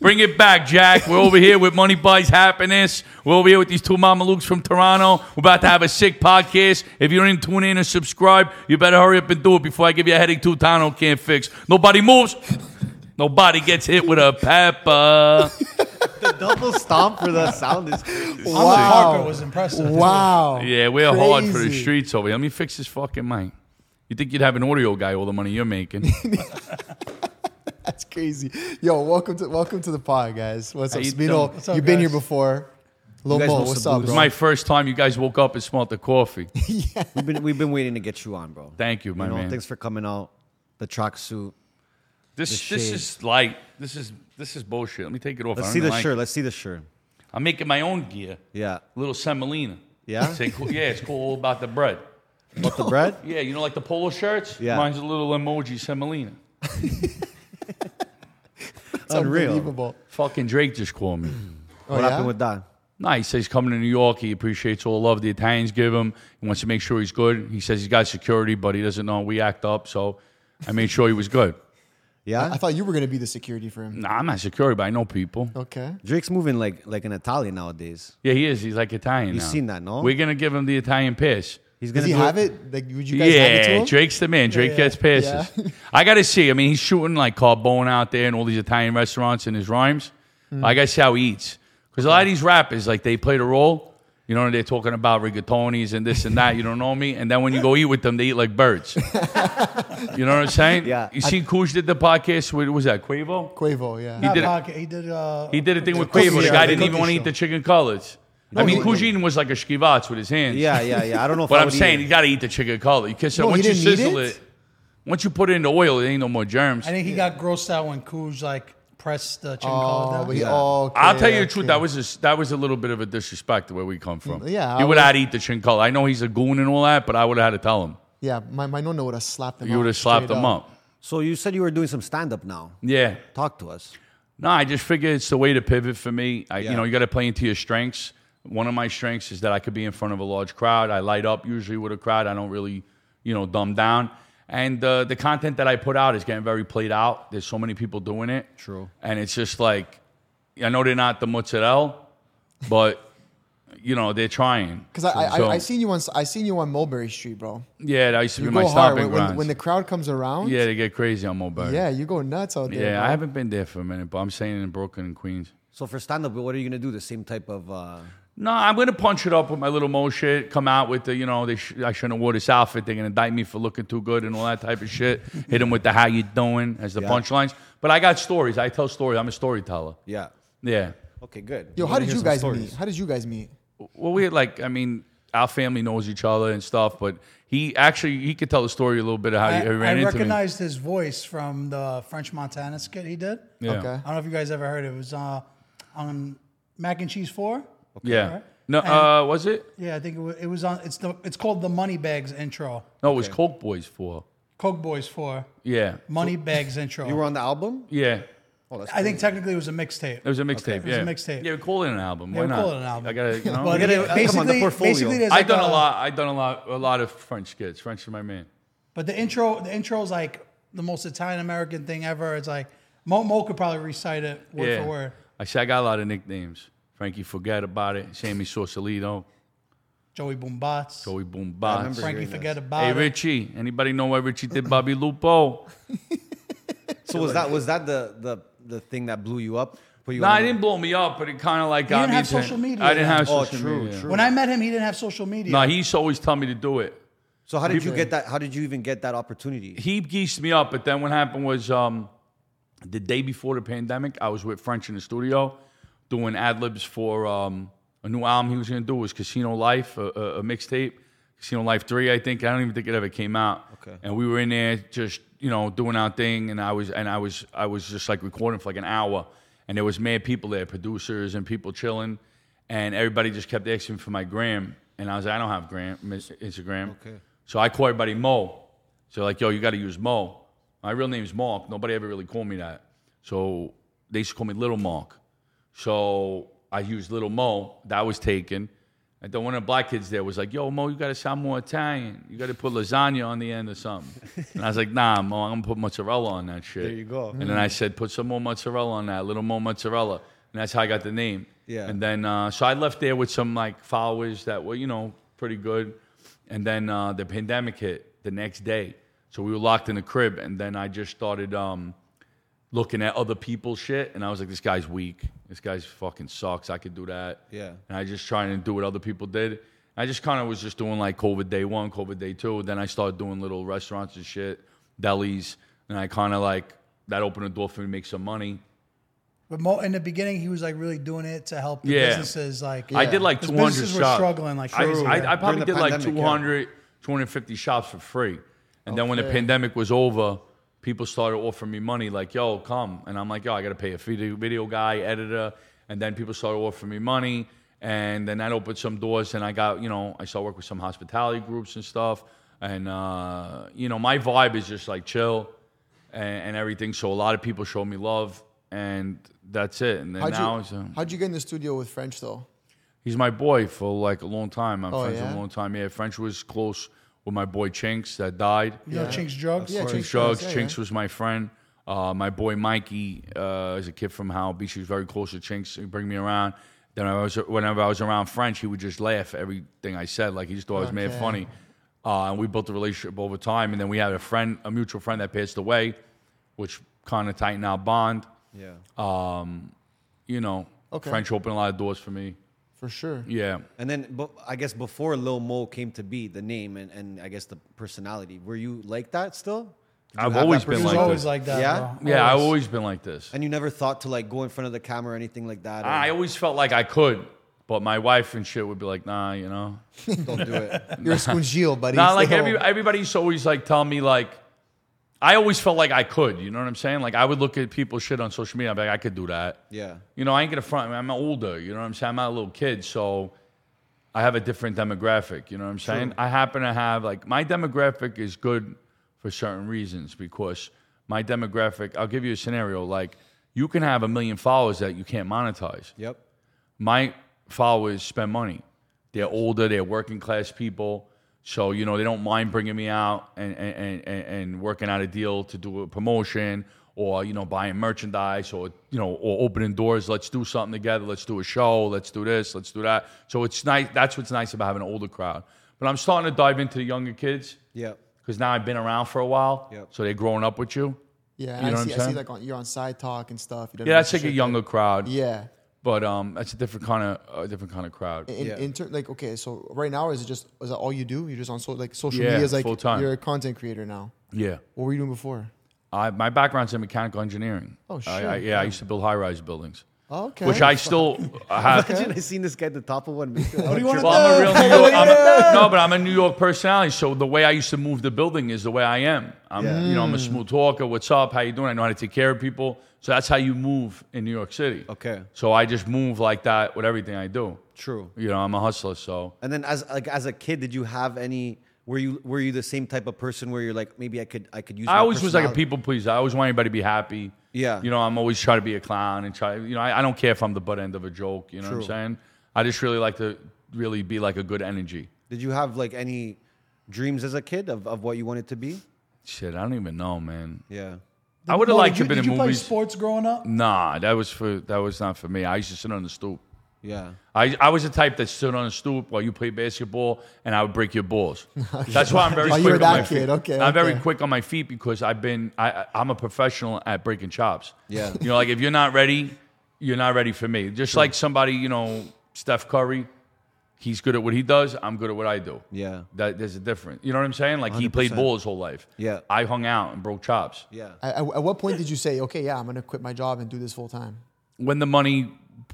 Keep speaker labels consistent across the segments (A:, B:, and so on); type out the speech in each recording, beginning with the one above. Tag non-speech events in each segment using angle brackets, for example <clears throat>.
A: Bring it back, Jack. We're over here with Money Buys Happiness. We're over here with these two Mama Lukes from Toronto. We're about to have a sick podcast. If you didn't tune in and subscribe, you better hurry up and do it before I give you a headache Tutano can't fix. Nobody moves. Nobody gets hit with a pepper.
B: The double stomp for the sound is crazy.
C: Wow. Parker was impressive.
D: Wow.
A: Yeah, we're hard for the
D: Crazy.
A: streets over here. Let me fix this fucking mic. You think you'd have an audio guy all the money you're
B: <laughs>
A: making?
D: That's crazy. Yo, welcome to welcome to the pod, guys. What's up,
A: you
D: Speedo?
A: doing?
C: What's
D: You've
C: up,
D: been
C: guys?
D: here before. Lil
B: guys
D: Mo,
B: must
D: what's
B: have
D: up,
B: blew
A: It's
D: bro?
A: my first time you guys woke up and smelled the
B: <laughs>
A: coffee.
B: <laughs> We've been we've been waiting to get you on, bro.
A: Thank you, my
B: you know,
A: man.
B: Thanks for coming out. The tracksuit.
A: This
B: the
A: this
B: shade.
A: is light. This is this is bullshit. Let me take it off. I
B: Let's
A: don't
B: see the
A: like
B: shirt.
A: it.
B: Let's see the shirt.
A: I'm making my own gear.
B: Yeah.
A: Little semolina.
B: Yeah?
A: Say, cool, yeah, it's cool all about the bread.
B: What
D: <laughs>
B: the bread?
A: Yeah, you know, like the polo shirts.
B: Yeah.
A: Mine's a little emoji semolina.
D: It's
B: Unreal.
D: unbelievable.
A: Fucking Drake just called me.
D: Oh,
B: what
D: yeah?
B: happened with that?
A: Nah, he says he's coming to New York. He appreciates all the love the Italians give him. He wants to make sure he's good. He says he's got security, but he doesn't know we act up. So I made sure he was good.
B: Yeah.
D: I thought you were gonna be the security for him.
A: Nah, I'm not security, but I know people.
D: Okay.
B: Drake's moving like like an Italian nowadays.
A: Yeah, he is. He's like Italian.
B: You've
A: now.
B: seen that, no?
A: We're gonna give him the Italian pass.
B: He's gonna
D: Does he
B: do
D: have it? Like, would you guys have it to
A: Yeah,
D: him?
A: Drake's the man. Drake
D: yeah.
A: gets passes.
D: Yeah. <laughs>
A: I got to see. I mean, he's shooting like Carbone out there and all these Italian restaurants and his rhymes.
D: Mm.
A: I got to see how he eats. Because a lot of these rappers, like, they play the role. You know, they're talking about rigatonis and this and that. You don't know me. And then when you go eat with them, they eat like
D: <laughs>
A: birds. you know what I'm saying?
B: Yeah.
A: You seen Kuj did the podcast with, what was that, Quavo?
D: Quavo, yeah.
A: did
C: Not
A: it.
C: pocket. He did. Uh,
A: He did a thing with
D: cookie
A: Quavo. The
D: show,
A: guy
D: the
A: didn't even
D: cookie
A: want to eat
D: show.
A: the chicken collards. I mean, Kuj eating was like a schivats with his hands.
B: Yeah, yeah, yeah.
A: <laughs>
B: I don't know. if
A: But
B: I
A: I'm
B: would
A: saying
B: eat
A: you
B: it.
A: got to eat the chicken color. You kiss it
D: No, he
A: once you
D: didn't eat
A: sizzle
D: it?
A: it. Once you put it in the oil, it ain't no more germs.
C: I think he got grossed out when Kuz like pressed the chicken collar
D: Oh,
C: down.
D: but he,
B: Yeah.
D: oh, okay,
A: I'll tell you the
D: okay.
A: truth. That was a, s- that was a little bit of a disrespect where we come from.
D: Mm, yeah,
A: he
D: I
A: would
D: would-
A: not eat the chicken color. I know he's a goon and all that, but I would have had to tell him.
D: Yeah, my, my nonna would have slapped him.
A: You would have slapped him up.
B: So you said you were doing some stand up now.
A: Yeah.
B: Talk to us.
A: No, I just figure it's the way to pivot for me. I, You
B: Yeah.
A: know, you got to play into your strengths. One of my strengths is that I could be in front of a large crowd. I light up usually with a crowd. I don't really, you know, dumb down. And uh, the content that I put out is getting very played out. There's so many people doing it.
B: True.
A: And it's just like, I know they're not the mozzarella, but you know they're trying.
D: Because I, I,
A: So-
D: I, I seen you on I seen you on Mulberry Street, bro.
A: yeah, that used to
D: You
A: be my
D: go hard
A: stopping
D: when, when,
A: grounds.
D: when the crowd comes around.
A: yeah, they get crazy on Mulberry.
D: yeah, you go nuts out there.
A: yeah.
D: bro.
A: I haven't been there for a minute, but I'm staying in Brooklyn and Queens.
B: So for stand up, what are you gonna do? The same type of. Uh,
A: No, I'm gonna punch it up with my little mo shit. Come out with the, you know, they sh- I shouldn't have wore this outfit. They're gonna indict me for looking too good and all that type of shit. Hit them with the how you doing as the
B: Yeah.
A: punchlines. But I got stories. I tell stories. I'm a storyteller.
B: yeah.
A: Yeah.
B: Okay. Good.
D: Yo,
B: We
D: how
B: wanna
D: did
B: hear
D: you
B: some
D: guys
B: stories.
D: meet? How did you guys meet?
A: Well, we had like, I mean, our family knows each other and stuff. But he actually he could tell the story a little bit of how
C: I,
A: Oh, he ran
C: I
A: into
C: recognized his voice from the French Montana skit he did.
A: me. Yeah.
D: Okay.
C: I don't know if you guys ever heard it. It was uh, on Mac and Cheese Four.
A: Yeah.
C: Alright.
A: No, uh, was it?
C: Yeah, I think it was, it was on. It's the it's called the Money Bags intro.
A: No, it was Coke Boys Four.
C: Coke Boys Four.
A: Yeah.
C: Money Bags intro.
B: You were on the album.
A: Yeah.
B: Oh, that's
C: I think technically it was a mixtape.
A: It was a mixtape.
C: It was a
A: Yeah.
C: mixtape.
A: Yeah, we call it an album.
C: Yeah,
A: Why
C: we
A: not?
C: call it an album.
A: I gotta, you
C: <laughs>
A: know.
C: But
B: gotta-
C: yeah,
B: come on, the
C: basically,
B: portfolio.
C: basically, there's
A: I've
C: like uh,
A: done
C: a
A: a lot. I've done a lot. A lot of French kids. French is my man.
C: But the intro, the intro is like the most Italian American thing ever. It's like Mo, Mo could probably recite it word
A: yeah.
C: for word.
A: I said I got a lot of nicknames. Frankie, forget about it. Sammy Sausalito,
C: Joey Boombots,
A: Joey Boom
B: remember
A: Bots.
C: Frankie,
B: hearing
C: forget about
A: Hey
C: it.
A: Richie, anybody know why Richie did Bobby Lupo?
B: So was that was that the the the thing that blew you up? Put you
A: no,
B: on
A: I
B: the-
A: didn't blow me up, but it kind of like got
C: didn't
A: me
C: have
A: to-
C: social media
A: I didn't
C: then.
A: have
B: Oh,
A: social
B: true,
A: media.
B: true.
C: When I met him, he didn't have social media.
A: No, he used to always tell me to do it.
B: So how did you get that? How did you even get that <laughs> opportunity?
A: He geesed me up, but then what happened was um, the day before the pandemic, I was with French in the studio doing ad libs for um, a new album he was going to do was Casino Life, a, a, a mixtape, Casino Life Three, I think. I don't even think it ever came out.
B: Okay.
A: And we were in there just you know doing our thing, and I was and I was I was just like recording for like an hour, and there was mad people there, producers and people chilling, and everybody just kept asking for my gram, and I was like, I don't have gram Instagram.
B: Okay.
A: So I call everybody Mo. So like, yo, you got to use Mo. My real name's Mark. Nobody ever really called me that. So they used to call me Little Mark. So I used Little Mo. That was taken. And then one of the black kids there was like, "Yo, Mo, you got to sound more Italian. You got to put lasagna on the end or
B: <laughs>
A: something." and I was like, "Nah, Mo, I'm gonna put mozzarella on that shit."
B: There you go.
A: And then I said, "Put some more mozzarella on that. A little more mozzarella." And that's how I got the name.
B: Yeah.
A: And then uh, so I left there with some like followers that were you know pretty good. And then uh, the pandemic hit the next day, so we were locked in the crib. And then I just started. Um, looking at other people's shit, and I was like, "This guy's weak. This guy's fucking sucks. I could do that."
B: Yeah.
A: And I just trying to do what other people did. I just kind of was just doing like COVID day one, COVID day two. Then I started doing little restaurants and shit, delis, and I kind of like that opened the door for me to make some money.
C: But Mo, in the beginning, he was like really doing it to help the
A: Yeah.
C: businesses. Like
A: I did like
C: his
A: 200
C: businesses
A: shops.
C: were struggling. Like
A: I,
C: crazy.
A: I, I probably
B: the
A: did like
B: pandemic, yeah.
A: 200, 250 shops for free. And then when the
D: Okay.
A: pandemic was over, people started offering me money like, yo, come. And I'm like, yo, I got to pay a video, video guy, editor. And then people started offering me money. And then that opened some doors. And I got, you know, I started working with some hospitality groups and stuff. And, uh, you know, my vibe is just like chill and, and everything. So a lot of people showed me love. And that's it. And then
D: How'd
A: now
D: you,
A: it's. um,
D: how'd you get in the studio with French though?
A: He's my boy for like a long time. I'm
D: Oh,
A: friends for
D: yeah?
A: a long time. Yeah, French was close with my boy Chinks that died.
C: you know, Chinks drugs.
D: Yeah,
A: Chinks
D: Chinks
A: drugs.
D: yeah,
A: Chinks
D: yeah.
A: was my friend. Uh, my boy Mikey uh, is a kid from Howell Beach. He was very close to Chinks. He'd bring me around. Then I was whenever I was around French, he would just laugh at everything I said. Like he just thought I was mad
D: Okay.
A: funny. Uh, and we built a relationship over time. And then we had a friend, a mutual friend that passed away, which kind of tightened our bond.
B: Yeah.
A: You know,
D: Okay.
A: French opened a lot of doors for me.
D: For sure.
A: Yeah.
B: And then, but I guess before Lil Mo came to be the name and, and I guess the personality, were you like that still? Did you
A: I've
B: have that
A: always been
C: He
B: personality?
C: was
A: like this.
C: always like that.
B: Yeah?
C: bro.
A: Yeah, I've always been like this.
B: And you never thought to like go in front of the camera or anything like that. Or,
A: I always felt like I could, but my wife and shit would be like, nah, you know.
B: don't
A: <laughs>
B: do it.
D: You're a Scungil, buddy.
A: Not like
D: Still.
A: every, everybody used to always like tell me like, I always felt like I could. You know what I'm saying? Like I would look at people's shit on social media. I'd be like, I could do that.
B: Yeah.
A: You know, I ain't gonna front. I'm older. You know what I'm saying? I'm not a little kid, so I have a different demographic. You know what I'm saying? I happen to have like my demographic is good for certain reasons because my demographic. I'll give you a scenario. Like you can have a million followers that you can't monetize.
B: Yep.
A: my followers spend money. They're older, they're working class people. So, you know, they don't mind bringing me out and, and, and, and working out a deal to do a promotion or, you know, buying merchandise or, you know, or opening doors. Let's do something together. Let's do a show. Let's do this. Let's do that. So it's nice. That's what's nice about having an older crowd. But I'm starting to dive into the younger kids
B: Yep.
A: because now I've been around for a while.
B: Yep.
A: So they're growing up with you. You
D: Yeah, and
A: know
D: I
A: what
D: see,
A: I'm
D: I see
A: saying?
D: like on, you're on side talk and stuff. You don't
A: Yeah,
D: know
A: that's like a
D: shit.
A: younger crowd.
D: Yeah.
A: But um, that's a different kind of a different kind of crowd.
D: In,
B: Yeah.
D: in ter- like okay, so right now is it just is that all you do? You're just on so like social
A: Yeah,
D: media is like
A: full-time.
D: you're a content creator now.
A: Yeah.
D: What were you doing before?
A: I, my background's in mechanical engineering.
D: Oh,
A: I-
D: shit.
A: I, yeah, I used to build high-rise buildings,
D: Okay.
A: which I still have.
B: <laughs> Imagine I seen this guy at the top of <laughs> one. What
C: do you wanna
A: Well, I'm a real New York. I'm, no, but I'm a New York personality, so the way I used to move the building is the way I am. I'm,
B: Yeah.
A: you know, I'm a smooth talker. What's up? How you doing? I know how to take care of people. So that's how you move in New York City.
B: Okay.
A: So I just move like that with everything I do.
B: True.
A: You know, I'm a hustler, so
B: And then as like as a kid, did you have any? Were you were you the same type of person where you're like maybe I could I could use?
A: I
B: my
A: always was like a
B: personality-
A: people pleaser. I always want everybody to be happy.
B: Yeah.
A: You know, I'm always trying to be a clown and try. You know, I, I don't care if I'm the butt end of a joke. You know
B: True.
A: what I'm saying? I just really like to really be like a good energy.
B: Did you have like any dreams as a kid of, of what you wanted to be?
A: Shit, I don't even know, man.
B: Yeah.
A: I would
C: Mo,
A: have liked to
C: did you-
A: been
C: Did
A: in
C: you play
A: movies.
C: sports growing up?
A: Nah, that was for that was not for me. I used to sit on the stoop.
B: Yeah.
A: I, I was the type that stood on the stoop while you played basketball, and I would break your balls. That's why I'm very
D: Oh, you
A: quick
D: were
A: on my
D: that kid.
A: feet.
D: Okay,
A: I'm very
D: okay.
A: quick on my feet because I've been I, I- I'm a professional at breaking chops. <laughs>
B: Yeah.
A: you know, like if you're not ready, you're not ready for me. Just like somebody, you know, Steph Curry, he's good at what he does. I'm good at what I do.
B: Yeah.
A: that there's a difference. You know what I'm saying? Like he played
B: 100%.
A: ball his whole life.
B: Yeah.
A: I hung out and broke chops.
B: Yeah.
D: I- at, at what point did you say, okay, yeah, I'm gonna quit my job and do this full time?
A: When the money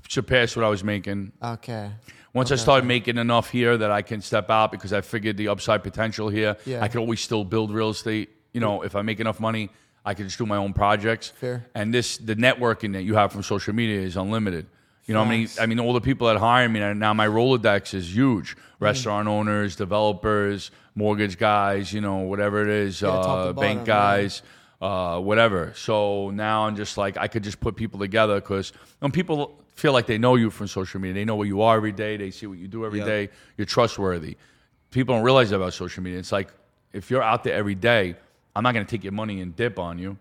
A: surpassed what I was making,
D: Okay.
A: Once I started making enough here that I can step out because I figured the upside potential here,
D: Yeah.
A: I could always still build real estate. You know, if I make enough money, I can just do my own projects.
D: Fair.
A: And this, the networking that you have from social media is unlimited. You know, how many? I mean, all the people that hire me now, my Rolodex is huge.
D: Hmm.
A: Restaurant owners, developers, mortgage guys, you know, whatever it is,
D: top to
A: uh,
D: bottom,
A: bank
D: yeah.
A: guys, uh, whatever. So now I'm just like, I could just put people together because when people feel like they know you from social media. They know where you are every day. They see what you do every
B: Yeah.
A: day. You're trustworthy. People don't realize that about social media. It's like if you're out there every day, I'm not going to take your money and dip on you.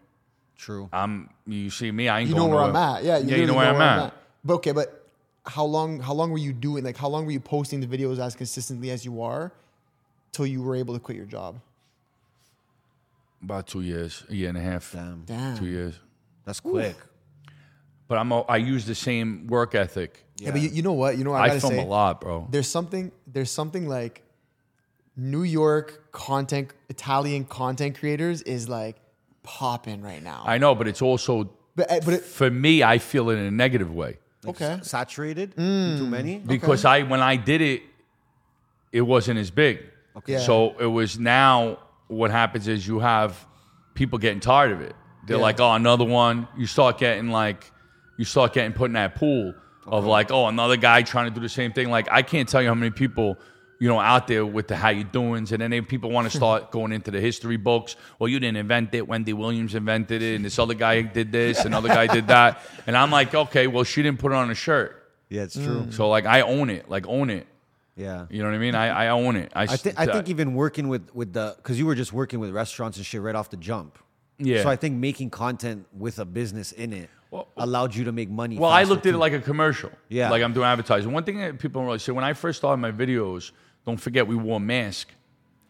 B: True.
A: I'm you see me, I ain't
D: You know
A: going
D: where I'm
A: nowhere.
D: at. Yeah,
A: you
D: literally
A: know where, I'm, at.
D: But okay, but how long? How long were you doing? Like, how long were you posting the videos as consistently as you are, till you were able to quit your job?
A: About two years, a year and a half.
B: Damn.
D: Damn.
A: Two years.
B: That's quick.
A: But I'm a, I use the same work ethic.
D: Yeah, but you, you know what? You know what I
A: I,
D: gotta
A: film
D: say.
A: a lot, bro.
D: There's something. There's something like New York content, Italian content creators is like popping right now.
A: I know, but it's also
D: but eh, but it,
A: for me, I feel it in a negative way.
D: okay.
B: Saturated.
A: Mm.
B: Too many.
A: because I when I did it, it wasn't as big. Okay.
D: Yeah.
A: So it was now what happens is you have people getting tired of it. They're
D: Yeah.
A: like, oh, another one. You start getting like, you start getting put in that pool of like, oh, another guy trying to do the same thing. Like I can't tell you how many people. You know, out there with the how you doings, and then they, people
D: <laughs>
A: want to start going into the history books. Well, you didn't invent it. Wendy Williams invented it, and this other guy did this, another guy did
D: <laughs>
A: that. And I'm like, okay, well, she didn't put it on a shirt.
B: Yeah, it's true.
A: So like I own it, like own it.
B: Yeah.
A: Mm. You know what I mean? I, I own it. I,
B: I, thi- I think even working with with the because you were just working with restaurants and shit right off the jump.
A: Yeah.
B: So I think making content with a business in it allowed you to make money.
A: Well, I
B: faster,
A: looked at it
B: too.
A: like a commercial.
B: Yeah.
A: Like I'm doing advertising. One thing that people don't really say when I first started my videos, don't forget we wore masks.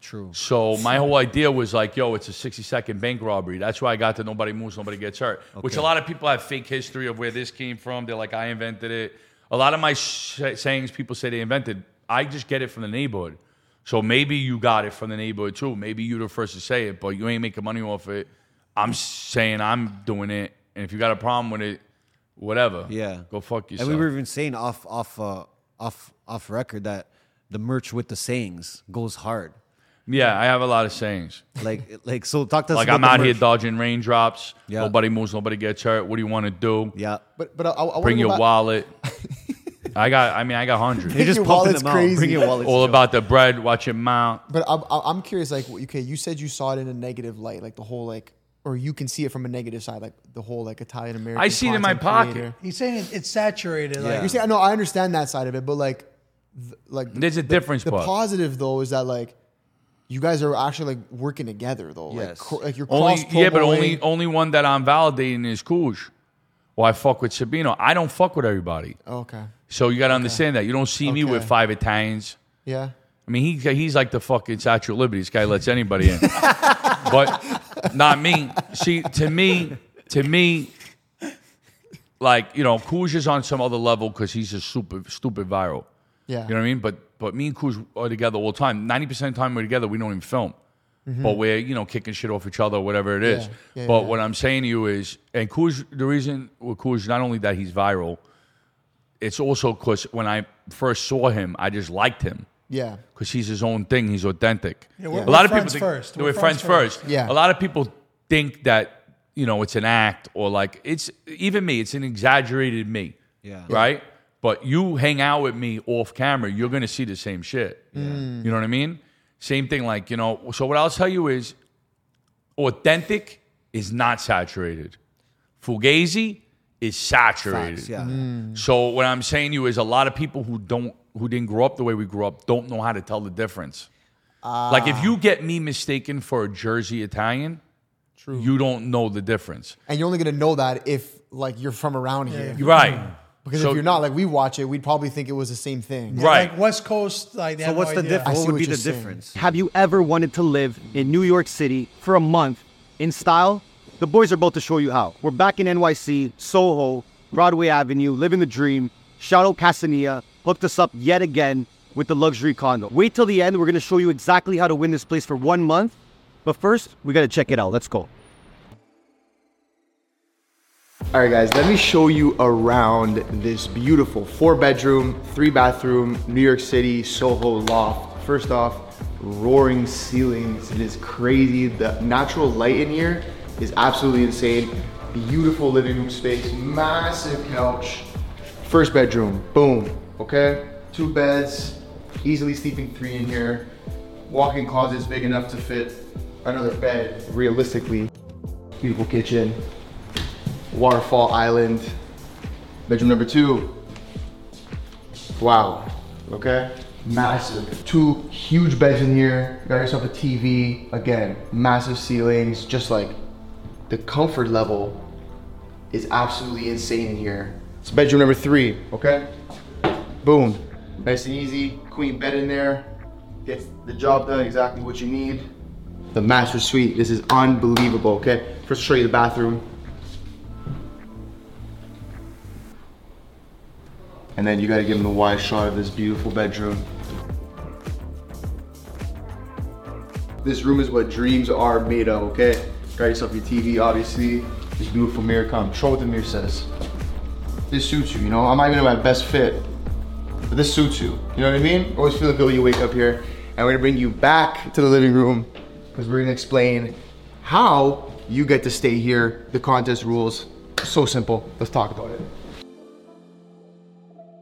B: true.
A: So my whole idea was like, yo, it's a 60 second bank robbery. That's why I got to nobody moves, nobody gets hurt. Which a lot of people have fake history of where this came from. They're like, I invented it. A lot of my sh- sayings people say they invented. I just get it from the neighborhood. So maybe you got it from the neighborhood too. Maybe you're the first to say it, but you ain't making money off it. I'm saying I'm doing it, and if you got a problem with it, whatever.
B: Yeah.
A: go fuck
B: And
A: yourself.
B: we were even saying off off uh, off off record that the merch with the sayings goes hard.
A: yeah, I have a lot of sayings.
B: Like <laughs> like so talk to us
A: Like
B: about
A: I'm
B: the
A: out here
B: merch.
A: dodging raindrops.
B: Yeah.
A: Nobody moves, nobody gets hurt. What do you want to do?
B: Yeah.
D: But but I, I wanna
A: Bring
D: go
A: your
D: back- <laughs>
A: wallet. I got. I mean, I got
B: They
A: hundreds.
D: Bring
B: just
D: your
B: pumping
D: wallet's
B: them out.
D: crazy.
B: Bring your wallet.
A: All about the bread. Watch it mount.
D: But I'm, I'm curious, like, okay, you said you saw it in a negative light, like the whole, like, or you can see it from a negative side, like the whole, like, Italian American.
A: I see it in my pocket.
C: He's saying it, it's saturated.
B: Yeah.
D: You
C: Like,
D: see, I know, I understand that side of it, but like, th- like
A: There's a
D: the,
A: difference,
D: The
A: Bob.
D: positive though is that like, you guys are actually like working together though. Like,
B: Yes.
D: cro- like you're cross
A: Only, yeah, but only only one that I'm validating is Kuj. Well, I fuck with Sabino. I don't fuck with everybody.
D: Okay.
A: So you got to understand that. You don't see me with
D: Okay.
A: five Italians.
D: Yeah.
A: I mean, he, he's like the fucking Statue of Liberty. This guy lets anybody
D: <laughs>
A: in, but not me. See, to me, to me, like you know, Kuj is on some other level because he's a super stupid viral.
D: Yeah.
A: You know what I mean? But but me and Kuz are together all the time. Ninety percent of the time we're together, we don't even film. But we're, you know, kicking shit off each other, whatever it is.
D: Mm-hmm. Yeah, yeah,
A: but
D: yeah.
A: what I'm saying to you is and Kuz the reason with Kuz, not only that he's viral, it's also because when I first saw him, I just liked him
D: Yeah.
A: because he's his own thing. He's authentic.
C: Yeah, we're-
A: a lot
C: we're
A: of people
C: friends
A: think,
C: first.
A: We're,
C: We're
A: friends,
C: friends
A: first.
D: Yeah.
A: A lot of people think that you know it's an act or like it's even me. It's an exaggerated me.
B: Yeah.
A: Right. But you hang out with me off camera, you're gonna see the same shit.
C: Mm.
A: You know what I mean? Same thing. Like you know. So what I'll tell you is, authentic is not saturated. Fugazi is saturated.
B: Facts, yeah.
D: Mm.
A: So what I'm saying to you is a lot of people who don't who didn't grow up the way we grew up don't know how to tell the difference.
B: Ah.
A: like if you get me mistaken for a Jersey Italian, true. you don't know the difference.
D: And you're only gonna know that if like you're from around here.
A: You're right.
D: Mm. Because
A: So-
D: if you're not, like, we watch it, we'd probably think it was the same thing.
A: Right.
C: like West Coast, like they
B: So
C: have
B: what's
C: no
B: the
C: idea.
B: difference?
D: I
B: What
D: see
B: would
D: what
B: be
D: you're
B: the
D: saying.
B: difference?
E: Have you ever wanted to live in New York City for a month in style? The boys are about to show you how. We're back in NYC, Soho, Broadway Avenue, living the dream. Shout out Casanilla, hooked us up yet again with the luxury condo. Wait till the end, we're gonna show you exactly how to win this place for one month. But first, we gotta check it out. Let's go.
D: All right, guys, let me show you around this beautiful four bedroom, three bathroom New York City Soho loft. First off, roaring ceilings. It is crazy. The natural light in here is absolutely insane. Beautiful living room space, massive couch. First bedroom, boom, okay? Two beds, easily sleeping three in here. Walk in closet's big enough to fit another bed, realistically. Beautiful kitchen, waterfall island, Bedroom number two. Wow. Okay. Massive. Two huge beds in here. Got yourself a TV. Again, massive ceilings. Just like the comfort level is absolutely insane in here. It's bedroom number three. Okay. Boom. Nice and easy. Queen bed in there. Gets the job done exactly what you need. The master suite. This is unbelievable. Okay. First, show you the bathroom. And then you gotta give them the wide shot of this beautiful bedroom. This room is what dreams are made of, okay? Got yourself your TV, obviously. This beautiful mirror control what the mirror says. This suits you, you know? I'm not even in my best fit, but this suits you. You know what I mean? Always feel good when you wake up here. And we're gonna bring you back to the living room because we're gonna explain how you get to stay here, the contest rules. So simple. Let's talk about it.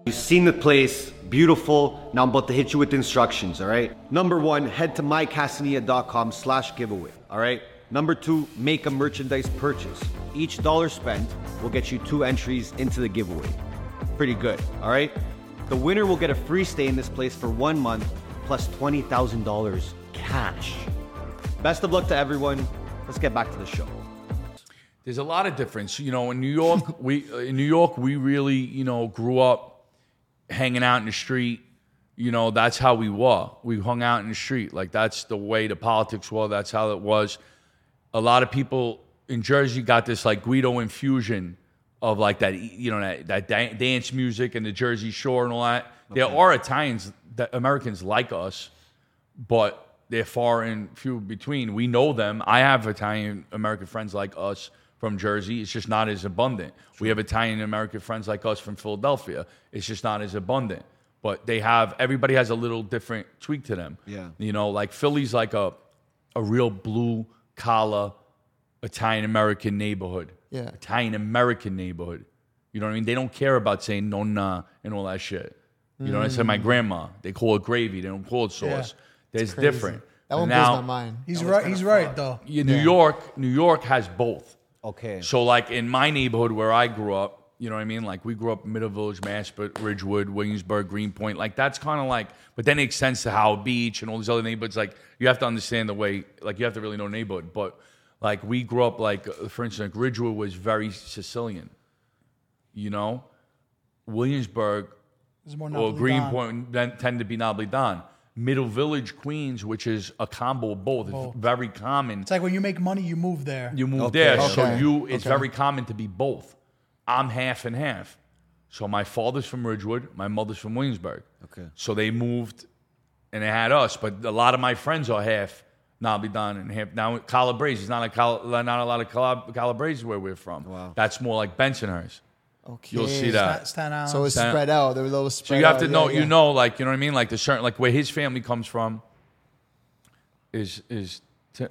E: You've seen the place, beautiful. Now I'm about to hit you with instructions, all right? Number one, head to mycasania.com slash giveaway, all right? Number two, make a merchandise purchase. Each dollar spent will get you two entries into the giveaway. Pretty good, all right? The winner will get a free stay in this place for one month plus $20,000 cash. Best of luck to everyone. Let's get back to the show.
A: There's a lot of difference, you know. In New York, we uh, in New York we really, you know, grew up hanging out in the street. You know, that's how we were. We hung out in the street. Like that's the way the politics were. That's how it was. A lot of people in Jersey got this like Guido infusion of like that, you know, that, that dan- dance music and the Jersey Shore and all that. There are Italians, that Americans like us but they're far and few between. We know them. I have Italian American friends like us from Jersey. It's just not as abundant. We have Italian American friends like us from Philadelphia. It's just not as abundant. But they have everybody has a little different tweak to them.
E: Yeah.
A: You know, like Philly's like a a real blue collar Italian American neighborhood.
D: Yeah.
A: Italian American neighborhood. You know what I mean? They don't care about saying nonna and all that shit. You know what I said?
F: Mm.
A: My grandma, they call it gravy. They don't call it sauce. There's
F: Crazy.
A: different.
F: That
A: But
F: one
A: now,
F: blows my mind.
C: He's
F: That one's
C: right.
F: kinda
C: He's
F: fun.
C: right though.
A: yeah, New York, New York has both.
E: Okay.
A: So like in my neighborhood where I grew up, you know what I mean? Like we grew up in Middle Village, Mashput, Ridgewood, Williamsburg, Greenpoint. Like that's kind of like, but then it extends to Howard Beach and all these other neighborhoods. Like you have to understand the way, like you have to really know neighborhood. But like we grew up, like uh, for instance, like Ridgewood was very Sicilian. You know, Williamsburg
C: There's more
A: or
C: Napoli Don.
A: Greenpoint then tend to be Nobly Don. Middle Village, Queens, which is a combo of both, it's very common
C: It's like when you make money, you move there.
A: you move
E: Okay,
A: there,
E: okay,
A: so you it's
F: okay.
A: very common to be both. I'm half and half. So my father's from Ridgewood, my mother's from Williamsburg.
E: Okay.
A: So they moved and they had us, but a lot of my friends are half Nobby Don and half now Calabrese. It's not a Cal, not a lot of Cal, Calabrese where we're from. Wow. That's more like Bensonhurst.
F: Okay.
A: You'll see that.
C: Staten- Staten Island.
F: So it's
A: Stand-
F: spread out. They're a little spread
A: So you have to
F: out,
A: know,
F: yeah,
A: you
F: yeah.
A: know, like you know what I mean, like the certain, like where his family comes from, is is T- uh,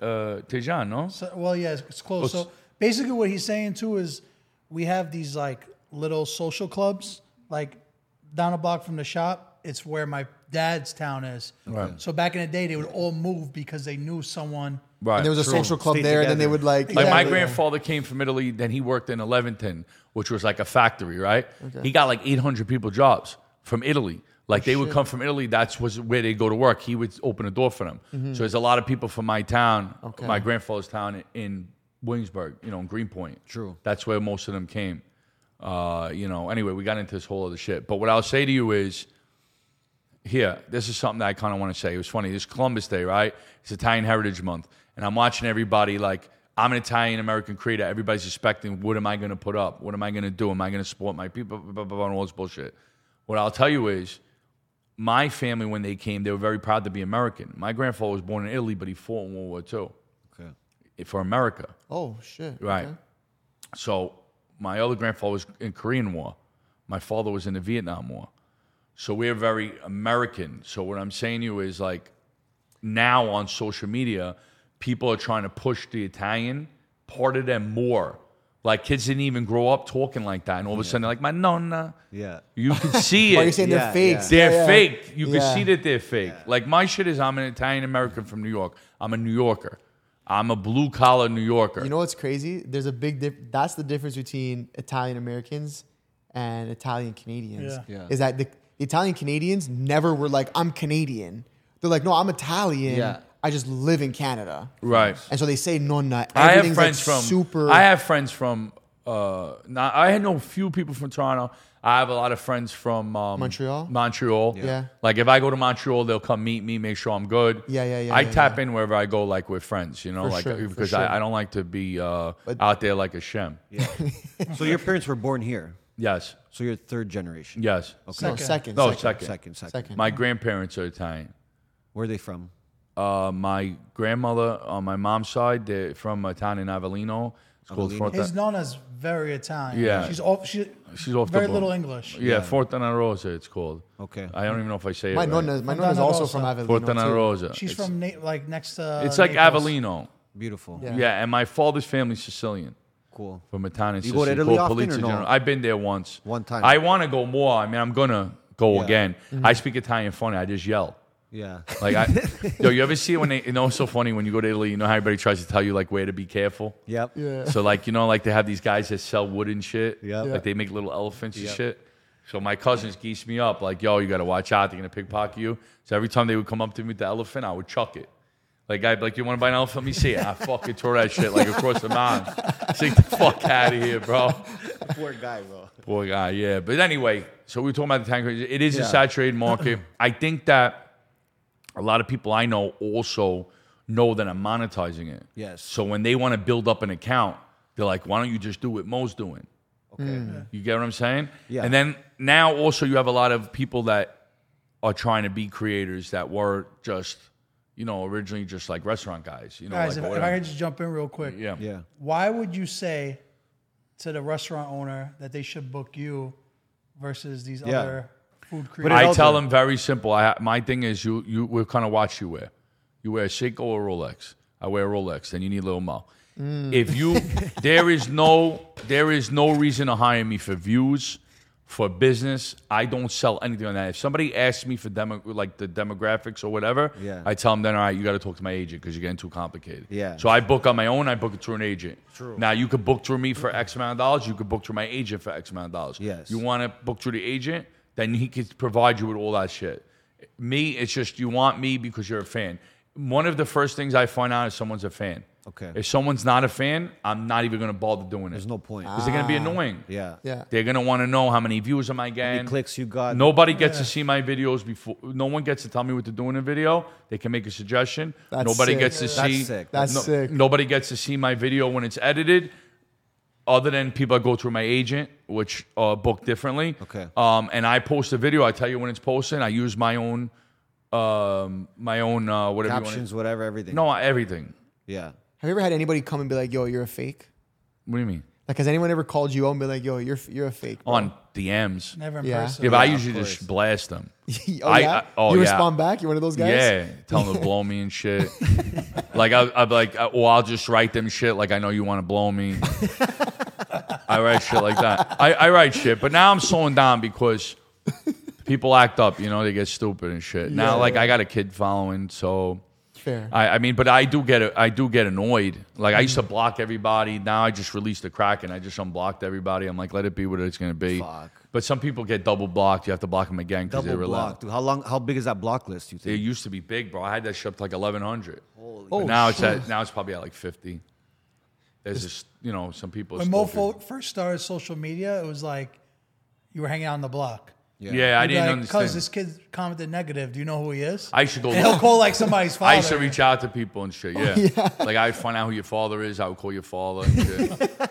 A: Tejan, no?
C: So, well, yeah, it's, it's close. So basically, what he's saying too is we have these like little social clubs, like down a block from the shop. It's where my dad's town is.
A: Right.
C: So back in the day, they would all move because they knew someone.
A: Right.
F: And there was a social club
E: Stay
F: there, and then they
E: together.
F: would like.
A: Like my
C: Exactly.
A: grandfather came from Italy, then he worked in Leventon, which was like a factory, right? He got like 800 people jobs from Italy. Like they would come from Italy, that's was where they go to work. He would open a door for them. So there's a lot of people from my town, my grandfather's town in Williamsburg, you know, in Greenpoint. True. That's where most of them came. Uh, you know, anyway, we got into this whole other shit. But what I'll say to you is, here, this is something that I kind of want to say. It was funny. This Columbus Day, right? It's Italian Heritage Month, and I'm watching everybody like I'm an Italian American creator. Everybody's expecting, what am I going to put up? What am I going to do? Am I going to support my people? Blah, blah, blah, blah, and all this bullshit. What I'll tell you is, my family when they came, they were very proud to be American. My grandfather was born in Italy, but he fought in World War II okay. for America.
F: Oh shit.
A: Right.
F: okay.
A: So my other grandfather was in Korean War. My father was in the Vietnam War. So we're very American. So what I'm saying to you is like now on social media, people are trying to push the Italian part of them more. Like kids didn't even grow up talking like that, and all of a sudden they're like, "My nonna."
E: Yeah.
A: You
F: <laughs>
A: can see it.
F: Oh, you're saying
E: Yeah,
F: they're fakes.
A: They're
F: Yeah, yeah.
A: fake. You
F: Yeah.
A: can see that they're fake. Like my shit is I'm an Italian American from New York. I'm a New Yorker. I'm a blue collar New Yorker.
F: You know what's crazy? There's a big dif- that's the difference between Italian Americans and Italian Canadians
C: Yeah.
B: Yeah.
F: is that the, the Italian Canadians never were like, I'm Canadian. They're like, no, I'm Italian.
B: Yeah.
F: I just live in Canada.
A: Right.
F: And so they say nonna.
A: I have
F: Everything's, like,
A: friends from
F: super.
A: I have friends from uh not, I know a few people from Toronto. I have a lot of friends from um,
F: Montreal?
A: Montreal.
F: Yeah.
A: Like if I go to Montreal, they'll come meet me, make sure I'm good.
F: Yeah, yeah, yeah,
A: I
F: yeah,
A: tap in wherever I go, like with friends, you know,
F: For
A: like uh,
F: sure, for
A: because
F: sure.
A: I, I don't like to be uh, out there like a shim.
B: So your parents were born here.
A: Yes.
B: So you're third generation.
A: Yes.
F: no,
C: Second.
F: second.
A: No,
F: second.
A: second.
B: Second, second.
F: Second.
A: My grandparents are Italian.
B: Where are they from?
A: Uh, my grandmother on my mom's side, they're from a town in Avellino. It's called
B: Avellino.
A: Forte-
C: His nonna's very Italian.
A: Yeah.
C: she's off. She,
A: She's off the
C: very
A: ball.
C: little English.
A: Yeah, Fontana Rosa, it's called.
B: Okay.
A: I don't even know if I say
F: My
A: it.
F: nonna,
A: right.
F: my nonna's
C: Fontana
F: also
C: Rosa.
F: from Avellino.
A: Fontana
F: too.
A: Rosa.
C: She's
A: It's-
C: from Na- like next to.
B: uh,
A: It's like
C: Naples.
A: Avellino.
B: Beautiful.
F: Yeah.
A: Yeah. and my father's family's Sicilian.
B: Cool.
A: From a town in
B: You
A: Sicily.
B: go to Italy
A: called
B: often or
A: Polizia
B: no?
A: Generale. I've been there once.
B: One time.
A: I want to go more. I mean, I'm gonna go
B: Yeah. Mm-hmm.
A: again. I speak Italian funny. I just yell.
B: Yeah.
A: Like,
B: <laughs>
A: I, yo, you ever see when they? You know, it's so funny when you go to Italy. You know how everybody tries to tell you like where to be careful.
B: Yep.
F: Yeah.
A: So like you know like they have these guys that sell wood and shit.
B: Yeah. Yeah.
A: Like they make little elephants and shit. So my cousins geese me up like yo you gotta watch out they're gonna pickpocket you. So every time they would come up to me with the elephant I would chuck it. Like I'd be like you want to buy an elephant? Let me see it. I fucking tore that shit like across the <laughs> mountain. Take the fuck out of here, bro.
B: Poor guy, bro.
A: Poor guy, yeah. But anyway, so we were talking about the tank. It is a
B: Yeah.
A: saturated market. I think that a lot of people I know also know that I'm monetizing it.
B: Yes.
A: So when they want to build up an account, they're like, why don't you just do what Mo's doing?
B: Okay.
C: Hmm.
A: You get what I'm saying?
B: Yeah.
A: And then now also you have a lot of people that are trying to be creators that were just, you know, originally just like restaurant guys. You know, like
C: Guys, if, if I
A: whatever.
C: could just jump in real quick.
A: yeah.
B: Yeah.
C: Why would you say to the restaurant owner that they should book you versus these
B: Yeah.
C: other food creators?
A: I tell them very simple. I ha- my thing is you you we're kind of watch you wear. You wear a Seiko or a Rolex. I wear a Rolex. Then you need Lil Mo.
B: Mm.
A: If
B: <laughs>
A: you there is no there is no reason to hire me for views, for business. I don't sell anything on that. If somebody asks me for demo like the demographics or whatever,
B: Yeah.
A: I tell them then all right, you got to talk to my agent because you're getting too complicated.
B: Yeah.
A: So I book on my own. I book it through an agent. True. Now you could book through me for X amount of dollars. You could book through my agent for X amount of dollars.
B: Yes.
A: You want to book through the agent, then he could provide you with all that shit. Me, it's just you want me because you're a fan. One of the first things I find out is someone's a fan.
B: Okay.
A: If someone's not a fan, I'm not even gonna bother doing Ah. it.
B: There's no point.
A: Because they're gonna be annoying.
B: Yeah.
F: Yeah.
A: They're gonna want to know how many views am I
B: How
A: getting?
B: many clicks you
F: Uh,
B: got?
A: Nobody gets to see my videos before. No one gets to tell me what to do in a video. They can make a suggestion.
F: That's
A: Nobody
F: sick.
A: gets to
B: That's
A: see.
B: sick.
F: That's sick.
A: Nobody gets to see my video when it's edited, other than people that go through my agent, which uh, book differently.
B: Okay.
A: Um, and I post a video. I tell you when it's posted. I use my own, um, my own uh, whatever.
B: Captions, whatever, everything.
A: You want. No, everything.
B: Yeah.
F: Have you ever had anybody come and be like, yo, you're a fake?
A: What do you mean?
F: Like, has anyone ever called you out and be like, yo, you're you're a fake? bro?
A: On DMs.
C: Never in
F: Yeah.
C: person.
A: Yeah, but I
B: Yeah, of
A: usually
B: course.
A: just blast them.
B: <laughs>
F: <laughs> oh,
A: I-
F: yeah?
A: I- oh,
F: you
A: yeah.
F: respond back? You're one of those guys?
A: Yeah, tell them to blow me and shit. like I, I'm like, uh, well, I'll just write them shit. Like I know you want to blow me. I write shit like that. I, I write shit, but now I'm slowing down because people act up. You know, they get stupid and shit. now, like I got a kid following, so
F: Fair.
A: I, I mean, but I do get a- I do get annoyed. Like I used to block everybody. Now I just released the crack and I just unblocked everybody. I'm like, let it be what it's gonna be.
B: Fuck.
A: But some people get double blocked. You have to block them again because
B: Double
A: they're
B: block. Dude, how long? How big is that block list? You
A: it
B: think?
A: used to be big, bro. I had that shit up to like eleven hundred. But now it's at now it's probably at like fifty. There's just you know some people.
C: When
A: still
C: Mo fo- first started social media, it was like you were hanging out on the block.
A: do- yeah. I didn't understand.
C: Because this kid commented negative. Do you know who he is?
A: I used to go.
C: and <laughs> he'll
A: Look.
C: call like somebody's
A: <laughs>
C: father.
A: I used to reach out to people and shit. Yeah, like I would find out who your father is. I would call your father. And shit.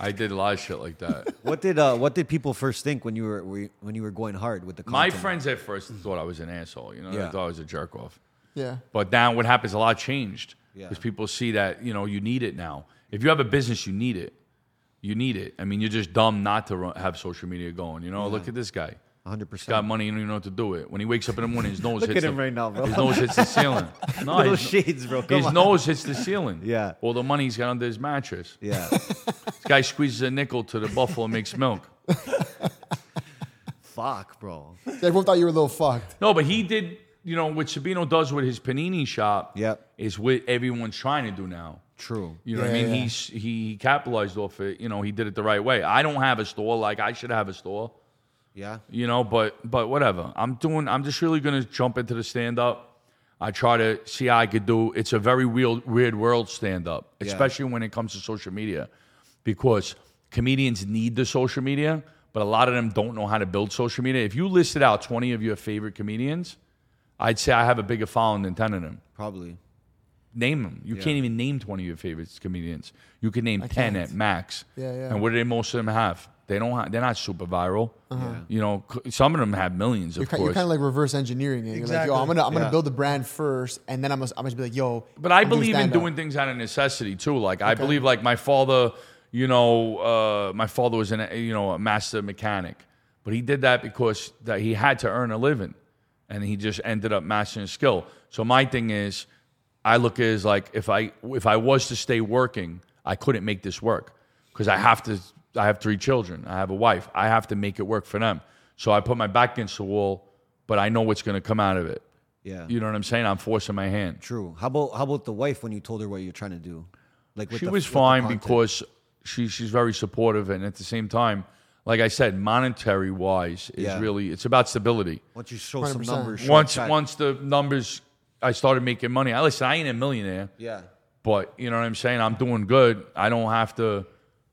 A: I did a lot of shit like that.
B: What did uh, What did people first think when you were were- when you were going hard with the
A: My
B: content?
A: friends at first thought I was an asshole. You know,
B: Yeah.
A: they thought I was a jerk off.
F: Yeah.
A: But now what happens? A lot changed
B: Yeah.
A: because people see that you know you need it now. If you have a business, you need it. You need it. I mean, you're just dumb not to run, have social media going. You know, look at this guy.
B: 100.
A: He's got
B: <laughs> percent
A: money. You don't even know what to do with. When he wakes up in the morning, his nose
B: Look
A: hits
B: at him
A: the,
B: right now, bro.
A: His nose
B: <laughs>
A: hits the ceiling. No,
B: Little
A: his,
B: shades, bro. Come
A: his <laughs>
B: on.
A: nose hits the ceiling.
B: <laughs> Yeah.
A: All the money he's got under his mattress.
B: Yeah.
A: This guy squeezes a nickel to the buffalo and makes milk.
B: Fuck, bro.
F: Everyone thought you were a little fucked.
A: No, but he did. You know what Sabino does with his panini shop
B: Yep.
A: is what everyone's trying to do now.
B: True.
A: You know what I
F: Yeah,
A: mean?
F: yeah.
A: He's he capitalized off it. You know, he did it the right way. I don't have a store like I should have a store.
B: Yeah.
A: You know, but but whatever. I'm doing. I'm just really gonna jump into the stand up. I try to see how I could do. It's a very real weird world stand up, especially when it comes to social media, because comedians need the social media, but a lot of them don't know how to build social media. If you listed out 20 of your favorite comedians, I'd say I have a bigger following than 10 of them
B: Probably.
A: name them. You can't even name 20 of your favorites comedians. You can name 10
F: can't.
A: at max.
F: Yeah, yeah.
A: And what do they most of them have? They don't have, they're not super viral. You know, c- some of them have 1000000s of
F: You're, Uh-huh. ki-
A: course.
F: you're kind of like reverse engineering it. You're like, yo,
C: Exactly.
F: I'm gonna I'm
B: Yeah.
F: gonna build the brand first, and then I'm gonna, I'm gonna be like, yo.
A: But I
F: I'm
A: believe in
F: stand-up.
A: doing things out of necessity too. Like I believe, like my father, you know, uh, my father was an you know a master mechanic, but he did that because that he had to earn a living, and he just ended up mastering his skill. So my thing is, I look at it as like if I if I was to stay working, I couldn't make this work because I have to. I have three children. I have a wife. I have to make it work for them. So I put my back against the wall, but I know what's going to come out of it.
B: Yeah.
A: You know what I'm saying? I'm forcing my hand.
B: True. How about how about the wife when you told her what you're trying to do? Like with
A: she
B: the-
A: was
B: with the
A: fine
B: content.
A: because she she's very supportive and at the same time like i said monetary wise is
B: Yeah.
A: really it's about stability
B: once you show some
F: 100%.
B: numbers, show
A: once
B: that-
A: once the numbers i started making money i listen i ain't a millionaire
B: yeah,
A: but you know what i'm saying i'm doing good i don't have to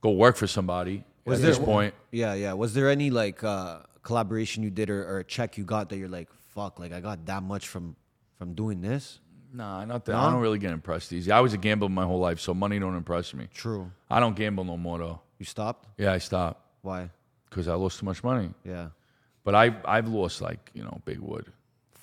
A: go work for somebody
B: Was
A: at
B: there-
A: this point
B: yeah, yeah. Was there any like uh, collaboration you did or, or a check you got that you're like, fuck, like I got that much from from doing this?
A: nah not that i don't really get impressed easy i was a gambler my whole life so money don't impress me
B: True.
A: i don't gamble no more though
B: You stopped?
A: yeah i stopped
B: Why?
A: because i lost too much money
B: Yeah.
A: but i i've lost like you know big wood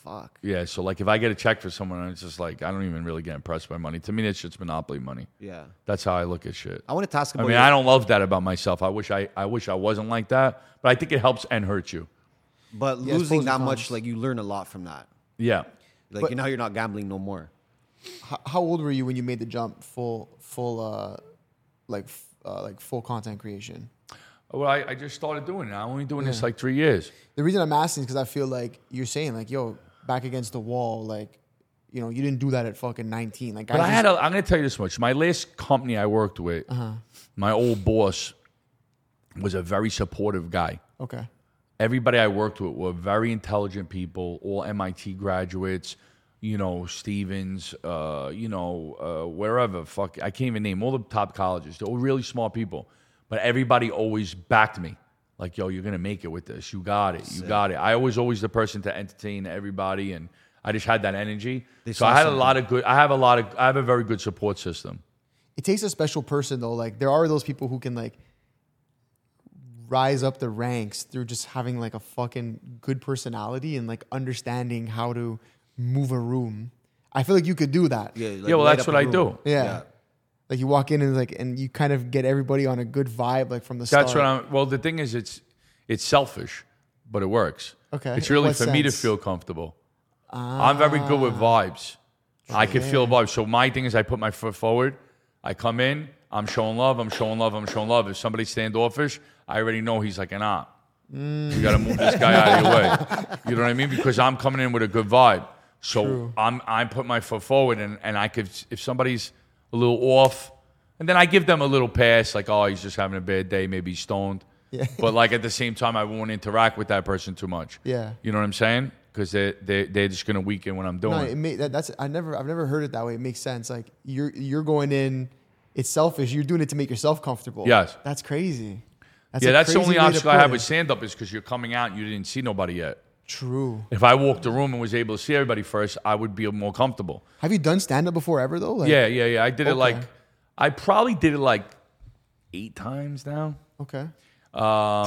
B: Fuck.
A: Yeah, so like if I get a check for someone, it's just like I don't even really get impressed by money. To me, that shit's monopoly money.
B: Yeah.
A: That's how I look at shit.
B: I wanted to
A: I
B: ask about.
A: mean,
B: your-
A: I don't love that about myself. I wish I, I wish I wasn't like that, but I think it helps and hurts you.
B: But
F: Yes, pros
B: losing
F: and
B: that much,
F: cons.
B: like you learn a lot from that.
A: Yeah,
B: Like you now you're not gambling no more.
F: How, how old were you when you made the jump full full uh like f- uh, like full content creation?
A: well, I, I just started doing it. I'm only doing this like three years.
F: The reason I'm asking is because I feel like you're saying like, yo, back against the wall, like, you know, you didn't do that at fucking 19. Like,
A: But I had. A, I'm going to tell you this much. My last company I worked with, my old boss was a very supportive guy.
F: okay.
A: everybody I worked with were very intelligent people, all MIT graduates, you know, Stevens, uh, you know, uh, wherever, fuck, I can't even name all the top colleges. They're all really smart people. But everybody always backed me. Like, yo, you're going to make it with this. You got it. You got it. I was always the person to entertain everybody. And I just had that energy. so
B: saw
A: I had a
B: something.
A: lot of good, I have a lot of, I have a very good support system.
F: It takes a special person though. Like, there are those people who can like rise up the ranks through just having like a fucking good personality and like understanding how to move a room. I feel like you could do that.
B: Yeah. like,
A: yeah, well,
B: light
A: that's
B: up
A: what I
B: a room.
A: do.
F: Yeah.
B: Yeah.
F: Like you walk in and like and you kind of get everybody on a good vibe like from the
A: That's what
F: start.
A: I'm. Well, the thing is, it's it's selfish, but it works.
F: Okay.
A: It's
F: In
A: really
F: what
A: for me to
F: sense? Ah.
A: feel comfortable. I'm very good with vibes. I could feel vibes. So my thing is, I put my foot forward. I come in. I'm showing love. I'm showing love. I'm showing love. If somebody's standoffish, I already know he's like an op.
F: Mm.
A: You got to move this guy out of
F: <laughs>
A: your way. You know what I mean? Because I'm coming in with a good vibe. So I'm I put my foot forward, and and I could if somebody's a little off, and then I give them a little pass, like oh he's just having a bad day, maybe he's stoned. but like at the same time, I won't interact with that person too much.
F: Yeah.
A: You know what I'm saying? Because they they they're just gonna weaken what I'm doing.
F: No, it may, that, that's I never I've never heard it that way. It makes sense. Like you're you're going in, it's selfish. You're doing it to make yourself comfortable.
A: Yes.
F: that's crazy.
A: yeah,
F: a
A: that's the
F: crazy
A: only
F: way to
A: obstacle I
F: put
A: have
F: it.
A: with stand up is because you're coming out and you didn't see nobody yet.
F: True.
A: If I walked the room and was able to see everybody first, I would be more comfortable.
F: Have you done stand up before ever though? Like,
A: Yeah, yeah, yeah. I did it like I probably did it like eight times now.
F: Okay.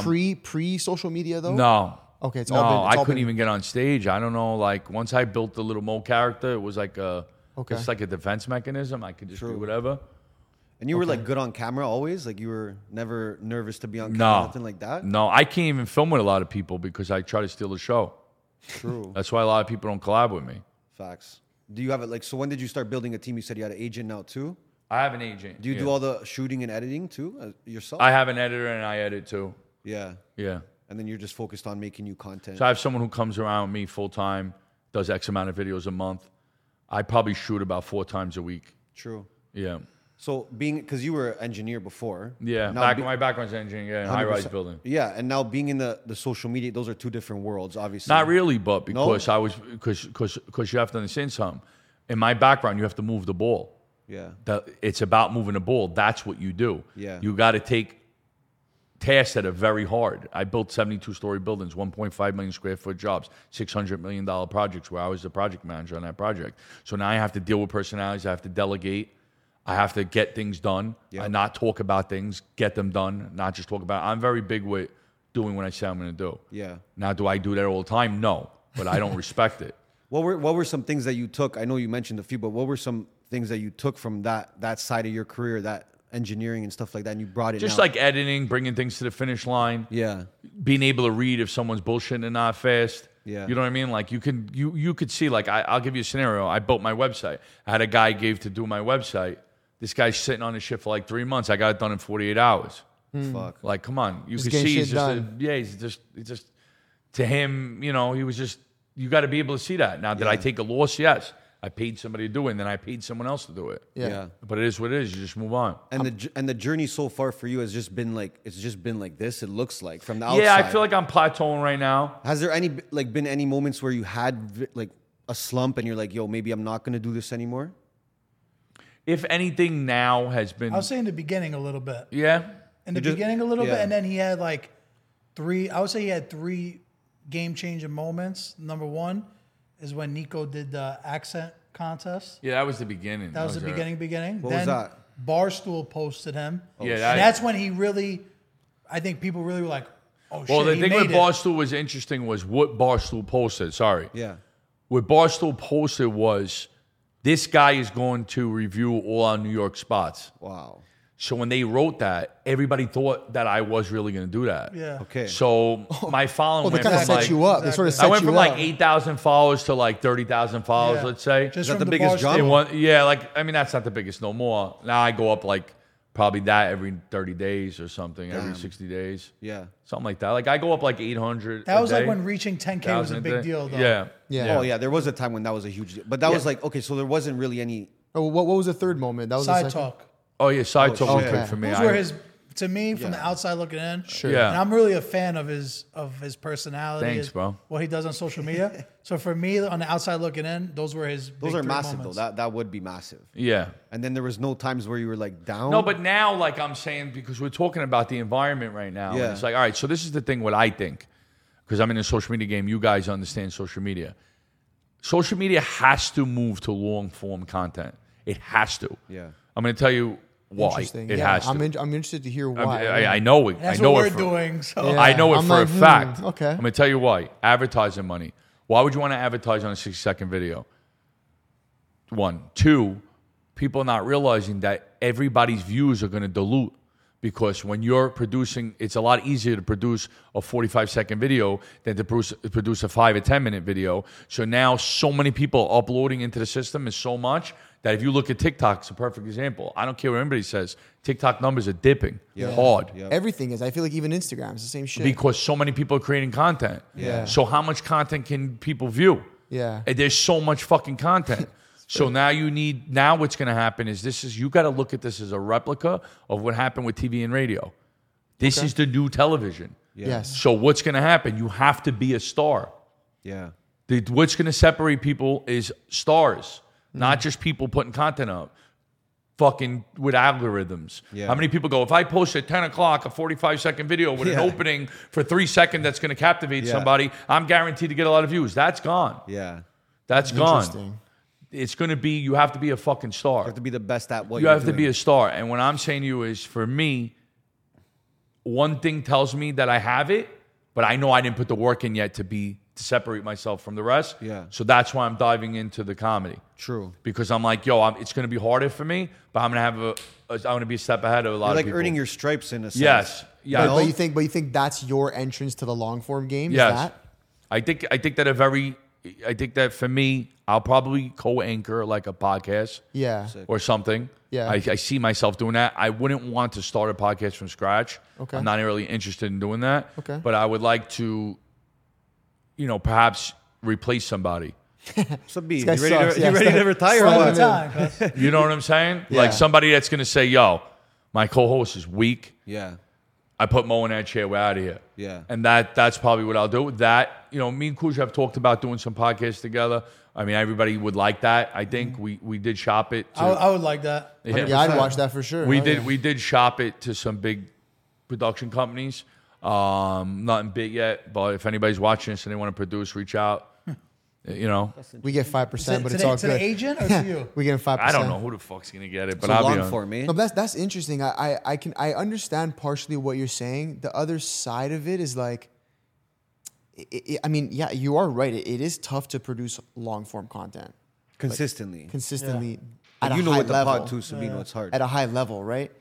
F: pre pre social media though.
A: Um, No.
F: Okay, it's
A: no,
F: all been- it's
A: I
F: all
A: couldn't
F: been-
A: even get on stage. I don't know. Like once I built the little mole character, it was like a
F: Okay.
A: it's like a defense mechanism. I could just do whatever.
B: And you were like good on camera always. Like you were never nervous to be on camera,
A: No.
B: nothing like that.
A: No, I can't even film with a lot of people because I try to steal the show.
B: True.
A: That's why a lot of people don't collab with me.
B: Facts. Do you have it like so? When did you start building a team? You said you had an agent now too.
A: I have an agent.
B: Do you
A: yeah.
B: do all the shooting and editing too uh, yourself?
A: I have an editor and I edit too.
B: yeah.
A: Yeah.
B: And then you're just focused on making new content.
A: So I have someone who comes around with me full time, does X amount of videos a month. I probably shoot about four times a week.
B: True.
A: Yeah.
B: So being because you were an engineer before.
A: Yeah,
B: Now
A: back
B: be-
A: my background's engineering, yeah, high rise
B: 100%.
A: building.
B: Yeah, and now being in the, the social media, those are two different worlds, obviously.
A: Not really, but because I was because because because you have to understand something. In my background, you have to move the ball.
B: Yeah.
A: The, it's about moving the ball. That's what you do.
B: Yeah.
A: You got to take tasks that are very hard. I built 72 story buildings, 1.5 million square foot jobs, $600 million projects where I was the project manager on that project. So now I have to deal with personalities, I have to delegate, I have to get things done, I not talk about things, get them done, not just talk about I'm very big with doing what I say I'm going to do.
B: Yeah.
A: Now, do I do that all the time? No, but I don't <laughs> respect it.
B: What were what were some things that you took? I know you mentioned a few, but what were some things that you took from that that side of your career, that engineering and stuff like that, and you brought it
A: Just
B: now?
A: like editing, bringing things to the finish line.
B: yeah,
A: being able to read if someone's bullshitting or not fast.
B: Yeah.
A: You know what I mean? Like you can you you could see like I, I'll give you a scenario. I built my website. I had a guy gave to do my website. This guy's sitting on his shit for like three months. I got it done in forty eight hours.
B: Hmm. fuck.
A: Like come on, you
F: Just
A: can
F: getting
A: see he's
F: Hmm. shit
A: just a-
F: done.
A: yeah he's just he's just to him you know he was just you got to be able to see that. Now did I take a loss? Yes, I paid somebody to do it, and then I paid someone else to do it.
B: Yeah.
F: Yeah.
A: But it is what it is. You just move on.
B: And the ju- and the journey so far for you has just been like it's just been like this. It looks like from the outside.
A: Yeah, I feel like I'm plateauing right now.
B: Has there any like been any moments where you had vi- like a slump and you're like, yo, maybe I'm not gonna do this anymore?
A: If anything, now has been
C: I was saying the beginning a little bit.
A: yeah.
C: in the
B: You just-
C: beginning a little bit,
B: yeah.
C: and then he had like three. I would say he had three game changing moments. Number one is when Nico did the accent contest.
A: Yeah, that was the beginning.
C: That was the
A: it.
C: beginning, beginning.
B: What
C: then
B: was that? Oh,
C: Barstool posted him.
A: Yeah,
C: And
A: that-
C: that's when he really. I think people really were like, "Oh
A: Well,
C: shit!"
A: the
C: he
A: thing
C: made
A: with
C: it.
A: Barstool was interesting was what Barstool posted. Sorry.
B: Yeah.
A: What Barstool posted was this guy is going to review all our New York spots.
B: Wow.
A: So when they wrote that, everybody thought that I was really going to do that.
C: Yeah.
B: Okay.
F: <laughs>
A: So my following
F: Well, they
A: went
F: kind of
A: from
F: set
A: like
F: you up. They sort of set
A: I went
F: you
A: from
F: up.
A: like eight thousand followers to like thirty thousand followers.
C: Yeah.
A: Let's say
C: Just
B: Is that
C: from
B: the biggest
C: Barstool-
A: They
B: jump?
A: want- yeah, like I mean that's not the biggest no more. Now I go up like probably that every thirty days or something, every
B: Damn.
A: sixty days.
B: Yeah.
A: something like that. Like I go up like eight hundred.
C: That was like when reaching 10k was a big deal, though.
A: Yeah,
F: Yeah.
B: Oh yeah, there was a time when that was a huge deal. But that was like okay, so there wasn't really any
F: Oh, what, what was the third moment? That was the
C: Side
F: second-
C: talk.
A: Oh yeah, side talk was
F: shit.
A: big for me.
C: Those
A: I-
C: were his. To me, from the outside looking in, sure.
A: Yeah.
C: And I'm really a fan of his of his personality.
A: Thanks,
C: his-
A: bro.
C: What he does on social
B: <laughs>
C: media. so for me, on the outside looking in, those were his.
B: those
C: big
B: are
C: three
B: massive
C: moments.
B: though. That that would be massive.
A: yeah.
B: And then there was no times where you were like down.
A: No, but now, like I'm saying, because we're talking about the environment right now,
B: Yeah.
A: and it's like, all right, so this is the thing. What I think, because I'm in the social media game, you guys understand social media. Social media has to move to long form content. It has to.
B: Yeah.
A: I'm going to tell you why.
F: Interesting.
A: It
F: yeah,
A: has
F: I'm
A: to.
F: in- I'm interested to hear
A: I,
F: why.
A: I- I know it.
C: That's
A: I know
C: what we're
A: it for-
C: doing. So
F: Yeah.
C: <laughs>
A: I know it
F: I'm
A: for
F: like,
A: a
F: hmm,
A: fact.
F: okay.
A: I'm gonna tell you why. Advertising money. Why would you want to advertise on a 60 second video? One. Two, people are not realizing that everybody's views are gonna dilute because when you're producing, it's a lot easier to produce a 45 second video than to produce, produce a five or 10 minute video. So now so many people are uploading into the system is so much that if you look at TikTok, it's a perfect example. I don't care what anybody says, TikTok numbers are dipping hard
F: Everything is. I feel like even Instagram is the same shit.
A: because so many people are creating content.
F: Yeah.
A: So how much content can people view?
F: Yeah.
A: And there's so much fucking
F: <laughs>
A: content. so now you need now what's going to happen is this is you got to look at this as a replica of what happened with TV and radio. This is the new television.
F: Yes.
A: So what's going to happen? You have to be a star.
B: yeah.
A: The, what's going to separate people is stars, not
B: Mm-hmm.
A: just people putting content up. Fucking with algorithms.
B: Yeah.
A: How many people go, if I post at 10 o'clock a 45 second video with an
B: Yeah.
A: opening for three seconds that's going to captivate
B: Yeah.
A: somebody, I'm guaranteed to get a lot of views. That's gone.
B: Yeah. You
A: That's gone.
F: Interesting.
A: It's going to be, you have to be a fucking star
B: have to be the best at what
A: you
B: you're
A: have to
B: doing.
A: be a star. And what I'm saying to you is, for me, one thing tells me that I have it, but I know I didn't put the work in yet to be to separate myself from the rest.
B: Yeah.
A: So that's why I'm diving into the comedy
B: true.
A: because I'm like, yo, I'm, it's going to be harder for me, but I'm going to have a, a I'm going to be a step ahead of a lot
B: You're
A: of
B: like
A: people.
B: earning your stripes in a sense.
A: yes,
F: But,
A: yeah,
F: but you think, but you think that's your entrance to the long form game? Is
A: yes.
F: that?
A: I think I think that a very I think that for me, I'll probably co-anchor like a podcast.
F: Yeah.
A: or something.
F: Yeah.
A: I, I see myself doing that. I wouldn't want to start a podcast from scratch.
F: Okay.
A: I'm not really interested in doing that.
F: Okay.
A: But I would like to, you know, perhaps replace somebody.
B: So B, you
F: guy
B: ready,
F: sucks.
B: to,
F: Yeah,
B: you ready to
F: stop.
B: retire?
C: All
B: Or
C: the
B: what?
C: time, cuz.
A: You know what I'm
F: <laughs>
A: saying? Like somebody that's gonna say, "Yo, my co-host is weak.
B: Yeah.
A: I put Mo in that chair. We're out of here."
B: Yeah.
A: And that that's probably what I'll do. That you know, me and Kuj have talked about doing some podcasts together. I mean, everybody would like that. I think we we did shop it. To,
C: I, I would like that.
A: Yeah.
F: Mm-hmm. Yeah, I'd watch that for sure.
A: we
F: Hell
A: did
F: yeah.
A: we did shop it to some big production companies. Um, nothing big yet, but if anybody's watching this and they want to produce, reach out.
F: Hmm.
A: you know,
F: We get five
C: To,
F: percent,
C: to
F: but
C: the,
F: it's all
C: to
F: good.
C: the agent or to you?
F: We get five
A: I
F: percent.
A: don't know who the fuck's gonna get it, but
B: So
A: I'll be
B: long
A: on.
B: form, eh?
F: No, but that's that's interesting. I, I I can I understand partially what you're saying. The other side of it is like, i i I mean, yeah, you are right. It, it is tough to produce long form content
B: Consistently.
F: consistently.
B: And
F: At a
B: you know
F: high
B: what the
F: level,
B: pod too, so we know it's hard.
F: At a high level, right?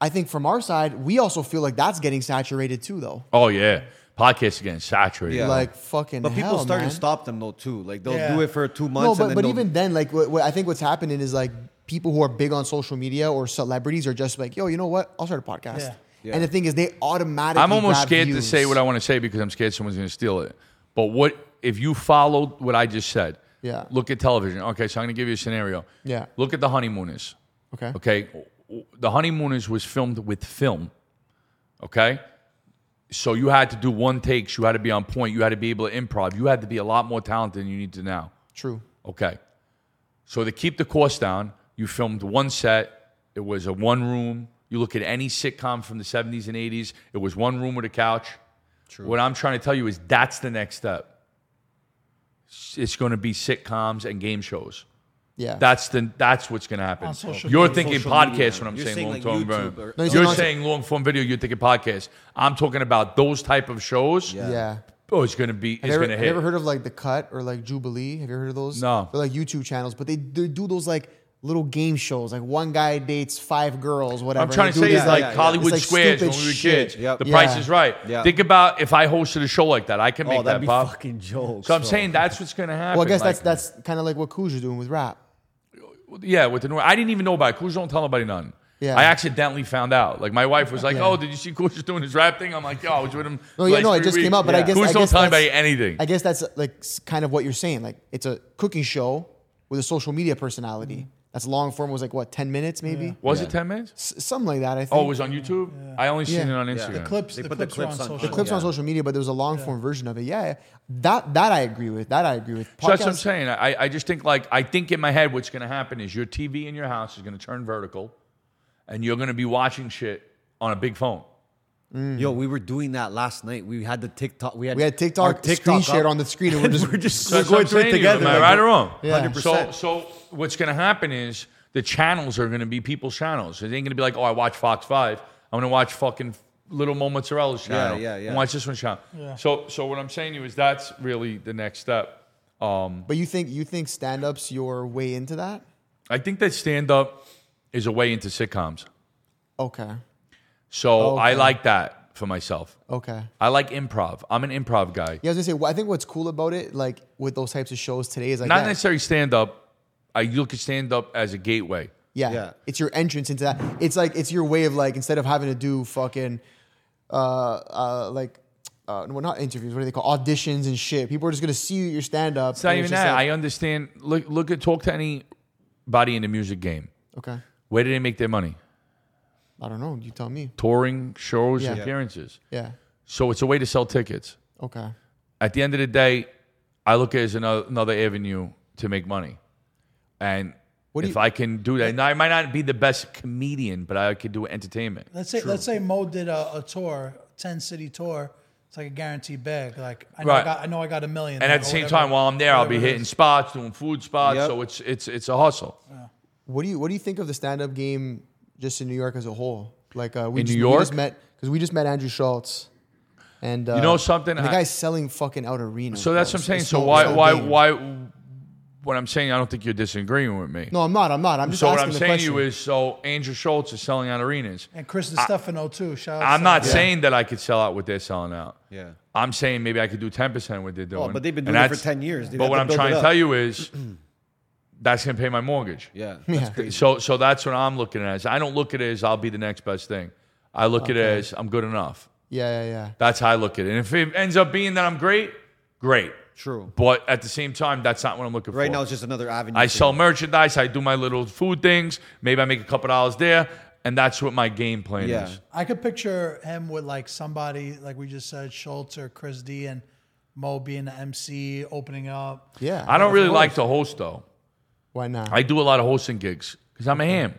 F: I think from our side, we also feel like that's getting saturated too, though.
A: Oh yeah, podcasts are getting saturated.
B: Yeah.
F: Like fucking.
B: But people
F: hell,
B: start
F: man.
B: and stop them though too. Like they'll
C: Yeah.
B: do it for two
F: No,
B: months.
F: but,
B: and then
F: but
B: they'll-
F: even then, like what, what I think what's happening is like people who are big on social media or celebrities are just like, yo, you know what? I'll start a podcast.
C: Yeah.
B: Yeah.
F: And the thing is, they automatically.
A: I'm almost
F: grab
A: scared to
F: views.
A: say what I want to say because I'm scared someone's going to steal it. But what if you followed what I just said?
F: Yeah.
A: Look at television. Okay, so I'm going to give you a scenario.
F: Yeah.
A: Look at the honeymooners.
F: Okay.
A: Okay. The honeymooners was filmed with film. Okay. So you had to do one takes. You had to be on point. You had to be able to improv. You had to be a lot more talented than you need to now.
F: True.
A: Okay. So to keep the cost down, you filmed one set. It was a one room. You look at any sitcom from the 70s and 80s, it was one room with a couch. True. What I'm trying to tell you is that's the next step. S- It's going to be sitcoms and game shows.
F: Yeah.
A: That's the that's what's going to happen.
C: On social
A: You're
C: media.
A: thinking
B: Social
A: podcast
B: media.
A: when I'm
B: You're
A: saying,
B: saying
A: long
B: like
A: form
B: YouTube
A: video.
B: or-
F: No, he's
A: You're
F: not-
A: saying long form video. You're thinking podcast. I'm talking about those type of shows.
B: Yeah.
F: yeah.
A: Oh, it's going to be.
F: Have
A: It's
F: you, ever,
A: going to
F: have
A: hit.
F: you ever heard of like the cut or like Jubilee? Have you heard of those?
A: No.
F: They're like YouTube channels, but they, they do those like little game shows. Like one guy dates five girls, whatever.
A: I'm trying
F: and
A: to
F: they do
A: say
F: these,
A: is like
B: yeah, yeah.
A: Hollywood
F: It's like
A: Squares when
F: stupid
A: we were
F: shit.
A: kids.
B: Yep.
A: The
F: Yeah.
A: Price is Right.
B: Yeah.
A: Think about if I hosted a show like that, I can make
B: oh,
A: that
B: that'd be
A: pop.
B: fucking joke.
A: So I'm saying that's what's going to happen.
F: Well, I guess
A: Like,
F: that's that's kind of like what Kuja's doing with rap.
A: yeah. With the new, I didn't even know about it. Kuz don't tell nobody none.
F: Yeah.
A: I accidentally found out. Like my wife was like,
F: Yeah.
A: "Oh, did you see Kuz is doing his rap thing?" I'm like, "Yo, I was with him."
F: No,
A: for
F: yeah,
A: like
F: no, it
A: three
F: just
A: weeks."
F: came out, but I guess
A: Kuz
F: I
A: don't
F: guess
A: tell anybody
F: that's-
A: anything.
F: I guess that's like s- kind of what you're saying. Like it's a cooking show with a social media personality.
B: Mm-hmm.
F: That's long form was like what ten minutes maybe,
A: Was it ten minutes?
F: S- something like that. I think.
A: Oh, it was on YouTube. I only seen
F: Yeah.
A: it on Instagram.
C: Clips.
B: They
C: the
B: put the
C: clips were
B: clips
C: on
B: on-
C: social.
B: the
F: clips on
B: yeah.
F: social media, but there was a long form version of it. Yeah, yeah. that that I agree with. That I agree with.
A: So that's what I'm
F: Podcasts-
A: saying. I, I just think like I think in my head what's going to happen is your TV in your house is going to turn vertical, and you're going to be watching shit on a big phone.
B: yo, we were doing that last night. We had the TikTok. We had
F: Mm-hmm. We had TikTok,
B: our
F: screen shared
B: up.
F: on the screen, and we're just
B: We're just
A: So
B: we're
A: that's what
B: going
A: I'm <laughs>
B: through it
A: saying to you.
B: together.
A: Am I
B: like,
A: right or wrong?
F: Yeah.
A: So
B: 100%.
A: so what's going to happen is the channels are going to be people's channels. It ain't going to be like oh I watch Fox Five. I'm going to watch fucking Little Mo Mozzarella's channel.
B: yeah, yeah.
A: And watch this one's channel. So so what I'm saying to you is that's really the next step. Um,
F: But you think you think stand ups your way into that?
A: I think that stand up is a way into sitcoms.
F: Okay,
A: So I
F: Okay.
A: like that for myself.
F: okay.
A: I like improv. I'm an improv guy.
F: Yeah, I was gonna say. well, I think what's cool about it, like with those types of shows today, is like
A: Not
F: yeah,
A: necessarily stand up. I look at stand up as a gateway.
F: Yeah.
B: Yeah.
F: It's your entrance into that. It's like it's your way of like instead of having to do fucking uh uh like uh well not interviews, what do they call auditions and shit. People are just gonna see your stand up.
A: It's not even that. I understand. Look, look at talk to anybody in the music game.
F: okay.
A: Where do they make their money?
F: I don't know. You tell me.
A: Touring, shows,
F: Yeah.
A: appearances.
F: Yeah.
A: So it's a way to sell tickets.
F: Okay.
A: At the end of the day, I look at it as another, another avenue to make money. And
F: What do
A: if
F: you-
A: I can do that, now I might not be the best comedian, but I could do entertainment.
C: Let's say let's say Mo did a, a tour, ten city tour. It's like a guaranteed bag. Like I know,
A: Right.
C: I, got, I know I got a million.
A: And
C: there,
A: at the
C: or
A: same
C: whatever-
A: time, while I'm there, I'll be
C: whatever it
A: hitting
C: is.
A: spots, doing food spots.
B: Yep.
A: So it's it's it's a hustle.
F: What do you what do you think of the stand up game just in New York as a whole? Like uh we,
A: In
F: just,
A: New
F: we just
A: York?
F: met because we just met Andrew Schultz. And uh,
A: know something?
F: and the
A: I-
F: guy's selling fucking out arenas.
A: So
F: bro.
A: that's what I'm
F: It's-
A: saying.
F: it's
A: So
F: no-
A: why
F: it's no
A: why
F: game.
A: why what I'm saying, I don't think you're disagreeing with me.
F: No, I'm not. I'm not. I'm just
A: so what
F: asking
A: I'm
F: the
A: saying to
F: question.
A: you is so Andrew Schultz is selling out arenas.
C: and Chris DiStefano too. Shout out
A: I'm
C: to-
A: not
C: Yeah.
A: saying that I could sell out what they're selling out.
B: Yeah.
A: I'm saying maybe I could do 10% of what they're doing.
B: Oh, but they've been
A: And
B: doing it for
A: that's-
B: 10 years. They've
A: but
B: had
A: what
B: to
A: I'm
B: build
A: trying
B: it
A: to
B: up.
A: tell you is <clears throat> that's going to pay my mortgage.
F: <laughs>
B: Yeah.
F: Yeah.
A: So so that's what I'm looking at. As I don't look at it as I'll be the next best thing. I look at it as I'm good enough.
F: yeah, yeah, yeah.
A: That's how I look at it. And if it ends up being that I'm great, great.
B: True.
A: But at the same time, that's not what I'm looking for.
B: Right now, it's just another avenue.
A: I
B: for
A: sell
B: you.
A: merchandise. I do my little food things. Maybe I make a couple dollars there, and that's what my game plan
B: Yeah.
A: is.
C: I could picture him with like somebody, like we just said, Schultz or Chris D and Mo being the MC, opening up.
F: Yeah.
A: I don't
F: of
A: really
F: course.
A: like to host though.
F: Why not?
A: I do a lot of hosting gigs because I'm a ham.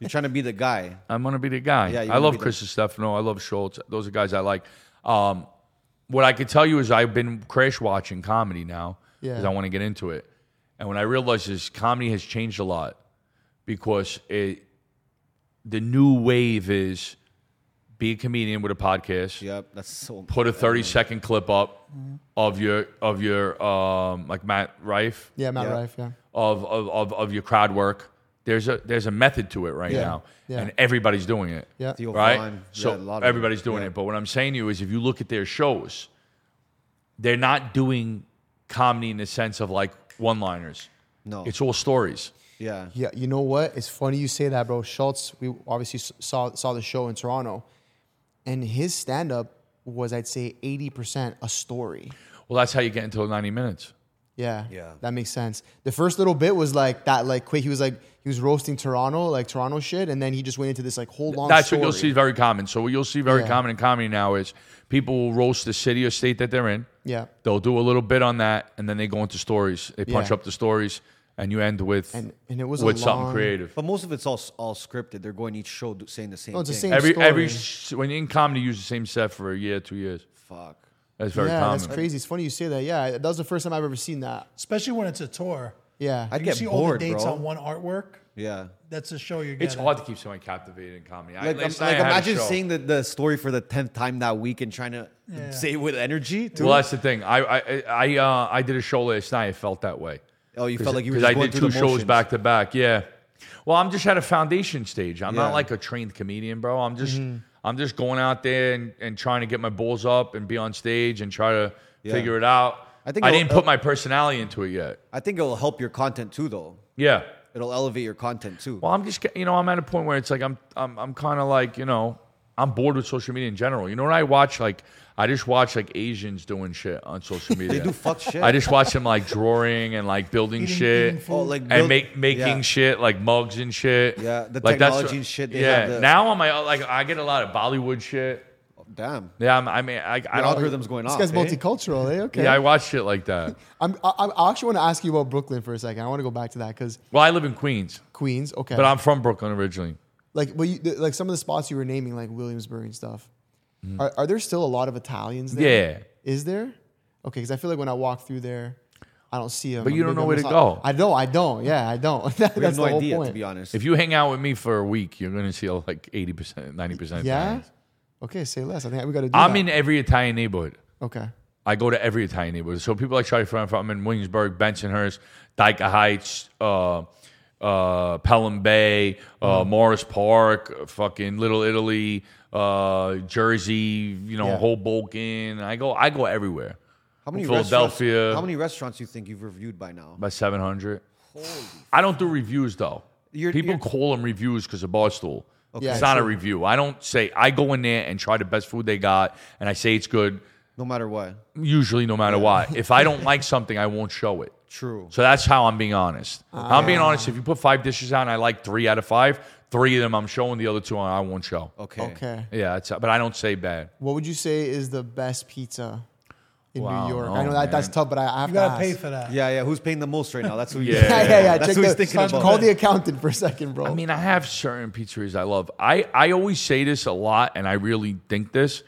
B: You're trying to be the guy.
A: I'm gonna be the guy.
B: Yeah, you
A: I
B: wanna
A: love
B: be the-
A: Chris Stefano. I love Schultz. Those are guys I like. Um, what I could tell you is I've been crash watching comedy now because
F: Yeah.
A: I want to get into it. And when I realized is comedy has changed a lot because it the new wave is be a comedian with a podcast.
B: Yep. That's so.
A: Put a 30 second clip up of your of your um, like Matt Rife
F: yeah, Matt
B: Yeah.
F: Rife. Yeah.
A: of of, of of your crowd work. There's a there's a method to it right
F: Yeah.
A: now,
F: Yeah.
A: and everybody's doing it.
F: Yeah.
B: Theo
A: right.
B: Vaughn.
A: So
B: Yeah, a lot of them.
A: everybody's doing
B: Yeah.
A: it. But what I'm saying to you is, if you look at their shows, they're not doing comedy in the sense of like one liners.
B: No.
A: It's all stories.
B: yeah.
F: Yeah, you know what? It's funny you say that, bro. Schultz, we obviously s- saw saw the show in Toronto, and his stand up was, I'd say, eighty percent a story.
A: Well, that's how you get into 90 minutes.
F: Yeah,
B: Yeah.
F: that makes sense. The first little bit was like that, like quick. He was like he was roasting Toronto, like Toronto shit, and then he just went into this like whole long.
A: That's
F: story.
A: what you'll see very common. So what you'll see very
F: Yeah.
A: common in comedy now is people will roast the city or state that they're in.
F: Yeah,
A: They'll do a little bit on that, and then they go into stories. They punch
F: Yeah.
A: up the stories, and you end with
F: And- and it was a
A: with something
F: long-
A: creative.
B: But most of it's all s- all scripted. They're going each show do- saying the same.
F: No, it's the
B: thing.
F: same
A: Every
F: story.
A: every sh- when you're in comedy, you use the same set for a year, two years.
B: Fuck.
A: That's very
F: yeah,
A: common.
F: that's crazy. It's funny you say that. Yeah, that was the first time I've ever seen that.
C: Especially when it's a tour.
F: Yeah,
B: I'd
C: You
B: get
C: see all the
B: bored,
C: dates
B: bro.
C: on one artwork.
B: yeah.
C: That's a show you're getting.
A: It's hard to keep someone captivated in comedy. I,
B: Like, um,
A: last
B: like
A: night I had a
B: imagine
A: show.
B: seeing the, the story for the tenth time that week and trying to
C: Yeah.
B: say it with energy. dude.
A: Well, that's the thing. I I I uh, I did a show last night. I felt that way.
B: oh, you
A: 'Cause-
B: felt like you were
A: 'cause
B: just
A: I
B: going
A: did
B: through
A: two
B: the
A: shows
B: motions.
A: back to back. Yeah. Well, I'm just at a foundation stage. I'm
B: Yeah.
A: not like a trained comedian, bro. I'm just I'm just going out there and, and trying to get my balls up and be on stage and try to
B: Yeah.
A: figure it out.
B: I think uh,
A: I
B: I'll-
A: didn't put my personality into it yet.
B: I think it'll help your content too, though.
A: Yeah.
B: It'll elevate your content too.
A: Well, I'm just, get- you know, I'm at a point where it's like I'm, I'm, I'm kind of like, you know, I'm bored with social media in general. You know what I watch? Like, I just watch like Asians doing shit on social media.
B: do fuck shit.
A: <laughs> I just watch them like drawing and like building
C: Eating-
A: shit
C: eating food.
B: oh, like
A: and
B: build-
A: make making
B: yeah.
A: shit like mugs and shit.
B: Yeah, the
A: Like, that's
B: technology
A: what-
B: and shit, they
A: yeah.
B: have the-
A: now I'm like, like, I get a lot of Bollywood shit.
B: Oh, Damn.
A: Yeah, I'm, I mean, I, I
B: The
A: don't.
B: algorithm's going
F: this
B: off.
F: guy's
B: eh?
F: multicultural. Eh? Okay.
A: Yeah, I watch shit like that.
F: I'm, I, I actually want to ask you about Brooklyn for a second. I want to go back to that because
A: Well, I live in Queens,
F: Queens. Okay,
A: but I'm from Brooklyn originally.
F: like, well, you, the, like some of the spots you were naming, like Williamsburg and stuff. Are, are there still a lot of Italians there?
A: Mm-hmm. Yeah.
F: Is there? Okay, because I feel like when I walk through there, I don't see them.
A: But you don't know where to go.
F: I don't. I don't. Yeah, I don't. <laughs> That-
B: We have
F: that's the
B: no
F: whole
B: idea,
F: point.
B: to be honest.
A: If you hang out with me for a week, you're gonna see like eighty percent, ninety percent.
F: Yeah. Okay, say less. I think we got to do.
A: I'm
F: that.
A: in every Italian neighborhood.
F: Okay.
A: I go to every Italian neighborhood. So people like Charlie Fran I'm in Williamsburg, Bensonhurst, Dyke Heights, uh, uh, Pelham Bay,
B: Mm-hmm.
A: uh, Morris Park, uh, fucking Little Italy, uh, Jersey, you know,
F: Yeah.
A: Hoboken. I go I go everywhere.
B: how many
A: Philadelphia.
B: restaurants- How many restaurants do you think you've reviewed by now?
A: About 700. I don't do reviews though.
B: You're-
A: People
B: you're-
A: call them reviews because of Barstool. Okay.
F: Yeah,
A: it's not a
F: true.
A: review. I don't say I go in there and try the best food they got, and I say it's good.
B: No matter what.
A: Usually, no matter what. If I don't like something, I won't show it.
B: True.
A: So that's how I'm being honest. I'm being honest. If you put five dishes out and I like three out of five, three of them I'm showing, the other two I won't show.
B: Okay.
F: Okay.
A: Yeah, it's, but I don't say bad.
F: What would you say is the best pizza in
A: Wow,
F: New York?
A: no,
F: I know that, that's
A: man.
F: tough, but I, I have
C: You
F: to
C: gotta
F: ask.
C: pay for that.
B: Yeah, yeah. Who's paying the most right now? That's who.
A: <laughs>
B: You,
A: Yeah.
F: <laughs> Yeah, yeah, yeah.
B: That's
F: Check
B: who he's
F: the-
B: thinking
C: Sounds
B: about.
F: Call the accountant for a second, bro.
A: I mean, I have certain pizzerias I love. I, I always say this a lot, and I really think this.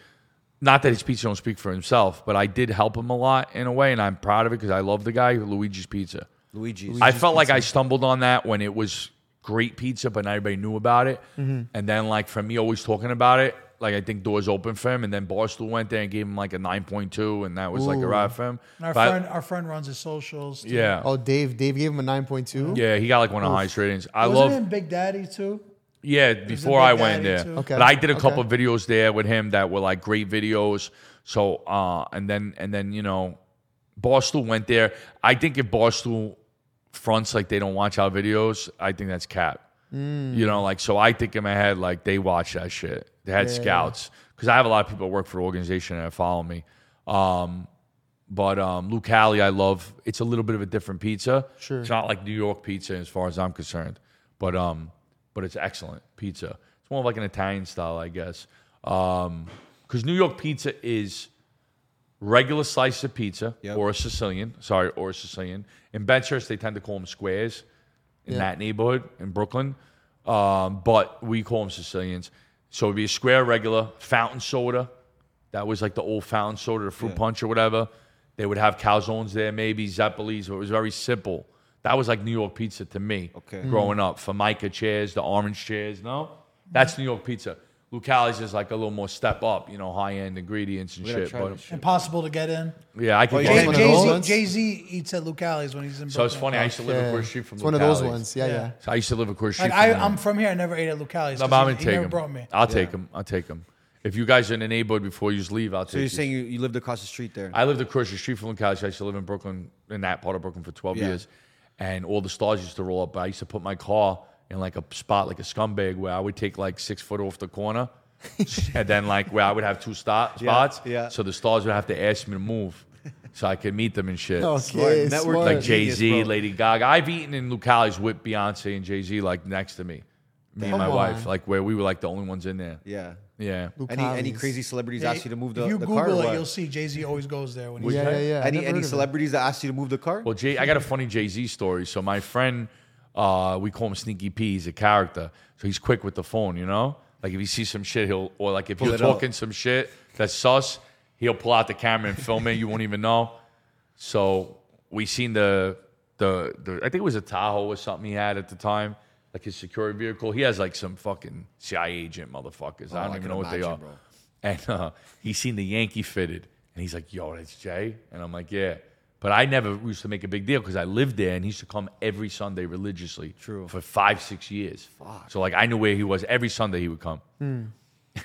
A: Not that his pizza don't speak for himself, but I did help him a lot in a way, and I'm proud of it because I love the guy, Luigi's Pizza.
B: Luigi's.
A: I felt like I stumbled on that when it was great pizza, but not everybody knew about it.
C: Mm-hmm.
A: And then, like, from me always talking about it, like, I think doors open for him. And then Barstool went there and gave him like a 9.2, and that was like a ride for him.
C: And our
A: But I-
C: friend, our friend runs his socials. Too.
A: yeah.
F: oh, Dave. Dave gave him a nine point two.
A: Yeah, he got like one of the highest ratings. I
C: Wasn't
A: love
C: it in Big Daddy too?
A: Yeah,
C: a
A: before
C: Big
A: I went
C: Daddy,
A: there.
C: too.
F: Okay.
A: But I did a
F: Okay.
A: couple videos there with him that were like great videos. So uh and then and then, you know, Barstool went there. I think if Barstool fronts like they don't watch our videos, I think that's cap.
F: Mm.
A: You know, like so I think in my head, like they watch that shit. They had scouts. Because I have a lot of people that work for the organization that follow me. Um But um, Luke Halley, I love. It's a little bit of a different pizza.
F: Sure.
A: It's not like New York pizza as far as I'm concerned, but um, but it's excellent pizza. It's more of like an Italian style, I guess. Um, because New York pizza is regular slice of pizza or a Sicilian, sorry, or a Sicilian. In Benchurch, they tend to call them squares in that neighborhood in Brooklyn, um, but we call them Sicilians. So it'd be a square regular, fountain soda. That was like the old fountain soda, the fruit punch or whatever. They would have calzones there, maybe Zeppelis. It was very simple. That was like New York pizza to me
B: Okay.
A: growing up. Formica chairs, the orange chairs. No, that's New York pizza. Lucali's is like a little more step up, you know, high end ingredients and
B: gotta
A: shit.
B: try
A: But
B: this
C: Impossible to get in.
A: yeah, I could.
F: you guys
A: get
F: one
C: Jay
F: of
C: Z
F: those?
C: Jay Z eats at Lucali's when he's in.
A: So it's
C: Brooklyn.
A: funny. I used to live
F: Yeah.
A: across the street from
F: It's one of those
A: Lucali's.
F: ones. Yeah,
C: Yeah.
F: yeah.
A: So I used to live across the street.
C: Like I,
A: from them.
C: I'm from here. I never ate at Lucali's.
A: My
C: 'cause
A: mom
C: he-
A: would
C: he
A: take
C: never
A: him.
C: brought me.
A: I'll take him. I'll take him. If you guys are in the neighborhood before you leave, I'll
B: So
A: take
B: you're
A: you.
B: saying you, you lived across the street there?
A: I lived across the street from Lucas. I used to live in Brooklyn, in that part of Brooklyn for 12
B: Yeah.
A: years. And all the stars used to roll up. But I used to put my car in like a spot, like a scumbag, where I would take like six foot off the corner. and then like where I would have two stop, spots.
B: yeah.
A: So the stars would have to ask me to move so I could meet them and shit.
F: Okay,
B: Network
F: smart.
A: like
B: Genius,
A: Jay Z,
B: bro.
A: Lady Gaga. I've eaten in Lucali's with Beyonce and Jay Z, like next to me. Me and
F: Come
A: my
F: on.
A: wife, like where we were like the only ones in there.
B: yeah.
A: Yeah.
B: Any any
F: Lucali's.
B: crazy celebrities ask you to move the,
C: if you
B: the
C: Google
B: car? or
C: it,
B: what?
C: you'll see Jay Z always goes there when he's.
F: Yeah, yeah, yeah. I
B: any
F: never
B: any
F: heard of it.
B: celebrities that ask you to move the car?
A: Well, Jay, I got a funny Jay Z story. So my friend, uh, we call him Sneaky P. He's a character, so he's quick with the phone. You know, like if he sees some shit, he'll or like if you're
B: it out.
A: talking some shit that's sus, he'll pull out the camera and film it. You won't even know. So we seen the the the I think it was a Tahoe or something he had at the time. Like his security vehicle, he has like some fucking CIA agent motherfuckers. I don't
B: I
A: even
B: can
A: know what they
B: imagine,
A: are.
B: bro.
A: And uh, he seen the Yankee fitted, and he's like, "Yo, that's Jay," and I'm like, "Yeah." But I never used to make a big deal because I lived there, and he used to come every Sunday religiously True. for five, six years. So like, I knew where he was every Sunday. He would come, <laughs>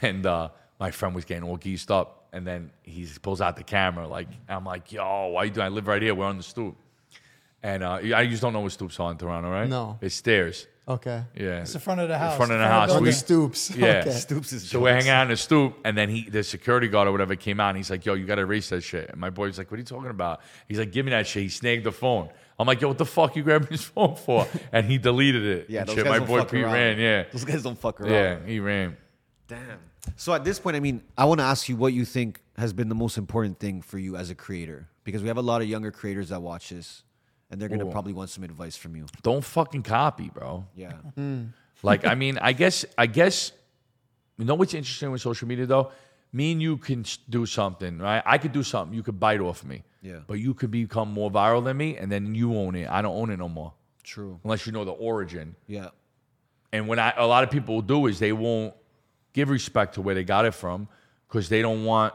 A: and uh, my friend was getting all geezed up, and then he pulls out the camera. Like, I'm like, "Yo, why you doing? I live right here. We're on the stoop." And uh, I just don't know what stoops are in Toronto, right?
F: No.
A: it's stairs.
F: Okay.
A: Yeah,
C: It's the front of the house.
A: front of the house.
F: On
A: We-
F: the <laughs>
C: building.
A: <laughs>
F: stoops.
A: Yeah.
F: Okay.
B: Stoops is
A: so we're hanging out in the stoop, and then he, the security guard or whatever, came out, and he's like, "Yo, you gotta erase that shit." And my boy's like, "What are you talking about?" He's like, "Give me that shit." He snagged the phone. I'm like, "Yo, what the fuck you grabbing his <laughs> phone for?" And he deleted it.
B: yeah,
A: And
B: those
A: shit,
B: guys
A: my
B: don't
A: boy
B: fuck
A: Pete
B: around.
A: ran. Yeah,
B: those guys don't fuck around.
A: yeah, he ran.
B: Damn. So at this point, I mean, I want to ask you what you think has been the most important thing for you as a creator, because we have a lot of younger creators that watch this, and they're gonna probably want some advice from you.
A: Don't fucking copy, bro. <laughs>
B: Yeah.
A: Like, I mean, I guess, I guess, you know what's interesting with social media though? Me and you can s- do something, right? I could do something. You could bite off me.
B: Yeah.
A: But you could become more viral than me, and then you own it. I don't own it no more,
B: True.
A: unless you know the origin.
B: Yeah.
A: And what I, a lot of people will do is they won't give respect to where they got it from because they don't want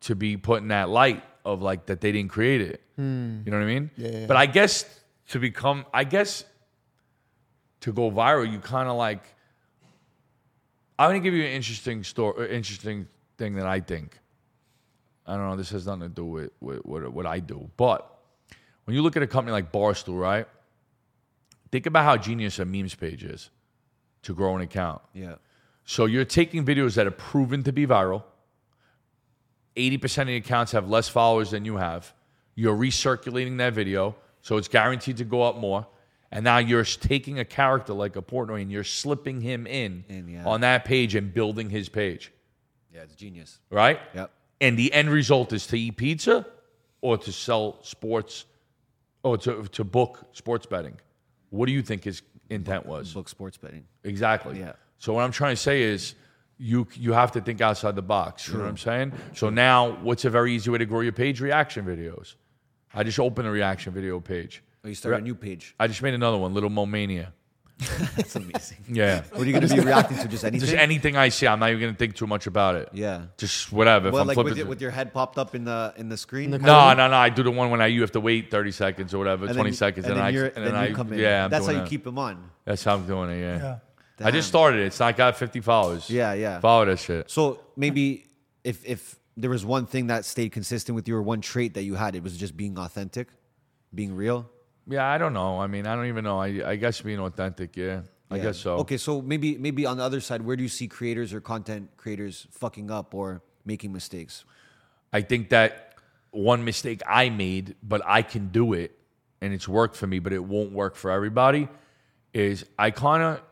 A: to be put in that light of like that they didn't create it. You know what I mean?
F: Hmm. yeah.
A: But I guess to become, I guess to go viral, you kind of like. I'm gonna give you an interesting story, interesting thing that I think. I don't know. This has nothing to do with, with, what what I do, but when you look at a company like Barstool, right? Think about how genius a memes page is to grow an account.
B: Yeah.
A: So you're taking videos that are proven to be viral. 80% of the accounts have less followers than you have. You're recirculating that video, so it's guaranteed to go up more. And now you're s- taking a character like a Portnoy and you're slipping him in,
B: In, yeah.
A: on that page and building his page,
B: Yeah. It's genius.
A: right?
B: Yep.
A: And the end result is to eat pizza or to sell sports or to, to book sports betting. What do you think his intent was?
B: Book sports betting.
A: Exactly.
B: Yeah.
A: So what I'm trying to say is you you have to think outside the box. You know what I'm saying? So now what's a very easy way to grow your page? Reaction videos. I just opened a reaction video page.
B: Oh, you start a
A: <laughs>
B: new page.
A: I just made another one, Little Mo Mania.
B: That's amazing.
A: Yeah.
B: what are you gonna be reacting to? Just anything?
A: <laughs> just anything I see, I'm not even gonna think too much about it.
B: yeah.
A: Just whatever. if
B: Well,
A: I'm
B: like
A: flipping
B: with your,
A: through-
B: with your head popped up in the in the screen.
A: no, no, no. I do the one when I you have to wait 30 seconds or whatever,
B: And then
A: 20
B: you-
A: seconds,
B: and then,
A: I
B: you're,
A: and
B: then
A: I
B: you come in.
A: yeah. I'm
B: That's how
A: doing
B: you
A: that.
B: keep them on.
A: That's how I'm doing it. Yeah.
C: Yeah.
A: I just
B: Damn.
A: started it. It's not got 50 followers.
B: Yeah, yeah.
A: Follow that shit.
B: So maybe if if there was one thing that stayed consistent with you or one trait that you had, it was just being authentic, being real.
A: Yeah, I don't know. I mean, I don't even know. I I guess being authentic. Yeah, I
B: Yeah.
A: guess so.
B: Okay, so maybe maybe on the other side, where do you see creators or content creators fucking up or making mistakes?
A: I think that one mistake I made, but I can do it and it's worked for me, but it won't work for everybody. Is I kind of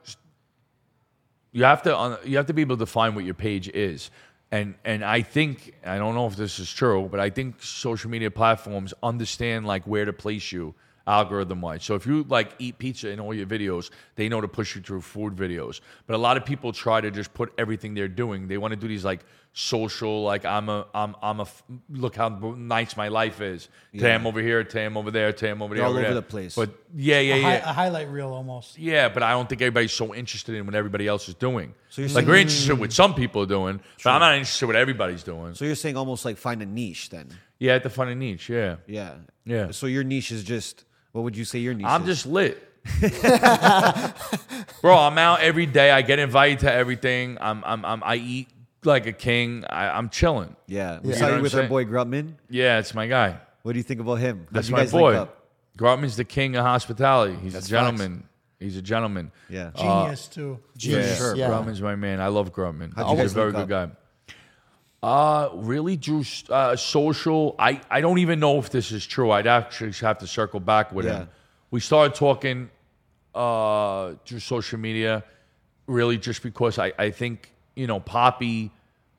A: you have to un- you have to be able to define what your page is and and i think i don't know if this is true but i think social media platforms understand like where to place you algorithm wise so if you like eat pizza in all your videos they know to push you through food videos but a lot of people try to just put everything they're doing they want to do these like social like i'm a i'm i'm a f- look how nice my life is today i'm over here today i'm over there today i'm over there
B: all
A: over
B: over
A: there.
B: the place.
A: but yeah yeah
C: Hi-
A: yeah
C: a highlight reel almost.
A: yeah, but I don't think everybody's so interested in what everybody else is doing. like we're interested in what some people are doing, but I'm not interested in what everybody's doing.
B: So you're saying almost like find a niche then?
A: yeah, at the funny niche. Yeah,
B: Yeah.
A: Yeah.
B: So your niche is just what would you say your niche
A: I'm
B: is?
A: just
B: <laughs>
A: lit, bro. I'm out every day. I get invited to everything. I'm I'm, I'm I eat like a king. I, I'm chilling.
B: yeah. We
A: You know
B: saw
A: what
B: you
A: I'm
B: with our
A: saying?
B: boy Grubman.
A: Yeah, it's my guy.
B: What do you think about him? How'd
A: That's
B: you
A: my
B: guys link
A: boy.
B: up?
A: Gartman's the king of hospitality. He's a gentleman. He's a gentleman.
B: Yeah.
A: Uh,
C: Genius too.
F: Genius.
A: Yeah, Grumman's my man. I love Grumman.
B: How'd you
A: He's
B: guys
A: a very
B: link
A: good guy. Uh, really, Drew. Uh, social. I I don't even know if this is true. I'd actually have to circle back with
B: Yeah.
A: him. We started talking uh through social media, really just because I I think you know Poppy.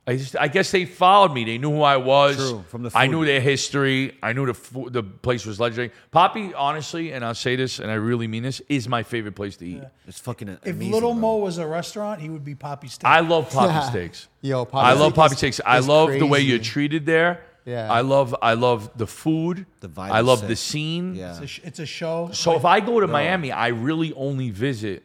A: I just I guess they followed me. They knew who I was.
B: True, from the
A: I
B: food.
A: knew their history. I knew the fo- the place was legendary. Poppy, honestly, and I'll say this, and I really mean this, is my favorite place to eat.
B: It's fucking a-
C: If
B: amazing.
C: Little
B: bro.
C: Mo was a restaurant, he would be Poppy Steak.
A: I love Poppy
F: Yeah.
A: Steaks.
F: Yo, Poppy
A: I love
F: Steak
A: Poppy
F: is-
A: Steaks. I
F: is
A: love the way
F: crazy.
A: you're treated there.
F: Yeah.
A: I love I love the food.
B: The vibe
A: I
B: is
A: love
B: sick.
A: the scene.
B: Yeah.
C: it's, a sh- it's a show.
A: So if I go to Miami, I really only visit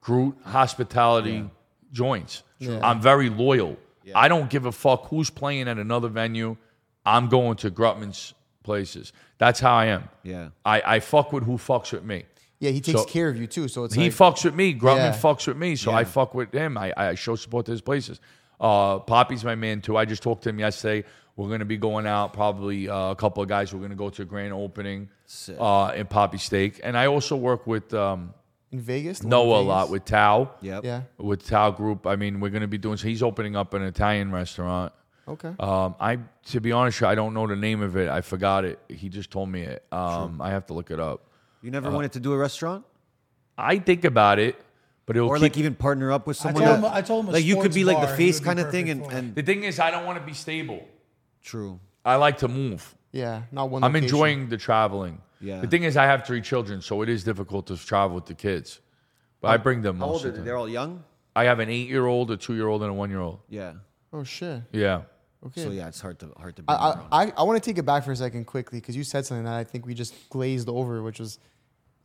A: Groot hospitality joints. I'm very loyal. I don't give a fuck who's playing at another venue. I'm going to Grutman's places. That's how I am.
B: Yeah.
A: I, I fuck with who fucks with me.
F: Yeah, he takes
A: So-
F: care of you too. So it's
A: He
F: like,
A: fucks with me. Grubman
F: Yeah.
A: fucks with me. So I fuck with him. I, I show support to his places. Uh, Poppy's my man too. I just talked to him yesterday. We're gonna be going out probably uh, a couple of guys. We're gonna go to a grand opening uh, in Poppy Steak. And I also work with um,
F: in Vegas. the one in
A: Noah a
F: Vegas?
A: lot with Tao.
B: Yep.
F: Yeah.
A: With Tao Group. I mean, we're gonna be doing. He's opening up an Italian restaurant.
F: Okay.
A: Um, I to be honest, I don't know the name of it. I forgot it. He just told me it. Um, I have to look it up.
B: You
A: Uh-huh.
B: never wanted to do a restaurant?
A: I think about it, but it'll
B: Or
A: keep
B: like even partner up with someone?
C: told him-
B: that-
C: I told him a
B: like you could
C: sports
B: be like the
C: bar, he
B: face
C: would be
B: kind of thing, and,
C: perfect for it.
B: and
A: The thing is, I don't want to be stable.
B: true.
A: I like to move.
F: Yeah, not one.
A: I'm
F: location.
A: enjoying the traveling.
B: Yeah.
A: The thing is, I have three children, so it is difficult to travel with the kids. But I bring them.
B: How
A: most
B: old are
A: of
B: they?
A: the
B: They're
A: time.
B: all young.
A: I have an eight-year-old, a two-year-old, and a one-year-old.
B: Yeah.
F: Oh shit.
A: Yeah.
F: Okay.
B: So yeah, it's hard to hard to. Be
F: I, I, I want to take it back for a second quickly because you said something that I think we just glazed over, which was,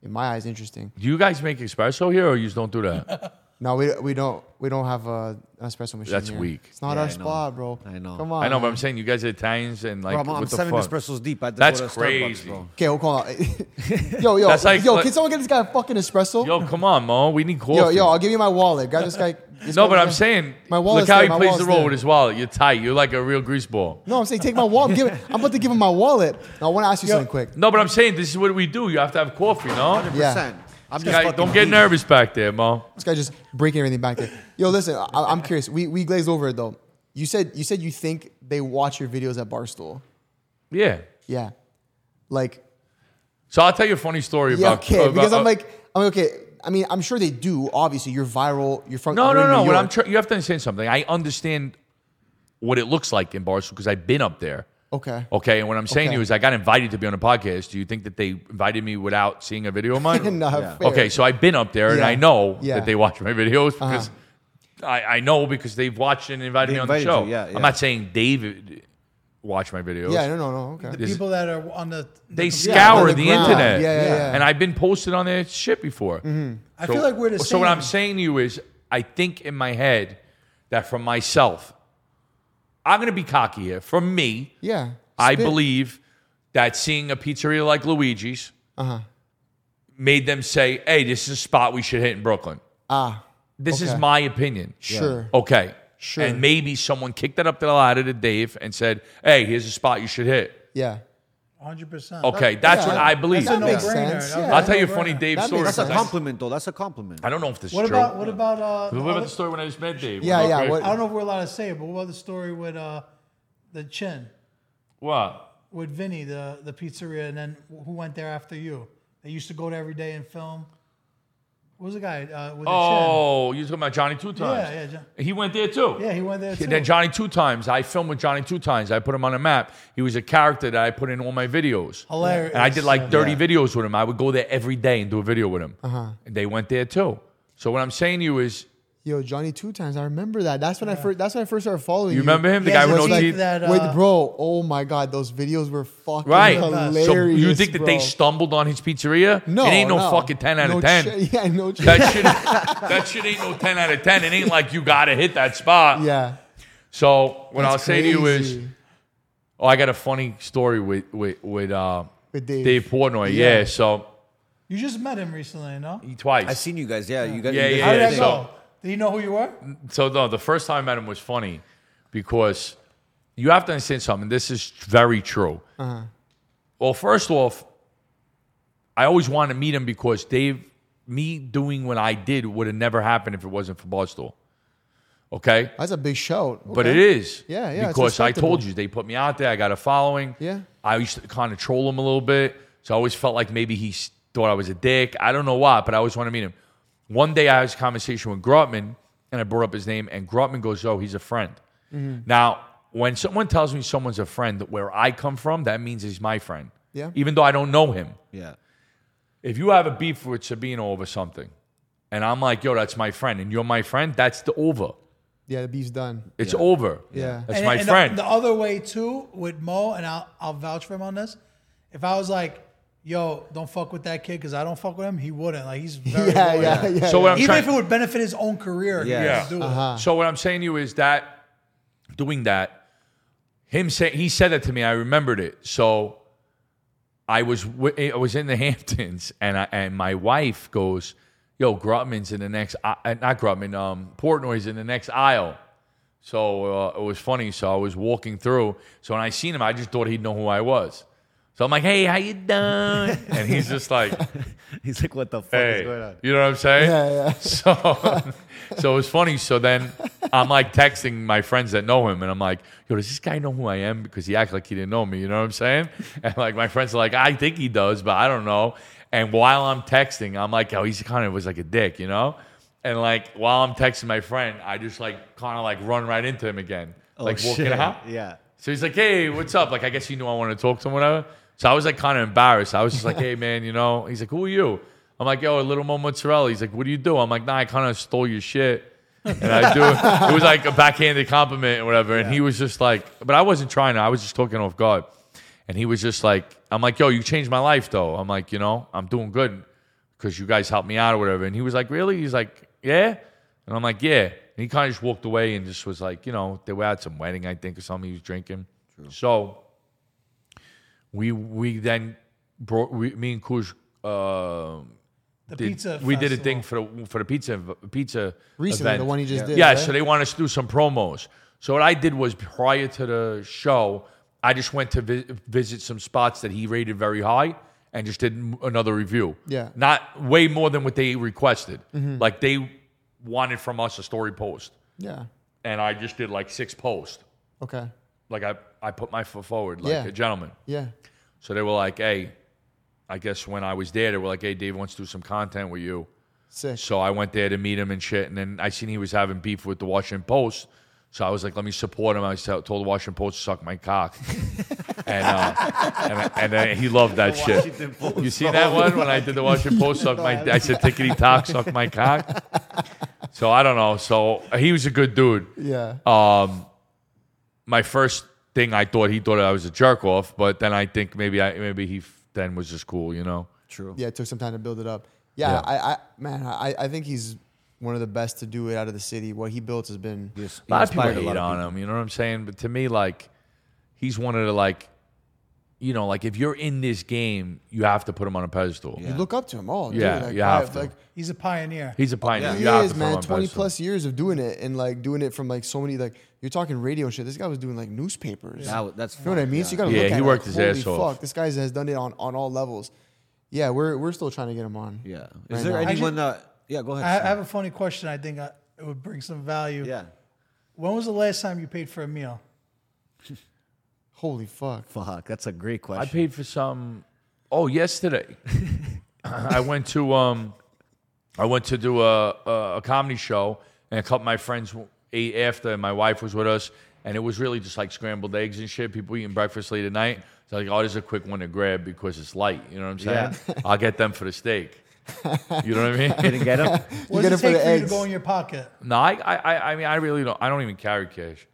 F: in my eyes, interesting.
A: Do you guys make espresso here, or you just don't do
F: <laughs>
A: that?
F: No, we, we don't we don't have a, an espresso machine.
A: That's
F: here.
A: weak.
F: It's not
B: Yeah,
F: our
B: I know.
F: spot, bro.
B: I know.
F: Come on.
A: I know, but
F: man.
A: I'm saying you guys are Italians and like
B: Bro, I'm, I'm
A: what the
B: seven
A: fuck?
B: espressos deep. I had to
A: That's
B: go to Starbucks,
A: crazy.
B: bro.
F: Okay, well, call out. <laughs> yo, yo,
A: That's like-
F: yo, can someone get this guy a fucking espresso?
A: Yo, come on, Mo. We need coffee.
F: yo, yo, I'll give you my wallet. Grab
A: <laughs>
F: this guy. this
A: no,
F: guy-
A: but I'm saying,
F: My
A: look
F: wallet's
A: how
F: there,
A: he
F: my
A: plays the
F: wallet's
A: role
F: there.
A: with his wallet. You're tight. You're like a real grease ball.
F: No, I'm saying take my wallet. Give it. I'm about to give him my wallet. Now, I want to ask you something quick.
A: No, but I'm saying this is what we do. You have to have coffee, no?
F: Yeah.
B: Percent. I'm just
A: Guy,
B: fucking
A: don't get
B: deep.
A: nervous back there, Mo.
F: This guy just breaking everything back there. Yo, listen, I, I'm curious. We, we glazed over it though. You said you said you think they watch your videos at Barstool.
A: Yeah.
F: Yeah, like
A: So I'll tell you a funny story
F: yeah,
A: about.
F: okay.
A: about-
F: because I'm
A: uh,
F: like, I'm okay. I mean, I'm sure they do. Obviously, you're viral. You're from
A: no,
F: you're
A: no,
F: in
A: no.
F: New
A: What
F: York.
A: I'm tr- you have to understand something. I understand what it looks like in Barstool because I've been up there.
F: okay.
A: Okay, and what I'm saying to
F: Okay.
A: you is, I got invited to be on a podcast. Do you think that they invited me without seeing a video of
F: <laughs>
A: mine?
F: No, fair.
A: Okay, so I've been up there, and
F: Yeah.
A: I know
F: Yeah. Uh-huh.
A: that they watch my videos because I, I know because they've watched and invited
B: They
A: me on the
B: invited
A: show.
B: you, yeah, yeah.
A: I'm not saying David watched my videos.
F: Yeah, no, no, no. Okay.
C: the people that are on the, the
A: They
C: computer.
A: scour
F: on
A: the,
F: the ground.
A: internet.
F: Yeah, yeah, yeah. Mm-hmm.
A: And I've been posted on their shit before.
C: I feel like we're the
A: so
C: same.
A: what I'm saying to you is, I think in my head that for myself, I'm gonna be cocky here. For me,
F: Yeah.
A: I
F: Spit.
A: believe that seeing a pizzeria like Luigi's
C: Uh-huh.
A: made them say, "Hey, this is a spot we should hit in Brooklyn."
F: Ah,
A: This is
F: Okay.
A: my opinion.
F: Sure.
A: Okay.
F: Sure.
A: And maybe someone kicked that up the ladder to Dave and said, "Hey, here's a spot you should hit."
F: yeah.
C: 100%.
A: Okay, that's
F: Yeah,
A: what I believe.
F: That
C: That's a
F: makes
C: no-brainer.
F: sense.
C: That was
F: Yeah.
A: I'll tell you a funny
C: no-brainer.
A: Dave
F: That
A: story.
F: makes
B: That's a
F: sense.
B: compliment, though. That's a compliment.
A: I don't know if this is
C: What
A: true.
C: about what about uh?
A: What about the
C: I
A: story when I just met Dave?
F: Yeah, yeah.
A: Okay.
F: What,
C: don't know if we're allowed to say it, but what about the story with uh, the chin?
A: What?
C: with Vinny, the the pizzeria, and then who went there after you? They used to go there every day and film. What was the guy uh, with the
A: Oh, you're talking about Johnny Two Times.
C: Yeah, yeah, John-
A: He went there too.
C: chin? Yeah, he went there too.
A: And then Johnny Two Times, I filmed with Johnny Two Times. I put him on a map. He was a character that I put in all my videos.
C: Hilarious.
A: And I did like 30 videos with him. I would go there every day and do a video with him. And they went there too. So what I'm saying to you is,
F: Yo, Johnny Two Times. I remember that. That's when I first. That's when I first started following you.
A: remember him? The guy
C: Yeah,
A: with
C: so
A: no
C: like
A: teeth?
C: that,
F: Wait,
C: uh,
F: bro. Oh my God, those videos were fucking
A: Right.
F: hilarious.
A: So you think that they
F: bro.
A: stumbled on his pizzeria?
F: No,
A: It ain't no,
F: no.
A: fucking 10 out
F: No
A: of 10.
F: ch- <laughs> yeah, no. ch-
A: That shit, that shit ain't no 10 out of 10. It ain't like you got to hit that spot.
F: <laughs> yeah.
A: So what I'll say to you is,
F: Crazy.
A: oh, I got a funny story with, with, with, uh,
F: With Dave.
A: Dave Portnoy. Yeah.
F: Yeah.
A: so
C: you just met him recently, no?
A: he twice.
B: I've seen you guys. Yeah, you guys.
A: Yeah,
B: you guys
A: yeah,
C: How
B: did
A: yeah,
B: your
C: did that
B: thing.
A: so-
C: go? Did he know who you were?
A: So no, the first time I met him was funny because you have to understand something. This is very true. Well, first off, I always wanted to meet him because Dave, me doing what I did would have never happened if it wasn't for Barstool. Okay,
F: That's a big shout.
A: but it
F: Okay.
A: is.
F: Yeah, yeah, it's
A: Because I
F: respectable.
A: told you they put me out there. I got a following.
F: Yeah.
A: I used to kind of troll him a little bit, so I always felt like maybe he s- thought I was a dick. I don't know why, but I always wanted to meet him. One day I had a conversation with Grutman, and I brought up his name, and Grutman goes, "Oh, he's a friend."
F: Mm-hmm.
A: Now, when someone tells me someone's a friend where I come from, that means he's my friend.
F: Yeah.
A: Even though I don't know him
B: Yeah.
A: if you have a beef with Sabino over something, and I'm like, yo, that's my friend, and you're my friend, that's the over.
F: Yeah, the beef's
A: <laughs>
F: done.
A: It's over.
F: Yeah.
A: That's
C: And-
A: my
C: and the-
A: friend.
C: The, other way too with Mo, and I'll I'll vouch for him on this. If I was like, "Yo, don't fuck with that kid," because I don't fuck with him, he wouldn't. Like he's
A: <laughs>
C: very
F: Yeah,
C: loyal.
F: yeah, yeah.
A: so what I'm
C: Even
A: trying,
C: if it Ah. would benefit his own career, yeah,
B: Yeah.
C: do it.
F: Uh-huh.
A: so what I'm saying to you is that doing that, him say he said that to me. I remembered it. So I was wi- I was in the <laughs> Hamptons, and I, and my wife goes, "Yo, Grutman's in the next, i- uh, not Grutman, um, Portnoy's in the next aisle." So uh, it was funny. So I was walking through. So when I seen him, I just thought he'd know who I was. So I'm like, "Hey, how you doing?"
C: <laughs>
A: and he's just like.
B: <laughs> He's like, what the fuck is
A: Hey,
B: going on?
A: you know what I'm saying? Yeah, yeah. <laughs> So, so it was funny. So then I'm like texting my friends that know him, and I'm like, "Yo, does this guy know who I am? Because he acted like he didn't know me." You know what I'm saying? <laughs> And like my friends are like, "I think he does, but I don't know." And while I'm texting, I'm like, "Oh, he's kind of was like a dick," you know? And like while I'm texting my friend, I just like kind of like run right into him again, like walking out.
B: Oh, Yeah.
A: So he's like, hey, what's up? Like, I guess you knew I wanted to talk to him, whatever. So I was like, kind of embarrassed. I was just like, hey, man, you know, he's like, who are you? I'm like, yo, a little Mo Mozzarella. He's like, what do you do? I'm like, nah, I kind of stole your shit. And I do it. It was like a backhanded compliment or whatever. And he was just like, but I wasn't trying to, I was just talking off guard. And he was just like, I'm like, yo, you changed my life though. I'm like, you know, I'm doing good because you guys helped me out or whatever. And he was like, really? He's like, yeah. And I'm like, yeah. And he kind of just walked away and just was like, you know, they were at some wedding, I think, or something. He was drinking. So we we then brought we, me and Kush. Uh,
C: The
A: did,
C: pizza.
A: we did a
C: festival.
A: thing for the for the pizza pizza
F: Recently,
A: event.
F: the one you just did.
A: Yeah,
F: right?
A: so they want us to do some promos. So what I did was prior to the show, I just went to vi- visit some spots that he rated very high and just did m- another review.
F: Yeah. Mm-hmm.
A: Not way more than what they requested. Like they wanted from us a story post.
F: yeah.
A: And I just did like six posts.
F: Okay.
A: Like I, I put my foot forward like
F: Yeah.
A: a gentleman.
F: Yeah.
A: So they were like, hey, I guess when I was there, they were like, hey, Dave wants to do some content with you.
F: Sick.
A: So I went there to meet him and shit. And then I seen he was having beef with the Washington Post. So I was like, let me support him. I s- told the Washington Post to suck my cock. and, uh, and, and then he loved that shit. You see that one when I did the Washington Post suck my I said tickety tock, suck my cock. So I don't know. So he was a good dude.
F: Yeah.
A: Oh. My first thing I thought he thought I was a jerk off, but then I think maybe I maybe he f- then was just cool, you know.
B: True.
F: yeah. It took some time to build it up. Yeah.
A: Yeah.
F: I, I, man, I, I think he's one of the best to do it out of the city. What he built has been.
B: Yes,
A: a lot of people hate on him. You know what I'm saying? But to me, like, he's one of the like, you know, like if you're in this game, you have to put him on a pedestal.
F: You look up to him. Oh, dude,
A: Yeah,
F: like,
A: you have
F: I-
A: to.
F: Like,
C: He's a pioneer.
A: He's a pioneer.
F: he
A: You have
F: is,
A: to put him on
F: man.
A: a
F: Twenty
A: pedestal.
F: plus years of doing it and like doing it from like so many like you're talking radio shit. This guy was doing like newspapers.
B: That was- that's
F: you know what I
B: fun,
F: mean. So you gotta
A: Yeah,
F: look
A: he
F: at it,
A: worked
F: like,
A: his
F: holy
A: ass
F: fuck,
A: off.
F: This guy has done it on on all levels. Yeah, we're we're still trying to get him on.
B: Yeah.
F: Right
B: Is there
F: now.
B: anyone? Uh, yeah. Go
C: I, I
B: ahead.
C: have a funny question. I think I, it would bring some value.
B: Sam. yeah.
C: When was the last time you paid for a meal?
F: Holy fuck.
B: Fuck, that's a great
A: I
B: question.
A: paid for some. Oh,
B: <laughs>
A: yesterday, I went to um, I went to do a, a a comedy show, and a couple of my friends ate after, and my wife was with us, and it was really just like scrambled eggs and shit. People eating breakfast late at night. So like, oh, this is a quick one to grab because it's light. You know what I'm saying? I'll get them for the steak. You know what
B: <laughs>
A: I mean?
B: Didn't get him.
C: What
F: get it for
C: does it take
F: the
C: for you to
F: eggs.
C: go in your pocket?
A: <laughs> no, I, I, I- I mean, I really don't. I don't even carry cash.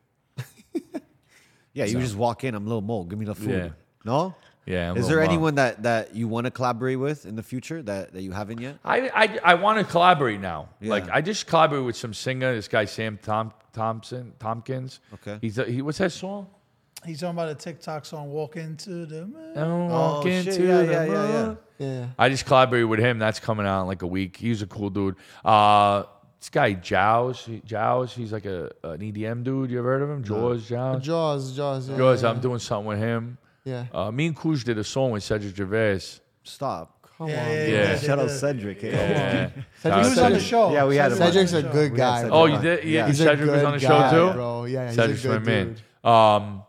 B: Yeah, you just walk in. I'm little mole. Give me the food.
A: Yeah.
B: No.
A: Yeah. I'm
B: Is
A: a
B: there
A: little mom.
B: anyone that that you want to collaborate with in the future that that you haven't yet?
A: I I, I want to collaborate now.
B: Yeah.
A: Like I just collaborated with some singer, this guy Sam Tom, Thompson Tompkins.
B: Okay.
A: He's a, he what's that song?
C: He's talking about a TikTok song, Walk Into the Moon.
A: I'm walking
B: shit,
A: to
B: yeah,
A: the
B: yeah, yeah, yeah.
A: moon.
F: Yeah.
A: I just collaborated with him. That's coming out in like a week. He's a cool dude. Uh, this guy Jaws, he- Jaws, he's like a an EDM dude. You ever heard of him? Jaws, Jaws,
F: Jaws, Jaws. Yeah,
A: Jaws.
F: yeah,
A: I'm doing something with him.
F: Yeah.
A: Uh, me and Kuj did a song with Cedric Gervais.
B: Stop.
F: Come
C: Yeah,
F: on.
C: yeah,
F: man.
A: Yeah.
C: yeah.
A: Shout
C: they
B: Shout out
C: did.
B: Cedric. eh?
A: Yeah.
F: Cedric-
C: He was on the
F: Cedric-
C: show.
B: Yeah, we had him on.
C: Cedric
F: Cedric's
C: was on
F: a
C: the
F: good
C: show.
F: guy.
B: Cedric
A: Oh,
F: bro.
A: you did? Yeah,
F: He's a
A: Cedric was
F: good
A: on the
F: guy,
A: show too.
F: bro. Yeah, he's a
A: Cedric's my
F: good
A: man.
F: dude.
A: Um,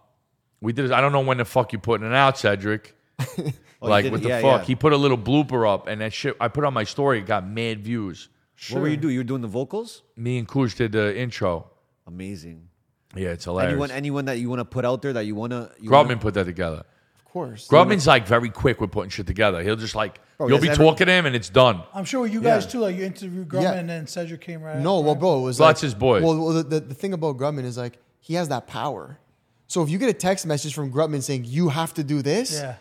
A: we did. I don't know when the fuck you putting it out, Cedric.
B: <laughs> Oh, you
A: like
B: did-
A: what the
B: yeah,
A: fuck?
B: yeah.
A: He put a little blooper up, and that shit I put on my story it got mad views.
B: What were you doing? You were doing the vocals.
A: Me and Kush did the intro.
B: Amazing.
A: Yeah, it's
B: Anyone,
A: hilarious.
B: anyone that you want to put out there that you want to. You
A: Grubman put that together.
F: Of course.
A: Grubman's like very quick with putting shit together. He'll just like
B: Bro,
A: you'll
B: yes,
A: be
B: every-
A: talking to him, and it's done.
C: I'm sure you guys
B: Yeah.
C: too. Like you interviewed Grumman
F: Yeah.
C: and then Cedric came right.
F: No,
C: after,
F: well,
C: right?
F: bro, it was
A: Well,
F: like,
A: that's his boy.
F: Well, well the, the, the thing about Grubman is like he has that power. So if you get a text message from Grubman saying you have to do this,
C: Yeah,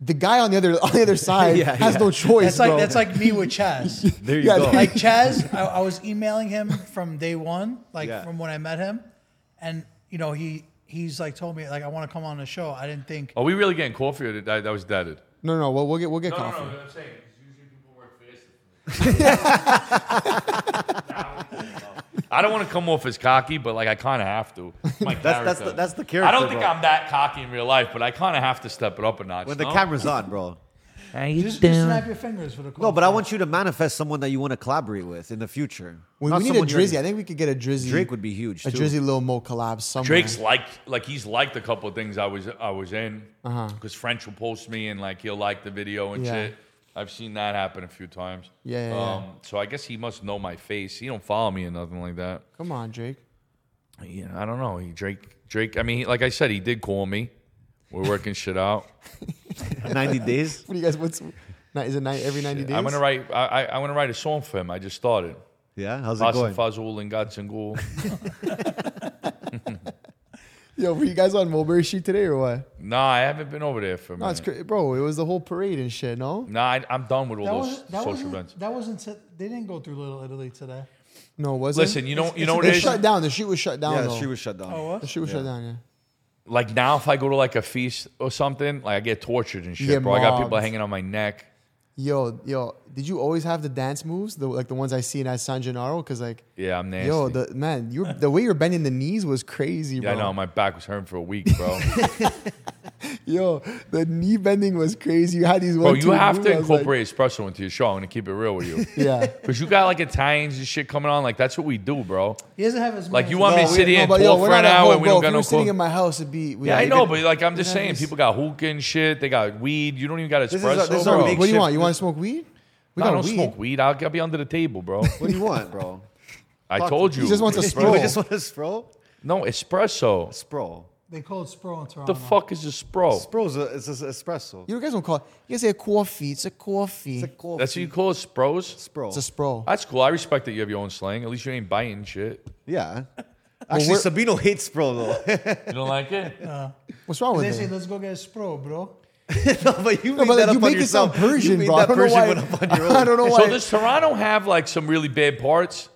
F: the guy on the other on
B: <laughs>
F: the other side
B: Yeah,
F: has
B: yeah.
F: no choice.
C: that's like
F: bro.
C: that's like me
F: <laughs>
C: with Chaz.
B: There you
F: Yeah,
B: go.
C: like Chaz, I, I was emailing him from day one, like
B: Yeah.
C: from when I met him, and you know he he's like told me like I want to come on the show. I didn't think
A: Are we really getting coffee? Or did that, that was deaded.
F: no, no. Well, we'll get we'll get coffee.
A: I'm saying usually people work faster. <laughs> I don't want to come off as cocky, but like I kind of have to. It's My
B: <laughs> That's- that's
A: character.
B: the- that's the
A: I
B: character,
A: don't think
B: bro.
A: I'm that cocky in real life, but I kind of have to step it up a notch.
B: <laughs> When the
A: no?
B: camera's on, bro.
C: just, just snap your fingers for the
B: No, but I want you to manifest someone that you want to collaborate with in the future.
F: We,
B: Not
F: we need a
B: someone you already-
F: Drizzy. I think we could get a Drizzy.
B: Drake would be huge.
F: a
B: too. <laughs>
F: Drizzy Lil Mo collab somewhere.
A: Drake's like like he's liked a couple of things I was I was in
B: Uh-huh.
A: because French will post me and like he'll like the video and
F: Yeah.
A: shit. I've seen that happen a few times. Um,
F: Yeah, yeah, yeah.
A: So I guess he must know my face. He don't follow me or nothing like that.
F: Come on, Drake.
A: Yeah, I don't know. He, Drake, Drake. I mean, he, like I said, he did call me. We're working shit
F: <laughs>
A: out.
B: 90 days.
F: What do you guys? What's ni- is it night every ninety days?
A: I'm gonna write. I, I, I'm gonna write a song for him. I just started.
B: Yeah, how's it
A: Pasta
B: going?
A: Fazul and Gods and Ghoul.
F: Yo, were you guys on Mulberry Street today or
A: <laughs>
F: what?
A: nah, I haven't been over there for a
F: No, it's
A: minute.
F: cra- bro. It was the whole parade and shit. No,
A: Nah, I, I'm done with all
C: That
A: those
C: wasn't, that,
A: social
C: wasn't,
A: events.
C: that wasn't t- they didn't go through Little Italy today.
F: no, it wasn't.
A: Listen, you know, you
C: it's-
A: know what
F: they
A: it is.
F: shut down. The street was shut down.
B: Yeah,
F: though.
B: she was shut down.
C: Oh,
F: The
C: what?
F: street was shut down. Yeah.
A: Like now, if I go to like a feast or something, like I get tortured and shit,
F: get
A: bro. I got people
F: mobbed.
A: hanging on my neck.
F: Yo, yo, did you always have the dance moves, the, like the ones I seen at San Gennaro? Because like,
A: Yeah, I'm nasty.
F: yo, the man, you were, the way you're bending the knees was crazy, bro.
A: yeah, I know. My back was hurting for a week,
F: <laughs>
A: bro.
F: Yo, the knee bending was crazy. You had these
A: bro,
F: one.
A: you
F: two
A: have
F: moves.
A: to
F: I was like-
A: incorporate espresso into your show. I'm gonna keep it real with
F: <laughs>
A: you. <laughs>
F: yeah.
A: Cause you got like Italians and shit coming on, like that's what we do, bro.
C: He doesn't have as
A: Like you
C: many as-
A: want me to
F: we-
A: sit here and
F: but
A: talk
F: we're
A: for an
F: not at
A: hour
F: home,
A: and we
F: bro.
A: don't
F: If
A: got
F: you
A: no
F: were sitting
A: club.
F: in my house, it'd be. we-
A: Yeah, I
F: you
A: know,
F: could-
A: but like I'm just
F: yeah,
A: saying,
F: it's-
A: people got hookah and shit. They got weed. You don't even got espresso,
B: is our- this is our
A: bro.
B: big-
F: What do you
B: makeshift-
F: want? You want to smoke weed? We
A: I
F: got
A: don't
F: weed.
A: smoke weed. I'll, I'll be under the table,
F: <laughs>
A: bro.
B: What do you want, bro?
A: I told you.
F: He just wants
B: <laughs>
F: a
B: Bro,
F: stroll.
B: we just want to spro.
A: no espresso.
B: Spro.
C: They call it Spro in Toronto.
A: The fuck is a spro?
B: Spro's a, it's a, espresso.
F: You guys don't call. It, you guys say a coffee. It's a coffee.
B: It's a
F: It's
B: coffee.
A: That's what you call it, spros.
F: a,
B: spro.
F: spro.
A: That's cool. I respect that you have your own slang. At least you ain't biting shit.
B: yeah. Actually,
F: we're-
B: Sabino hates spro though.
A: You don't like it?
F: What's wrong with
C: They say
F: it?
C: let's go get a Spro, bro.
B: no, but you made
F: No, but
B: that
F: like,
B: up
F: you
B: on
F: make it sound
B: yourself. You
F: Persian,
B: made
F: bro. I
B: That
F: don't know
B: Persian
F: why-
B: went up
F: <laughs>
B: on your own.
F: I don't
A: <laughs>
F: know
A: So
F: why.
A: does Toronto have like some really bad parts?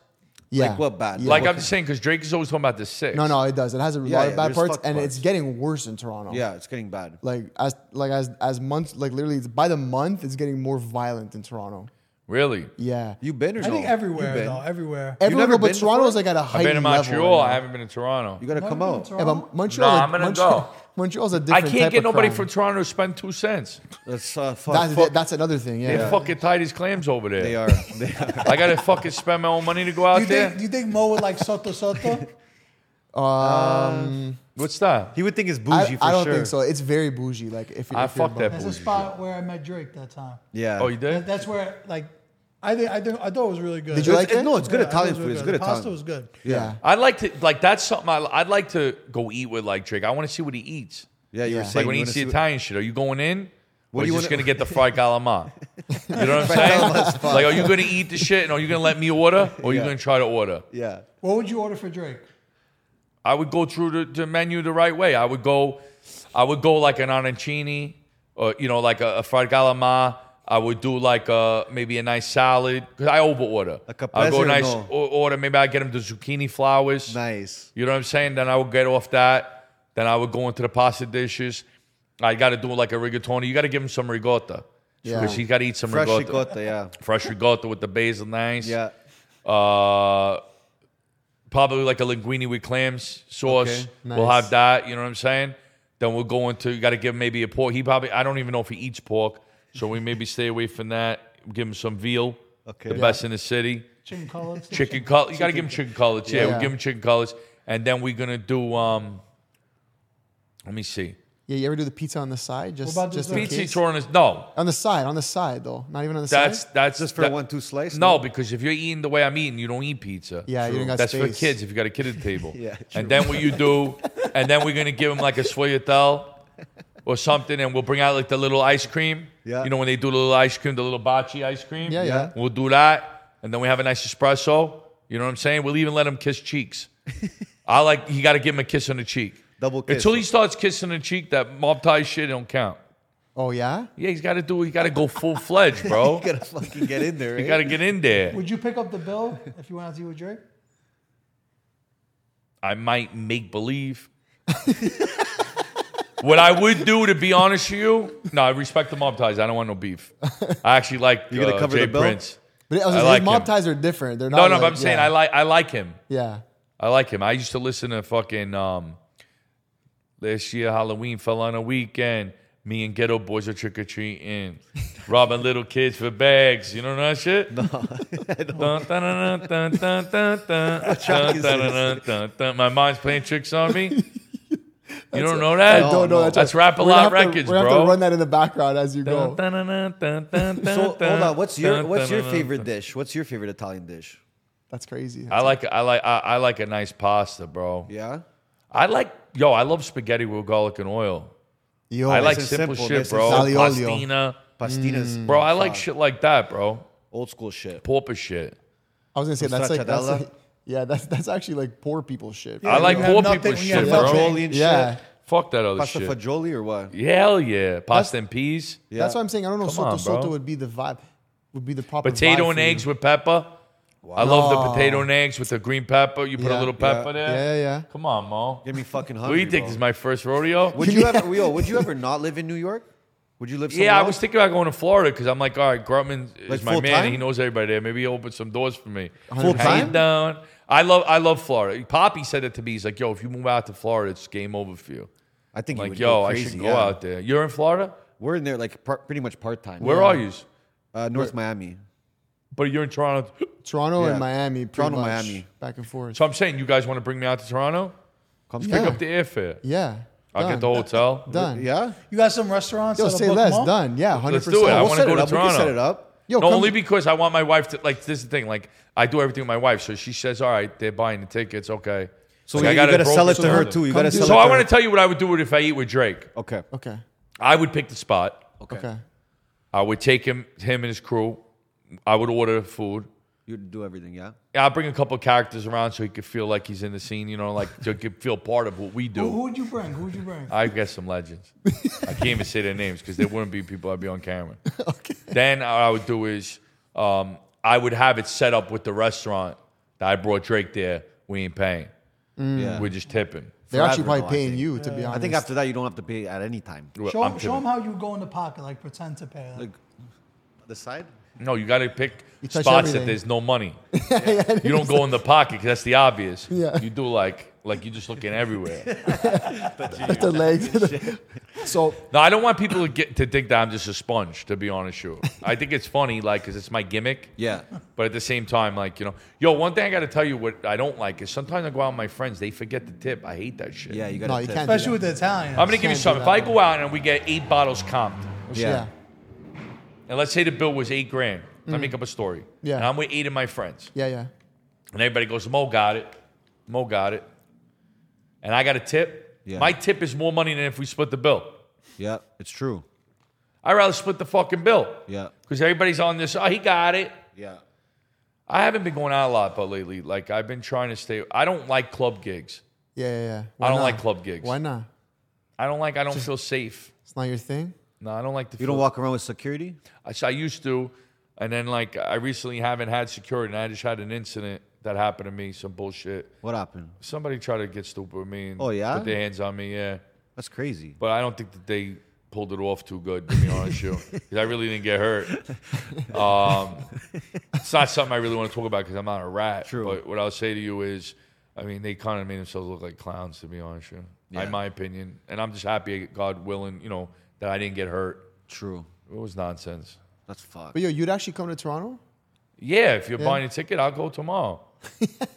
F: Yeah.
B: Like what bad?
F: Yeah.
A: Like I'm just saying, because Drake is always talking about the six.
F: No, no, it does. It has a
B: Yeah,
F: lot
B: yeah,
F: of bad
B: there's
F: parts,
B: fuck
F: and
B: parts.
F: it's getting worse in Toronto.
B: yeah, it's getting bad.
F: Like as like as as months like literally it's by the month it's getting more violent in Toronto.
A: Really?
F: Yeah.
B: You been or
C: I think
B: no?
C: everywhere
B: You been?
C: though, everywhere.
F: Everywhere,
B: never
F: but
B: been
F: Toronto's
B: before?
F: like at a
A: I've
F: high
A: been in
F: level. right
A: Montreal. I
F: now.
A: haven't been in Toronto.
B: You gotta
C: Never
B: come
C: been to
B: out.
F: Yeah,
C: Toronto?
F: but Montreal's
A: Nah,
F: a-
A: I'm gonna
F: Montreal,
A: go.
F: Montreal's a
A: I
F: different.
A: can't
F: type
A: get
F: of
A: nobody
F: crime.
A: from Toronto to spend two cents.
B: That's uh, fuck.
F: That's,
B: fuck.
F: that's another thing. Yeah.
A: They fucking tie these clams over there.
B: They are. They are.
A: I gotta fucking spend my own money to go out
C: you
A: there.
C: think you think Mo would like Soto Soto?
F: Um,
A: What style?
B: He would think it's
F: I,
B: bougie for
F: I don't
B: sure.
F: think so. It's very bougie. Like if you
A: I
F: if you're
A: fucked that
F: above-
C: That's the
A: bougie
C: spot where I met Drake that time.
B: Yeah.
A: Oh, you
C: That-
A: did?
C: That's where, like, I think I, think, I thought it was really good.
F: Did you
C: Yeah,
F: like it?
B: No, it's good
C: I thought
B: Italian
C: it was
B: food.
C: really
B: It's good
C: The pasta
B: Italian.
C: was good.
F: Yeah.
A: I'd like to like that's something I, I'd like to go eat with like Drake. I want to see what he eats.
B: Yeah, you were
F: Yeah.
A: Like
B: saying
A: when
B: you
A: he
B: wanna
A: eats the
B: see what-
A: Italian shit, are you going in? Or
B: do
A: are you
B: you
A: just
B: wanna-
A: gonna get the fried
B: <laughs>
A: calamari? You know what I'm saying? Like, are you gonna eat the shit and are you gonna let me order or are you
B: Yeah.
A: gonna try to order?
B: Yeah.
C: What would you order for Drake?
A: I would go through the, the menu the right way. I would go, I would go like an arancini, or you know, like a, a fried galama. I would do like a, maybe a nice salad because I overorder.
B: Like a
A: I go
B: peasant,
A: nice
B: no.
A: o- order. Maybe I get him the zucchini flowers.
B: Nice.
A: You know what I'm saying? Then I would get off that. Then I would go into the pasta dishes. I got to do like a rigatoni. You got to give him some ricotta
F: Yeah.
A: because he's got to eat some
B: Fresh
A: ricotta.
B: ricotta, yeah.
A: Fresh ricotta with the basil, nice.
B: Yeah.
A: Uh, probably like a linguine with clams sauce.
B: Okay,
A: We'll
F: nice.
A: have that. You know what I'm saying? Then we'll go into. You got to give him maybe a pork. He probably. I don't even know if he eats pork, so we maybe stay away from that. Give him some veal.
B: Okay.
A: The
B: Yeah.
A: best in the city.
C: Chicken cutlets.
A: Chicken col. You got to give him chicken cutlets. Yeah,
F: Yeah.
A: we give him chicken cutlets, and then we're gonna do. um Let me see.
F: Yeah, you ever do the pizza on the side? Just,
C: about
F: just
C: dessert?
F: in
A: Pizza
F: case?
A: torn is no.
F: on the side, on the side though. Not even on the
A: That's
F: side.
A: that's
B: Just for
A: that-
B: one, two slice?
A: No, because if you're eating the way I'm eating, you don't eat pizza.
F: Yeah, you True. don't got
A: That's for
F: space.
A: kids. If you got a kid at the table.
B: <laughs> Yeah,
A: And then what you do, and then we're gonna give him like a sfogliatelle or something, and we'll bring out like the little ice cream.
B: Yeah.
A: You know when they do the little ice cream, the little bocce ice cream.
F: Yeah, yeah.
A: We'll do that, and then we have a nice espresso. You know what I'm saying? We'll even let him kiss
B: <laughs>
A: cheeks. I like you got to give him a kiss on the cheek.
B: Double kiss.
A: Until he starts kissing the cheek, that mob tie shit don't count.
F: Oh yeah.
A: Yeah, he's got to do. He got to go full fledged,
B: <laughs>
A: bro.
B: You gotta fucking get in there.
A: You
B: right?
A: got to get in there.
C: Would you pick up the bill if you went out to eat with Drake?
A: I might make believe. what I would do, to be honest with you, no, I respect the mob ties. I don't want no beef. I actually like
B: You gonna
A: uh,
B: cover
A: Jay
B: the bill?
A: Prince.
F: But I was
A: I
F: his
A: like
F: mob
A: him.
F: ties are different. They're not.
A: No, no,
F: like,
A: but I'm saying
F: yeah.
A: I like I like him.
F: Yeah.
A: I like him. I used to listen to fucking um last year Halloween fell on a weekend. Me and ghetto boys are trick or treating, robbing little kids for bags. You know that shit? No,
B: track is
A: My mind's playing tricks on me. You don't know that?
B: I
F: Don't know.
B: no.
F: That's,
A: That's rap a
F: we're gonna
A: lot
F: have to-
A: records,
F: we're gonna have to
A: bro.
F: run that in the background as you go.
B: So hold on, what's your what's your favorite dish? What's your favorite Italian dish?
F: That's crazy.
A: I like I like I, I like a nice pasta, bro.
B: Yeah.
A: I like yo, I love spaghetti with garlic and oil.
F: Yo,
A: I like
B: and
A: simple,
B: simple,
A: shit,
B: nice and
A: bro.
F: Oh, simple. Aglio olio.
A: Pastina,
B: Pastinas.
A: bro. I like shit like that, bro.
B: Old school shit.
A: Porpoise shit.
F: I was gonna say that's like, that's
B: stracciatella?
F: like yeah, that's that's actually like poor people shit.
A: I like
C: you
A: poor
C: have
A: people
C: nothing, you have
A: shit,
C: nothing.
A: bro.
B: Fagioli and
F: Yeah.
B: shit.
A: Fuck that other
B: Pasta
A: shit.
B: fagioli or what?
A: Yeah, Hell yeah, pasta and peas,
B: Yeah.
F: That's what I'm saying. I don't know.
A: Come
F: Soto
A: on,
F: Soto
A: bro.
F: would be the vibe, would be the proper vibe
A: potato
F: for
A: and
F: you.
A: eggs with pepper. I love the
F: No.
A: potato and eggs with the green pepper. You put a
F: Yeah,
A: little
F: yeah,
A: pepper there.
F: yeah, yeah.
A: Come on, Mo.
B: Get me fucking
A: What do
B: hungry.
A: you think?
B: bro.
A: This is my first rodeo. <laughs>
B: Would you ever, yo, would you ever not live in New York? Would you live? Somewhere
A: Yeah, I
B: else?
A: was thinking about going to Florida because I'm like, all right, Grumman is
B: Like
A: my
B: full
A: man.
B: time?
A: He knows everybody there. Maybe he opens some doors for me.
B: Full
A: Hang
B: time?
A: down. I love, I love Florida. Poppy said it to me. He's like, yo, if you move out to Florida, it's game over for you.
B: I think
A: I'm
B: you
A: like,
B: would
A: yo,
B: go
A: I
B: crazy,
A: should go
B: yeah.
A: out there. You're in Florida?
B: We're in there like par- pretty much part time.
A: Where are you?
B: Uh, North Miami.
A: But you're in Toronto.
F: Toronto and
B: Yeah.
F: Miami, pretty
B: Toronto,
F: much,
B: Miami.
F: back and forth.
A: So I'm saying, you guys want to bring me out to Toronto?
B: Come
A: Pick
F: Yeah.
A: up the airfare.
F: yeah,
A: I'll get the
F: done,
A: hotel.
F: done.
B: Yeah.
C: You got some restaurants?
F: Yo,
C: that'll
F: say
C: book
F: less.
C: them up?
F: Done. Yeah,
A: Let's
F: hundred
A: do it. I
F: percent.
A: want to
B: set
A: go
B: it
A: to
B: up. We can set it
A: Toronto.
B: up.
F: Yo,
A: no,
F: come-
A: only because I want my wife to like. This is the thing. Like, I do everything with my wife, so she says, "All right, they're buying the tickets. Okay."
B: So
A: Like, I
B: you, you gotta
A: broker
B: sell it to
A: something.
B: her too. You
F: Come
B: gotta
F: do
B: sell
F: it.
A: So
B: it.
A: I
B: to
A: want to
B: her.
A: tell you what I would do if I eat with Drake.
B: Okay.
F: Okay.
A: I would pick the spot.
F: Okay.
A: I would take him, him and his crew. I would order food.
B: You do everything. Yeah.
A: I'll bring a couple characters around so he could feel like he's in the scene. You know, like so he could feel part of what we
C: Who, who
A: do.
C: would you bring? Who would you bring?
A: I guess some legends. I can't even say their names because there wouldn't be people I'd be on camera. Then what I would do is um, I would have it set up with the restaurant that I brought Drake there. We ain't paying.
B: Yeah.
A: We're just tipping.
F: They're actually
B: Forever,
F: probably
B: though, I
F: paying
B: think.
F: you to be
B: I
F: honest.
B: think after that you don't have to pay at any time.
A: Well,
C: Show,
A: I'm
C: show them
A: tipping.
C: how you go in the pocket, like pretend to pay. Like,
B: Like the side.
A: No, you got to pick
F: touch
A: spots that
F: everything. <laughs>
A: there's no money. you don't go in the pocket because that's the obvious.
F: Yeah.
A: You do like Like you're just looking everywhere.
F: <laughs> the
A: <laughs>
F: legs. so
A: No, I don't want people to get to think that I'm just a sponge. To be honest, with you, I think it's funny, like, because it's my gimmick.
B: Yeah.
A: But at the same time, like, you know, yo, one thing I got to tell you, what I don't like is sometimes I go out with my friends, they forget the tip. I hate that shit.
B: Yeah, you got
F: no,
B: to
F: you can't.
C: especially
F: do
C: with the Italians.
A: I'm gonna give you
F: Can't do
A: something. If
F: that.
A: I go out and we get eight bottles comped,
F: that.
B: Yeah.
A: and let's say the bill was eight grand, I make up a story.
F: Yeah.
A: And I'm with eight of my friends,
F: yeah, yeah, yeah.
A: and everybody goes, Mo got it, Mo got it, and I got a tip.
B: Yeah.
A: My tip is more money than if we split the bill.
B: Yeah, it's true.
A: I'd rather split the fucking bill
B: Yeah.
A: because everybody's on this. Oh, he got it.
B: Yeah.
A: I haven't been going out a lot, but lately, like I've been trying to stay. I don't like club gigs.
F: Yeah, yeah, yeah. Why
A: I don't
F: not?
A: like club gigs.
F: Why not?
A: I don't like. I don't feel safe.
F: It's not your thing.
A: No, I don't like to.
B: You
A: feel,
B: don't walk around with security?
A: I, so I used to, and then like I recently haven't had security, and I just had an incident that happened to me. Some bullshit.
B: What happened?
A: Somebody tried to get stupid with me. And
B: Oh, yeah?
A: Put their hands on me. Yeah,
B: That's crazy.
A: but I don't think that they pulled it off too good. To be honest, with you, 'Cause I really didn't get hurt. Um, it's not something I really want to talk about because I'm not a rat.
B: True.
A: But what I'll say to you is, I mean, they kind of made themselves look like clowns. To be honest, with you,
B: Yeah.
A: in my opinion, and I'm just happy, God willing, you know, that I didn't get hurt.
B: True.
A: It was nonsense.
B: That's fucked.
F: But yo, you'd actually come to Toronto?
A: Yeah, if you're buying a ticket, I'll go tomorrow.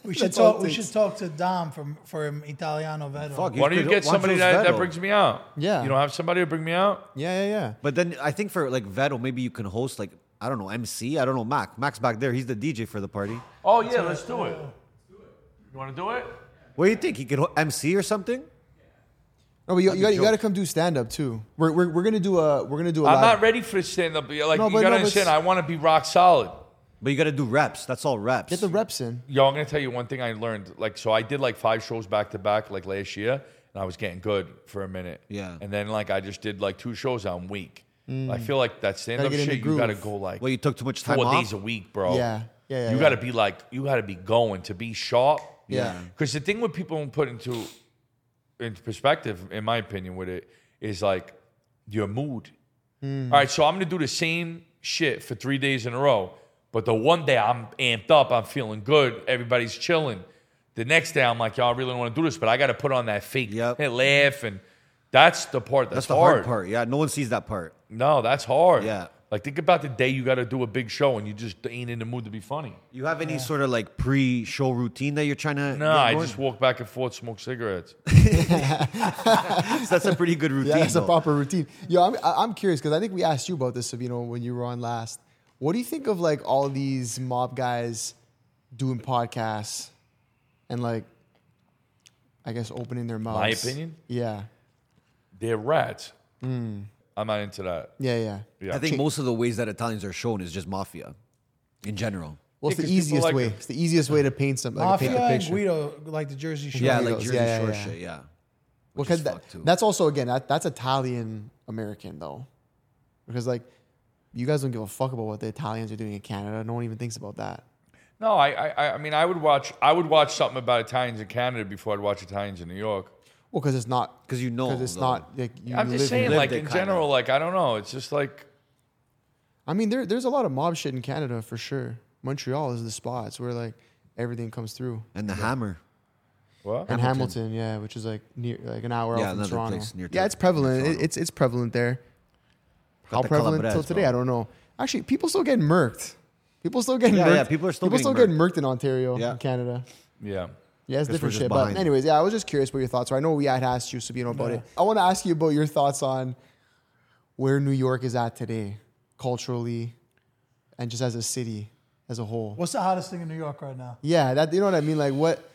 C: we should
F: That's all
C: talk.
F: it
C: We
F: takes.
C: should talk to Dom from from Italiano Veto.
B: Fuck,
A: Why don't you
B: could-
A: get
B: why
A: somebody
B: use
A: that, that
B: Vettel?
A: brings me out?
F: Yeah.
A: You don't have somebody to bring me out?
F: Yeah, yeah, yeah.
B: But then I think for like Vettel, maybe you can host like I don't know MC. I don't know Mac. Mac's back there. He's the DJ for the party.
A: Oh, yeah, let's do it. You want to do it?
B: What do you think? He could ho- MC or something?
F: No, but you, you, gotta, you gotta come do stand up too. We're, we're, we're gonna do a we're gonna do a
A: I'm
F: live-
A: not ready for stand up. Like,
F: No,
A: you got to
F: but no, but
A: understand,
F: s-
A: I want to be rock solid.
B: But you got to do reps. That's all reps.
F: get the reps in.
A: Yo, I'm going to tell you one thing I learned. Like, so I did like five shows back to back, like last year, and I was getting good for a minute.
B: Yeah.
A: And then, like, I just did like two shows on week. I feel like that stand up
F: Mm. Gotta get in the
A: shit, you got to
F: groove.
A: go like
B: well, you took too much time
A: four
B: off.
A: days a week, bro.
F: Yeah, yeah, yeah.
A: you
F: yeah.
A: got to be like you got to be going to be sharp.
F: Yeah.
A: Because the thing with people don't put into into perspective, in my opinion, with it is like your mood.
B: Hmm.
A: All right, so I'm gonna do the same shit for three days in a row, but the one day I'm amped up, I'm feeling good, everybody's chilling. The next day I'm like, y'all really don't want to do this, but I got to put on that fake
B: Yep.
A: laugh, and that's the part that's,
B: That's the hard. part. Yeah, no one sees that part.
A: No, that's hard.
B: Yeah.
A: Like think about the day you got to do a big show and you just ain't in the mood to be funny.
B: You have any sort of like pre-show routine that you're trying to?
A: No, I just walk back and forth, smoke cigarettes.
B: <laughs> that's a pretty good routine.
F: <laughs> Yeah, that's a
B: though.
F: proper routine. Yo, I'm, I- I'm curious because I think we asked you about this, Sabino, when you were on last. What do you think of like all these mob guys doing podcasts and like, I guess opening their mouths?
A: opinion?
F: Yeah,
A: They're rats. I'm not into that.
F: yeah, yeah.
A: Yeah.
B: I think most of the ways that Italians are shown is just mafia, in general.
F: Well,
A: Yeah, 'cause
F: it's the
A: people
F: easiest
A: like
F: way.
A: it.
F: It's the easiest way to paint something. Like,
C: Mafia
F: paint the
C: and
F: picture.
C: Guido like the Jersey Shore.
B: Yeah,
F: he
B: like
F: goes,
B: Jersey
F: yeah, yeah,
B: Shore
F: yeah.
B: shit. Yeah.
F: Well,
B: which is
F: 'cause that-
B: fucked, too.
F: that's also again that, that's Italian American though, because like you guys don't give a fuck about what the Italians are doing in Canada. No one even thinks about that.
A: No, I, I- I, I mean, I would watch, I would watch something about Italians in Canada before I'd watch Italians in New York.
F: Well, because it's not
B: 'Cause you know,
F: because it's
B: though.
F: not like you
A: I'm
F: live
A: just saying,
F: in,
A: like
B: it
A: in
B: kinda.
A: general, like I don't know. It's just like
F: I mean, there there's a lot of mob shit in Canada for sure. Montreal is the spot. It's where like everything comes through.
B: And the hammer.
A: what?
F: And Hamilton, yeah, which is like near like an hour
B: Yeah,
F: out from
B: another
F: Toronto.
B: place near
F: yeah,
B: to-
F: it's prevalent.
B: near
F: It, it's it's prevalent there. How
B: the
F: prevalent
B: Calabres,
F: till today?
B: bro.
F: I don't know. Actually, people still getting murked. People still getting
B: Yeah,
F: murked.
B: yeah, people are still getting
F: getting murked in Ontario,
B: Yeah.
F: in Canada.
A: Yeah.
F: Yeah,
B: Guess
F: it's
B: we're
F: different
B: just
F: shit.
B: behind
F: But
B: it.
F: anyways, yeah, I was just curious what your thoughts were. I know we had asked you, Sabino, about it. I want to ask you about your thoughts on where New York is at today, culturally, and just as a city as a whole.
C: What's the hottest thing in New York right now?
F: Yeah, that you know what I mean. Like what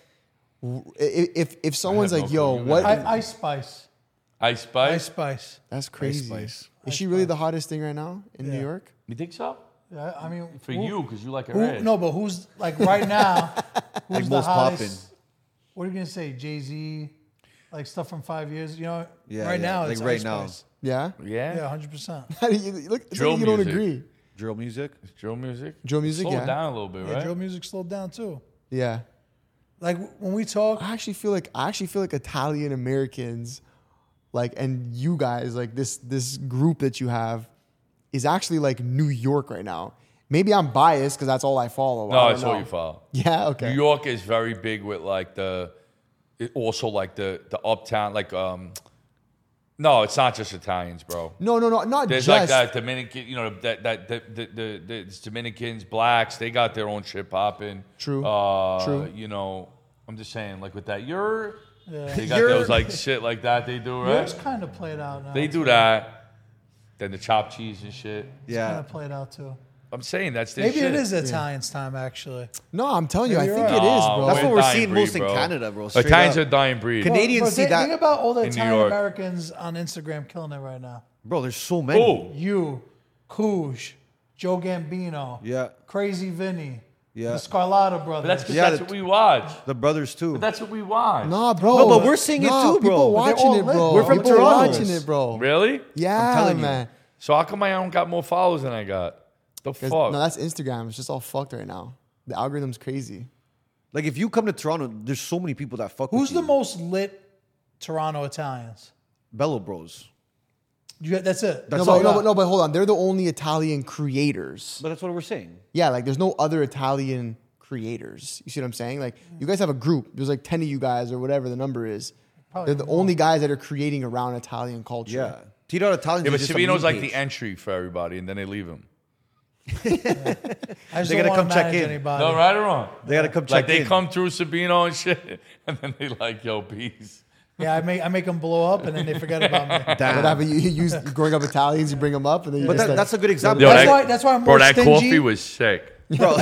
F: w- i- if if someone's
A: no
F: like,
A: clue
F: yo,
A: either.
F: what?
C: I, Ice Spice.
A: Ice
C: Ice
A: Spice.
C: Spice.
F: that's crazy.
B: Spice.
F: Is she really the hottest thing right now in New
C: Yeah.
F: York?
A: You think so?
C: Yeah, I mean,
A: For
C: who-
A: you, because you like it
C: Who,
A: red.
C: no, but who's like right <laughs> now? Who's the
B: most
C: hottest?
B: poppin'.
C: What are you gonna say, Jay Z? Like stuff from five years, you know?
B: Yeah,
C: right
B: yeah,
C: now,
B: like
C: it's
B: right
C: Ice
B: now.
C: Spice.
F: Yeah. <laughs>
A: Yeah.
C: Yeah, hundred percent.
F: How do you look? it's
A: Drill
F: like you don't
A: music.
F: agree.
B: Drill music.
A: It's drill music.
F: Drill music,
A: Slow
F: yeah.
A: it down a little bit,
C: Yeah,
A: right?
C: drill music slowed down too.
F: Yeah.
C: Like w- when we talk,
F: I actually feel like I actually feel like Italian Americans, like, and you guys, like this this group that you have, is actually like New York right now. Maybe I'm biased <laughs> because that's all I follow. I
A: no,
F: don't
A: it's
F: know.
A: all you follow.
F: Yeah. Okay.
A: New York is very big with like the it also like the the uptown, like um, no, it's not just Italians, bro.
F: No, no, no, not
A: There's
F: just.
A: like that Dominican, you know, that that the the, the, the it's Dominicans, blacks, they got their own shit popping.
F: True.
A: Uh,
F: True.
A: You know, I'm just saying, like with that, you're they got
F: You're-
A: those like shit like that they do, right?
C: Yours kind of played out now.
A: They do that. Then the chopped cheese and shit.
C: Kind
B: Yeah.
C: of played out too.
A: I'm saying that's their
C: Maybe
A: shit.
C: it is Italians time actually.
F: No, I'm telling you, I
C: you're
F: think
C: right.
F: it is,
A: Nah,
F: bro.
B: That's
A: a
B: what we're
A: Ah, dying
B: seeing
A: breed,
B: most in Canada, bro, straight
A: Italians
B: up.
A: are dying breed.
B: Canadians-
C: Bro,
B: see
C: thi-
B: that
C: Think about all the
A: in New
C: Italian
A: York.
C: Americans on Instagram killing it right now.
B: Bro, there's so many.
A: Oh,
C: You, Kuj, Joe Gambino,
B: Yeah.
C: Crazy Vinny,
B: Yeah.
C: the Scarlatta brothers.
A: that's 'cause
B: Yeah,
A: that's
B: the-
A: what we watch.
B: The brothers too.
A: That's what we watch.
F: Nah, bro.
B: No, but we're seeing it too, bro.
F: People
B: They're
F: watching
C: all
F: it, bro.
C: lit. We're from
F: people
B: Toronto.
F: watching it, bro.
A: Really?
F: Yeah,
B: telling you.
F: man.
A: So how come I don't got more followers than I got? The
F: 'Cause-
A: fuck?
F: No, that's Instagram. It's just all fucked right now. The algorithm's crazy.
B: Like if you come to Toronto, there's so many people that fuck.
C: Who's
B: with
C: the
B: you.
C: most lit Toronto Italians?
B: Bello Bros?
C: You, that's it.
B: That's
F: No,
B: all.
F: but, no, but, no, but hold on. They're the only Italian creators.
B: But that's what we're saying.
F: Yeah, like there's no other Italian creators. You see what I'm saying? Like you guys have a group. There's like ten of you guys or whatever the number is.
C: Probably
F: They're the only guys that are creating around Italian culture.
B: Yeah. Tito Italians.
A: yeah, but
B: is just a
A: Savino's
B: meme
A: like
B: page.
A: the entry for everybody, and then they leave him.
C: I just
B: They
C: don't
B: gotta
C: wanna
B: come check
C: manage
B: in.
C: Anybody.
A: No, right or wrong?
B: They gotta come check
A: Like they
B: in.
A: come through Sabino and shit, <laughs> and then they like, yo, peace.
C: Yeah, I make I make them blow up and then they forget about
A: <laughs>
C: me.
B: Damn.
F: What happened? You, you use growing up Italians, you bring them up, and then you
B: But
F: just
B: that,
F: like,
B: that's a good example.
A: Yo,
C: that's
A: that-
C: why that's why I'm
A: Bro,
C: more
A: that
C: stingy.
A: coffee was sick.
C: <laughs>
B: bro.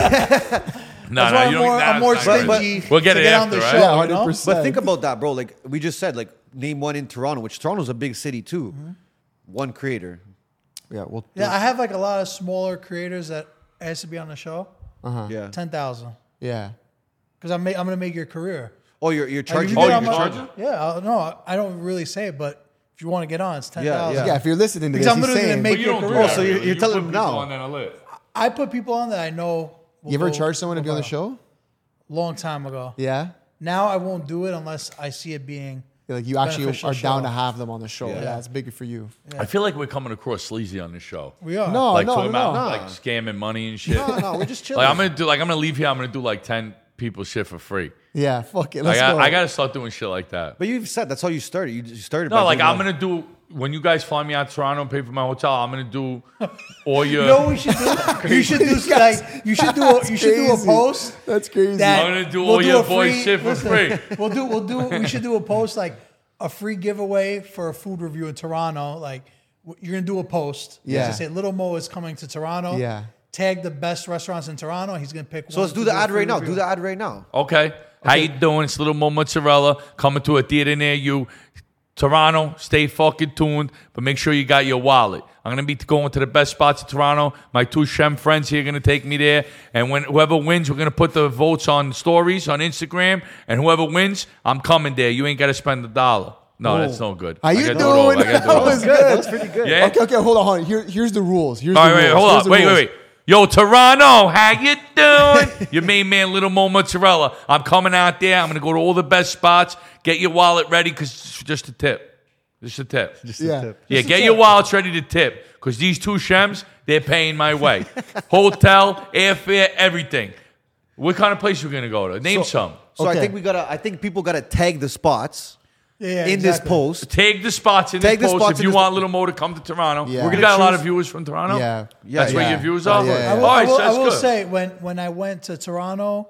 A: No,
C: That's why
A: no,
C: I'm
A: you don't.
C: more-
A: nah,
C: I'm
A: it's
C: more
A: not good.
C: stingy
A: We'll get
C: to
A: it
C: get on
A: after,
C: the
A: right?
C: show.
F: yeah,
C: you know?
F: hundred percent.
B: but think about that, bro. Like we just said, like name one in Toronto, which Toronto's a big city too.
C: Mm-hmm.
B: One creator.
F: yeah, well,
C: Yeah, I have like a lot of smaller creators that has to be on the show.
B: Yeah.
C: Ten thousand,
F: yeah.
C: because I'm ma- I'm gonna make your career.
B: Oh, you're you're
C: Like, if
B: charging.
C: you
A: Oh,
C: get
A: you
C: on my-
A: charge it?
C: Yeah, I'll- no, I don't really say it, but if you want to get on, it's ten thousand.
B: Yeah.
F: Yeah, if you're listening to
C: Because
F: this,
C: I'm
F: he's
C: literally
F: saying,
C: gonna make-
A: But you don't do
C: Oh,
A: that,
B: so you're-
A: really.
B: you're
A: You
B: telling
A: put
B: them
A: people
B: now.
A: on that alert.
C: I put people on that I know. will
F: you ever
C: go-
F: charge someone to
C: go
F: be on the
C: viral.
F: show?
C: Long time ago.
F: Yeah,
C: Now I won't do it unless I see it being.
F: Yeah, like you actually
C: Beneficial
F: are down
C: show.
F: to have them on the show.
B: Yeah.
F: Yeah, it's bigger for you.
A: I feel like we're coming across sleazy on this show.
C: We are.
F: No,
A: like
F: no,
A: talking
F: no,
A: about
F: no.
A: like scamming money and shit.
B: No, no, we're just chilling.
A: Like I'm gonna do like I'm gonna leave here. I'm gonna do like ten people shit for free.
F: Yeah, fuck it.
A: Like
F: Let's
A: I,
F: go.
A: I gotta start doing shit like that.
B: but you've said that's how you started. You you started. by
A: No, like
B: doing
A: I'm
B: that.
A: gonna do when you guys fly me out to Toronto and pay for my hotel. I'm gonna do all your.
C: You know what we should
A: <laughs>
C: do? you should do like you should do a, you should do a
F: crazy.
C: post.
F: That's crazy.
C: That
A: I'm gonna do
C: we'll
A: all your
C: a
A: boys'
C: free-
A: shit for
C: listen,
A: free.
C: We'll do we'll do we should do a post like a free giveaway for a food review in Toronto. Like w- you're gonna do a post.
F: Yeah.
C: Just say Little Mo is coming to Toronto.
F: Yeah.
C: Tag the best restaurants in Toronto. He's gonna pick.
B: So let's do the ad right now. Do the ad right now.
A: okay. how you doing? It's little Mo mozzarella coming to a theater near you. Toronto, stay fucking tuned, but make sure you got your wallet. I'm gonna be going to the best spots in Toronto. My two Shem friends here are gonna take me there, and when whoever wins, we're gonna put the votes on stories on Instagram, and whoever wins, I'm coming there. You ain't gotta spend a dollar. No, that's no good.
F: How
A: I
F: you
A: gotta
F: doing?
A: do it all. I gotta
F: <laughs> That
A: do it all.
F: was good.
B: Pretty good.
A: Yeah.
F: Okay, okay, hold on. Hold on. Here, here's the rules. Here's
A: All
F: the
A: right, wait,
F: rules.
A: hold
F: Here's
A: on.
F: the
A: Wait, wait,
F: rules.
A: wait. Yo, Toronto, how you doing? <laughs> Your main man, Little Mo Mozzarella. I'm coming out there. I'm going to go to all the best spots. Get your wallet ready because it's just a tip. Just a tip.
F: Yeah.
A: yeah, get your wallets ready to tip because these two shems, they're paying my way. Hotel, airfare, everything. What kind of place you going to go to? Name some.
B: So I
F: Okay.
B: think we gotta. I think people gotta tag the spots
C: Yeah,
B: in this
C: exactly.
B: post.
A: Take the spots in
B: Take the
A: this post if
B: spots in
A: you
B: this-
A: want Little Mo to come to Toronto.
F: Yeah.
A: We're
F: We're
A: going to
F: gonna
A: got a lot
F: choose-
A: of viewers from Toronto.
F: Yeah.
B: Yeah,
A: That's where
F: yeah.
A: your viewers
F: Oh,
A: are.
F: yeah, yeah,
C: I
F: yeah.
C: will,
A: All
C: I
A: right,
C: will,
A: so that's
C: I will
A: good.
C: say when when I went to Toronto,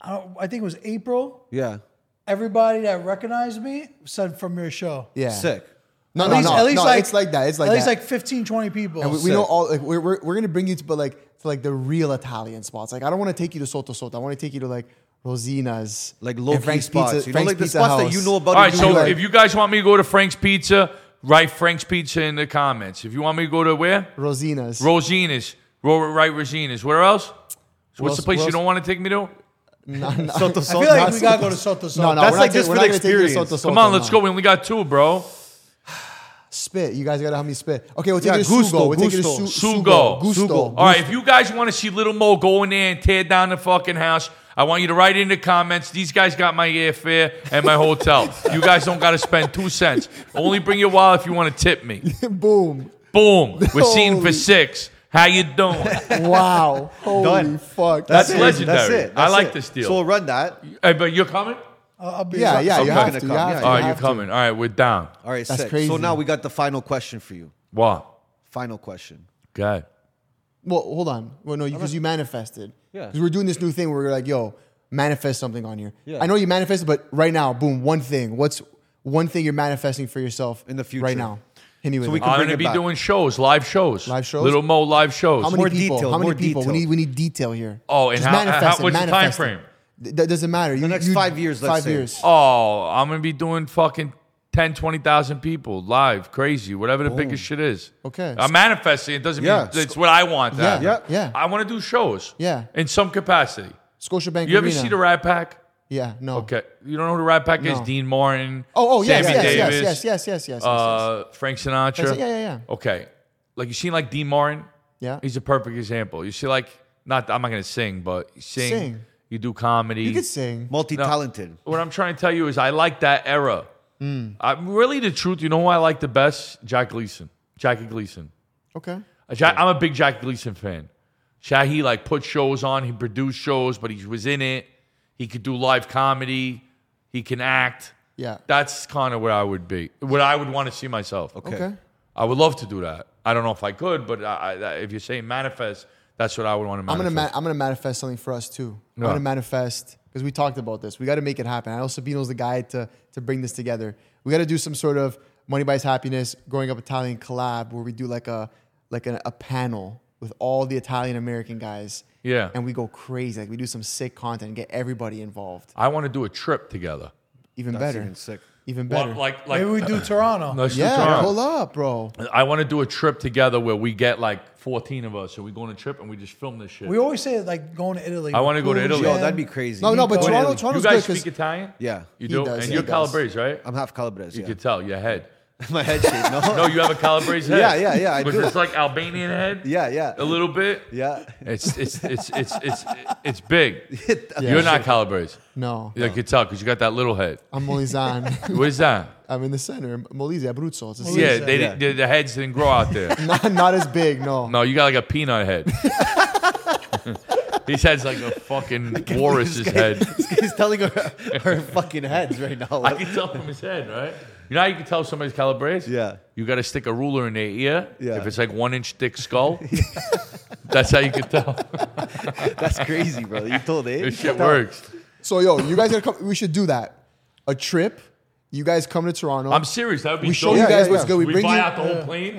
C: I, don't, I think it was April.
B: Yeah.
C: Everybody that recognized me said from your show.
F: Yeah.
B: Sick.
F: No,
C: At
F: no,
C: least,
F: no,
C: at least
F: no,
C: like
F: it's like that. It's like
C: at least
F: that.
C: like 15, 20 people.
F: And we, we know
B: Sick.
F: all. Like, we're, we're, we're gonna bring you to, but like to like the real Italian spots. Like I don't want to take you to Soto Soto. I want to take you to like Rosina's,
B: Like
F: and
B: low key
F: Frank's
B: spots.
F: Pizza,
B: you know,
F: Frank's
B: like the
F: Pizza
B: spots
F: House.
B: that you know about.
A: All right,
B: in
A: so
B: New York.
A: if you guys want me to go to Frank's Pizza, write Frank's Pizza in the comments. If you want me to go to where?
F: Rosina's.
A: Rosina's. Ro- Write Rosina's. Where else? So what's
F: else-
A: the place
F: where
A: you don't
F: else?
A: want to take me to?
B: Soto,
C: I feel like we gotta go to Soto
F: <laughs>
C: Soto.
F: no, no,
B: That's
F: we're
B: like
F: not
B: just
F: ta-
B: for the
F: we're not gonna take you to
B: experience.
F: Soto Soto,
A: Come on, let's go.
F: no.
A: We only got two, bro.
F: Spit. You guys gotta help me spit. Okay, we'll take
B: Yeah,
F: you to
B: gusto,
F: Sugo. We'll take you to
B: gusto.
F: Su-
A: Sugo.
F: Sugo. Gusto.
B: Sugo.
A: All right, if you guys want to see Little Mo go in there and tear down the fucking house, I want you to write in the comments. These guys got my airfare and my hotel. you guys don't got to spend two cents. Only bring your wallet if you want to tip me.
F: <laughs> Boom.
A: Boom. We're seeing for
F: Holy-
A: six. How you doing?
F: Wow. Holy
B: Done.
F: fuck.
A: That's legendary. I like this deal.
B: So we'll run that.
A: hey, but you're coming?
C: I'll, I'll be
F: Yeah, yeah, you
B: Someone's
F: have
B: gonna
F: to. You
B: come.
F: have
B: Yeah,
F: to,
B: yeah.
A: All
F: you
A: right, you're
F: have to.
A: coming. All right, we're down.
B: All right,
F: That's
B: sick. So
F: crazy.
B: now we got the final question for you.
A: What?
B: Final question.
A: God.
F: Well, hold on. Well, no, because you manifested.
B: Yeah.
F: Because we're doing this new thing where we're like, yo, manifest something on here.
B: Yeah.
F: I know you manifested, but right now, boom, one thing. What's one thing you're manifesting for yourself
B: In the
F: Right
B: future.
F: now. Anyway,
B: So we can
A: I'm going
B: bring
A: to
B: it
A: be
B: back.
A: doing shows, live shows.
F: Live shows?
A: Little Mo live shows.
F: how many
B: more
F: people?
B: detail,
F: how many
B: more
F: people? We
B: detail.
F: need we need detail here.
A: Oh, and
F: Just
A: how- how-
F: manifest it,
A: what's the time
F: manifest it.
A: frame?
F: Th- that doesn't matter. You, the
B: next five years, let's
F: five
B: say.
F: years.
A: oh, I'm going to be doing fucking 10, 20,000 people live, crazy, whatever the biggest shit is.
F: Okay.
A: I'm manifesting. It doesn't
B: Yeah.
A: mean it's what I want. to
F: Yeah,
A: happen.
F: yeah, yeah.
A: I want to do shows.
F: Yeah.
A: In some capacity.
F: Scotiabank
A: You ever
F: Arena.
A: see the Rat Pack?
F: Yeah. No.
A: Okay. You don't know who the Rat Pack is?
F: No.
A: Dean Martin.
F: Oh, oh, yes,
A: Sammy
F: yes, yes,
A: Davis,
F: yes, yes, yes, yes, yes, yes.
A: uh, Frank Sinatra.
F: Yeah, yeah, yeah.
A: Okay. Like you seen like Dean Martin?
F: Yeah.
A: He's a perfect example. You see like not I'm not gonna sing, but you sing.
F: Sing.
A: You do comedy.
F: You could sing.
B: Multi-talented.
A: what I'm trying to tell you is I like that era.
F: Hmm.
A: I'm really the truth. You know who I like the best? Jack Gleason. Jackie Gleason.
F: Okay.
A: Uh, Jack, I'm a big Jack Gleason fan. Shahi like put shows on. He produced shows, but he was in it. He could do live comedy. He can act.
F: Yeah.
A: That's kind of where I would be. What I would want to see myself.
F: Okay.
A: I would love to do that. I don't know if I could, but I, I, if you're saying manifest, that's what I would want to
F: I'm
A: manifest.
F: gonna ma- I'm gonna manifest something for us too.
A: Yeah.
F: I'm gonna manifest because we talked about this. We got to make it happen. I know Sabino's the guy to to bring this together. We got to do some sort of money buys happiness, growing up Italian collab where we do like a like a, a panel with all the Italian American guys.
A: Yeah.
F: and we go crazy. Like we do some sick content, get everybody involved.
A: I want to do a trip together.
F: Even
B: That's
F: better,
B: even sick.
F: even better.
A: Well, like, uh, like,
C: Maybe we do Toronto.
A: let's do
F: yeah,
A: Toronto.
F: pull up, bro.
A: I want to do a trip together where we get like 14 of us and we go on a trip and we just film this shit.
C: We always say like going to Italy.
A: I wanna go to
C: Perugia.
A: Italy.
B: Yo, that'd be crazy.
F: No, no, but
C: go to
F: Toronto,
C: Italy.
A: you
F: Toronto's
A: guys
F: good
A: speak
F: because
A: Italian?
B: Yeah.
A: You
F: He
A: do?
F: does,
A: and
F: he
A: you're
F: does.
A: Calabrese, right?
B: I'm half Calabres.
A: You
B: Yeah.
A: could tell your head.
B: <laughs> My head shape. No.
A: <laughs> No, you have a Calabrese head.
B: Yeah, yeah, yeah, I
A: But
B: do.
A: it's like Albanian head.
B: Yeah, yeah.
A: A little bit.
B: Yeah.
A: It's it's it's it's it's it's big. You're not Calabrese.
F: no,
A: I could tell because you got that little head.
F: I'm Molizan. <laughs>
A: What is that?
F: I'm in the center. Molise, Abruzzo. It's a
C: Molise.
A: Yeah,
C: that?
A: they
B: Yeah.
A: Didn't, the, the heads didn't grow out there.
F: <laughs> not, not as big. No,
A: No, you got like a peanut head. His head's like a fucking walrus's head.
B: <laughs> He's telling her her fucking heads
A: <laughs>
B: right
A: I
B: now.
A: can tell from his head, right? You know how you can tell somebody's Calabrese?
B: Yeah.
A: You got to stick a ruler in their ear.
B: Yeah.
A: If it's like one inch thick skull, that's how you can tell.
B: That's crazy, bro. You told eh? it.
A: This shit works.
F: So yo, you guys gotta come. We should do that. A trip. You guys come to Toronto.
A: I'm serious. That would be
F: we show
A: dope.
F: you
B: Yeah,
F: guys
B: yeah,
F: what's
B: yeah.
F: good. We,
A: We,
F: bring
A: buy
F: you.
A: out the whole plane.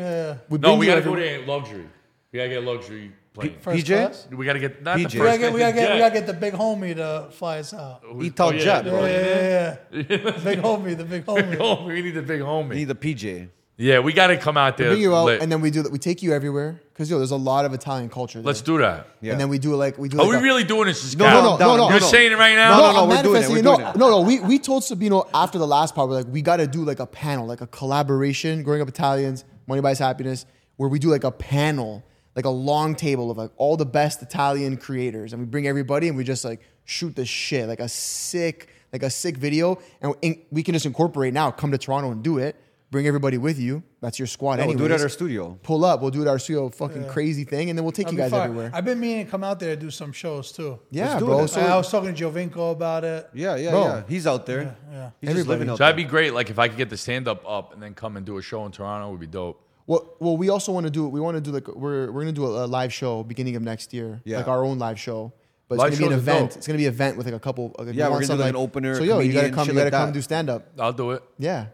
F: we
A: No,
F: bring
A: we
F: you
A: got to
F: every-
A: go to luxury. We got to get a luxury plane.
C: First
B: PJ?
C: class?
A: we got to get not the first
B: PJ.
C: We gotta get, we gotta
A: class,
C: get,
A: the
C: we gotta get the big homie to fly
A: <laughs>
C: us out.
A: jet.
B: Eat tall
A: yeah,
B: jet,
A: the
B: bro.
C: Yeah,
A: <laughs> big
C: yeah, yeah. big homie, <laughs> the big homie.
A: homie. We need the <laughs> big homie.
B: Need the PJ.
A: yeah, we got to come out there.
F: Bring you out,
A: lit.
F: and then we do that. We take you everywhere because yo, there's a lot of Italian culture. There.
A: Let's do that.
B: Yeah.
F: And then we do like we do.
A: Are
F: like
A: we
F: a-
A: really doing this?
B: No, no, no,
A: Scott?
B: no, no,
A: You're
B: no.
A: saying it right now.
F: No,
B: No,
F: no,
B: no,
F: I'm
B: we're doing it,
F: manifesting
B: we're
F: it. No,
B: doing it.
F: no, no. We we told Sabino after the last part, we're like, we gotta do like a panel, like a collaboration. Growing up Italians, money buys happiness, where we do like a panel, like a long table of like all the best Italian creators, and we bring everybody and we just like shoot the shit, like a sick, like a sick video, and we, we can just incorporate now. Come to Toronto and do it. Bring everybody with you. That's your squad.
B: No, we'll do it
F: anyways.
B: at our studio.
F: Pull up. We'll do it at our studio. Fucking crazy thing, and then we'll take
C: That'd
F: you
C: be
F: guys
C: fire.
F: everywhere.
C: I've been meaning to come out there to do some shows too.
F: yeah,
B: do
F: bro.
B: it.
F: So
C: I was talking to Jovinko about it.
B: Yeah, yeah,
F: Bro.
B: yeah. He's out there.
C: yeah.
B: He's just living out
A: So that'd
B: there.
A: be great. Like if I could get the stand up up and then come and do a show in Toronto, it would be dope.
F: Well, well, we also want to do. We want to do like we're we're gonna do a, a live show beginning of next year,
B: Yeah.
F: like our own live show. But it's
A: Live
F: gonna be an
A: shows are
F: event.
A: dope.
F: It's gonna be an event with like a couple. Like
B: Yeah, we're gonna
F: we want
B: do, like,
F: something
B: an opener,
F: So yo, you gotta
B: comedian,
F: come. You
B: shit
F: gotta
B: like
F: come
B: that.
F: do stand up.
A: I'll do it.
F: Yeah.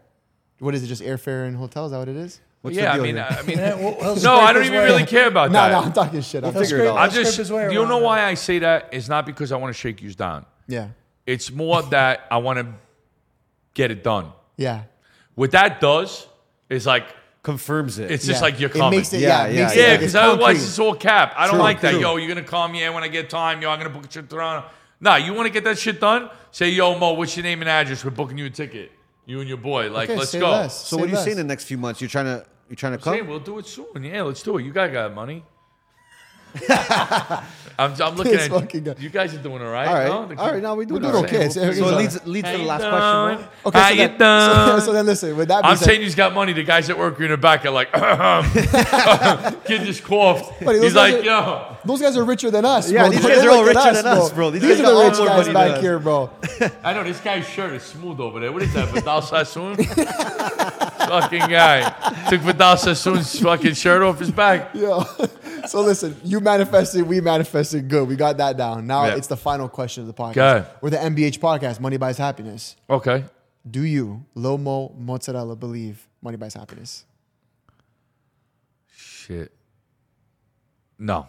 F: What is it? Just airfare and hotels? Is that what it is?
B: What's
A: yeah,
B: the
A: I
B: deal
A: mean,
B: here?
A: I mean,
C: Yeah, well, he'll
A: no, I don't
C: scrape his
A: even
C: way-
A: really care about
F: No,
A: that.
F: no, I'm talking shit. I'm
C: He'll
F: talking-
B: figure it
C: scrape,
B: out.
C: he'll
A: I
C: scrape
A: just,
C: his
A: do
C: way
A: you
C: around
A: know
C: that.
A: why I say that? It's not because I want to shake you down.
F: Yeah,
A: It's
F: <laughs>
A: more that I want to get it done.
F: yeah.
A: What that does is like,
B: confirms it.
A: it's just
F: yeah.
A: like you're
F: It
A: coming.
F: makes it-
B: Yeah,
F: yeah, it
B: yeah,
F: makes it
A: yeah,
F: like
A: because
F: it's
A: otherwise
F: concrete.
A: it's all cap. I don't
B: True,
A: like that.
B: true.
A: Yo, you're gonna call me. Yeah, when I get time, yo, I'm gonna book a trip to Toronto. Nah, you want to get that shit done? Say, yo, Mo, what's your name and address? We're booking you a ticket. You and your boy. Like,
F: Okay,
A: let's
F: say
A: go.
F: less,
B: so
F: say
B: what are you
F: less.
B: saying in the next few months? You're trying to you're trying to
A: Hey,
B: come?
F: <laughs>
A: we'll do it soon. Yeah, let's do it. You got got money. I'm, I'm looking
F: This
A: at
F: fucking
A: you.
F: guy.
A: You guys are doing all right.
F: All right.
A: no? The-
F: All right. Now we do
A: We're
F: it
A: doing
F: okay.
A: okay.
F: It's-
A: We're
F: it's
B: So it
F: all
B: leads,
F: right.
B: leads to
A: How
B: the
A: you
B: last question.
A: doing?
B: right?
F: Okay,
A: How
F: <laughs> so
A: you
F: then-
A: doing?
F: So, then listen, with that being
A: I'm
F: said,
A: saying he's got money. The guys that work in the back are like, <laughs> kid just coughed.
F: Buddy,
A: he's
F: those
A: like,
F: guys
A: yo.
F: those guys are richer than us.
B: Yeah,
F: bro.
B: these
F: They
B: guys are all
F: look at
B: richer than us, bro. These guys
F: These, are
B: got
F: the
B: all
F: rich
B: more
F: guys
B: money than
F: back
B: us.
F: here, bro.
A: I know this guy's shirt is smooth over there. What is that, Vidal Sassoon? <laughs> fucking guy. Took Vidal Sassoon's fucking shirt off his back.
F: Yo. <laughs> So listen, you manifested, we manifested good. We got that down. Now
A: Yeah.
F: it's the final question of the podcast.
A: Okay.
F: Or the MBH podcast, Money Buys Happiness.
A: Okay.
F: Do you, Lomo Mozzarella, believe money buys happiness?
A: Shit. No.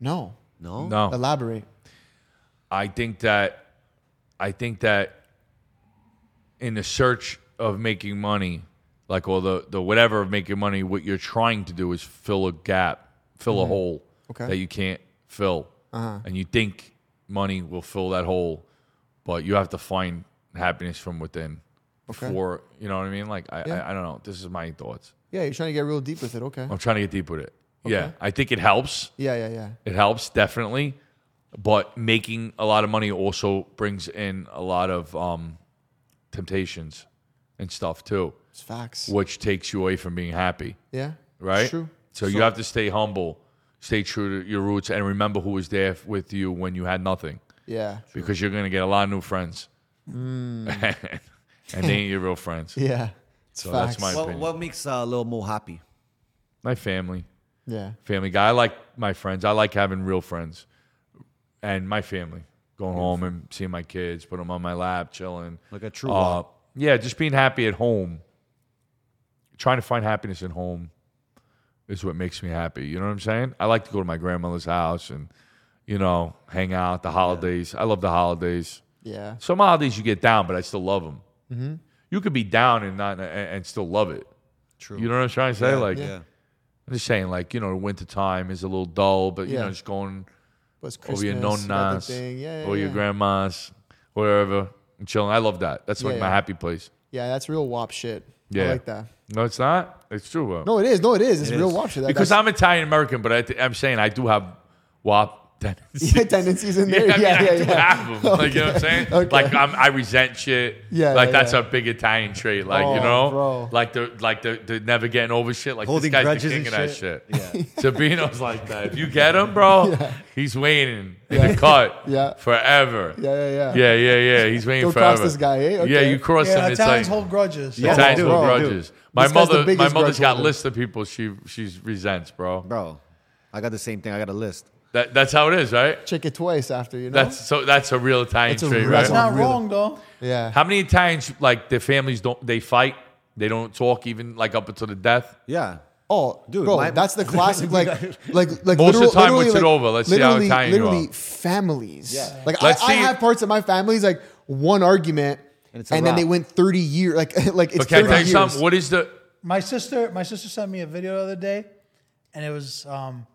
F: No.
B: No.
A: No.
F: Elaborate.
A: I think that I think that in the search of making money, like all the the whatever of making money, what you're trying to do is fill a gap, fill a hole
F: Mm-hmm. Okay. Uh-huh.
A: that you can't fill, and you think money will fill that hole, but you have to find happiness from within.
F: Okay.
A: For you know what I mean? Like I,
F: Yeah.
A: I I don't know. This is my thoughts.
F: Yeah, you're trying to get real deep with it. Okay.
A: I'm trying to get deep with it. Yeah, I think it helps.
F: Yeah, yeah, yeah.
A: It helps definitely, but making a lot of money also brings in a lot of um, temptations and stuff too,
F: It's facts.
A: which takes you away from being happy,
F: Yeah.
A: right?
F: It's true.
A: So, you have to stay humble, stay true to your roots, and remember who was there with you when you had nothing,
F: Yeah.
A: because you're gonna get a lot of new friends, <laughs> and they ain't your real friends.
F: Mm. Yeah. It's
A: So that's my-
B: What,
A: opinion.
B: what makes uh, Lil Mo happy?
A: My family,
F: Yeah.
A: family guy. I like my friends. I like having real friends and my family. Going home and seeing my kids, put them on my lap, chilling.
B: Like a true
A: Uh, yeah, just being happy at home. Trying to find happiness at home is what makes me happy. You know what I'm saying? I like to go to my grandmother's house and, you know, hang out. The holidays. I love the holidays.
F: Yeah.
A: Some holidays you get down, but I still love them.
F: Mm-hmm.
A: You could be down and not and, and still love it.
B: True.
A: You know what I'm trying to say? like,
B: yeah.
A: I'm just saying, like, you know, winter time is a little dull, but you
F: Yeah.
A: know, just going
F: But it's
A: over your
F: Christmas, you got the
A: nonnas
F: thing. Yeah, yeah,
A: or your
F: yeah.
A: grandmas, wherever, and chilling. I love that. That's
F: Yeah,
A: like my
F: yeah.
A: happy place.
F: Yeah, that's real wop shit. I
A: Yeah.
F: like that.
A: No, it's not. It's true. Bro.
F: No, it is. No, it is. It's real
B: is.
F: wop shit. That-
A: because
F: that's-
A: I'm Italian American, but I th- I'm saying I do have WAP tendencies.
F: <laughs> yeah,
A: <laughs>
F: tendencies in
A: Yeah, I,
F: there.
A: mean,
F: Yeah,
A: I
F: yeah,
A: do
F: yeah.
A: have them. Like you know what I'm saying?
F: <laughs> Okay.
A: Like uh, I'm, I resent shit.
F: Yeah,
A: like
F: yeah,
A: that's
F: yeah.
A: a big Italian trait. Like you
F: Oh,
A: know,
F: bro.
A: like the like the, the never getting over shit. Like
B: Holding
A: this guy's the
B: grudges
A: king of
B: and
A: that shit. <laughs> Sabino's like that. If you get him,
F: <laughs>
A: bro, he's waiting in the cut.
F: Yeah.
A: forever.
F: Yeah, yeah, yeah.
A: yeah, yeah, yeah. He's waiting
F: Don't
A: forever.
F: cross this guy, eh?
A: Yeah,
F: Okay.
A: you cross
C: Yeah,
A: him.
C: Italians
A: it's like
C: hold grudges.
B: Yeah,
A: Italians
B: they do.
A: hold
B: They do.
A: grudges. My
F: This guy's the
A: mother, my
F: biggest
A: mother's
F: grudge
A: got
F: holder.
A: lists of people she she's resents, bro.
B: Bro, I got the same thing. I got a list.
A: That that's how it is, right?
F: Check it twice after, you know?
A: That's so. That's a real Italian
F: That's a
A: trait,
F: real-
A: right?
C: That's not
F: Really?
C: wrong though.
F: yeah.
A: How many Italians like their families don't they fight? They don't talk even like up until the death.
B: Yeah.
F: Oh,
B: Dude,
F: dude, bro,
B: my-
F: that's the
B: <laughs>
F: classic. Like, like, like.
A: Most of the
F: literal-
A: time,
F: literally,
A: what's it
F: like,
A: over? Let's see how
F: literally-
A: Italian you
F: Literally,
A: are.
F: families. Yeah. Like, I,
A: Let's
F: I
A: see-
F: have parts of my families like one argument,
B: And it's a
F: and, then
B: wrap.
F: they went thirty years. Like, <laughs> like it's
A: But can I
F: thirty
A: tell you
F: years.
A: something? What is the
C: My sister, my sister sent me a video the other day, and it was um,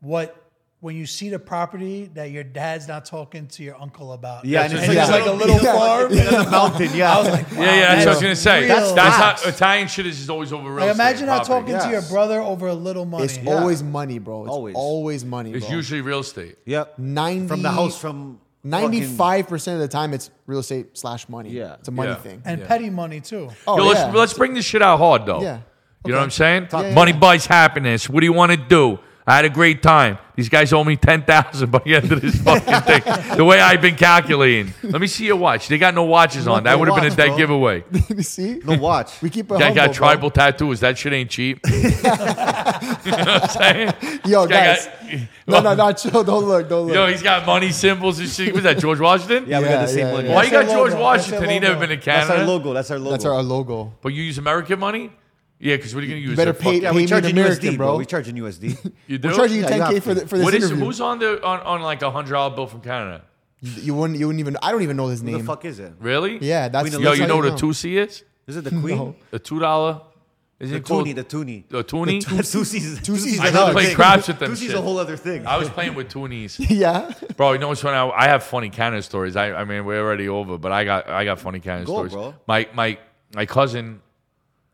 C: what when you see the property that your dad's not talking to your uncle about.
B: Yeah,
C: it's
B: and
C: just
B: it's
C: like,
B: like-
C: it's like a little
F: Yeah.
C: farm.
B: In the mountain, yeah.
C: I was like, wow,
A: yeah yeah? That's what I was
C: Oh, real.
A: gonna say.
C: That's
A: that's
F: facts.
A: how Italian shit is just always over real
C: Like,
A: estate
C: imagine not
A: property.
C: talking to your
F: Yes.
C: brother over a little money.
F: It's always money, bro. It's
B: Always.
F: always, money.
A: It's
F: bro.
A: usually real estate.
B: <laughs> yep.
F: 90
B: From the house from
F: Ninety
B: fucking-
F: five percent of the time, it's real estate slash money.
B: Yeah.
F: it's a money
A: Yeah.
F: thing.
C: and petty money too.
F: oh,
A: Yo, let's
F: yeah.
A: let's bring this shit out hard though.
F: Yeah.
A: You know what I'm saying?
F: Yeah,
A: Money
F: yeah.
A: buys happiness. What do you want to do? I had a great time. These guys owe me ten thousand by the end of this fucking thing. The way I've been calculating. Let me see your watch. They got no watches on. That would have been a
B: watch,
A: dead
B: bro.
A: giveaway.
F: <laughs> see,
B: No watch.
F: we keep it.
A: Guy
F: humble,
A: got
F: bro.
A: tribal tattoos. That shit ain't cheap. <laughs> you know what I'm saying?
F: Yo,
A: This guy
F: guys,
A: got- <laughs>
F: no, no, not chill. Don't look, don't look.
A: Yo, he's got money symbols and shit. Was that George Washington?
B: yeah, we got
F: Yeah,
B: the same
F: yeah,
B: one.
F: yeah.
A: Why you got
C: That's our
A: George
C: logo.
A: Washington?
C: That's
A: He
C: our
A: never
C: logo.
A: been to Canada.
B: That's our logo. That's our logo.
F: That's our logo.
A: But you use American money? Yeah, because what are you gonna use?
F: better
A: The
F: pay-
A: fucking-
B: Yeah, we
F: Payment
B: charge in
F: American,
B: USD,
F: bro.
B: bro. We charge in USD.
A: You do?
F: We're charging you
B: Yeah, you
F: 10k
B: have
F: for,
B: to.
F: the, for this
A: What is
F: interview.
A: who's on the on, on like a hundred dollar bill from Canada?
F: you wouldn't, you wouldn't even. I don't even know his
B: Who the
F: name.
B: fuck is it?
A: Really?
F: Yeah, that's
B: Yo,
A: Yo,
F: that's
A: you
F: how
A: know what a two C is?
B: Is it the Queen?
F: No.
A: A two dollar? Is
B: The
A: it called
B: Toonie, the Toonie.
A: a toonie?
B: The Tussies. Tussies
A: I
B: is
A: don't
B: another
A: play
B: thing.
A: craps with them
B: Tussies
A: shit.
B: a whole other thing.
A: I was playing with toonies,
F: <laughs> Yeah,
A: bro. You know what's funny? I, I have funny Canada stories. I, I mean, we're already over, but I got I got funny Canada
B: Go,
A: stories.
B: bro.
A: My my my cousin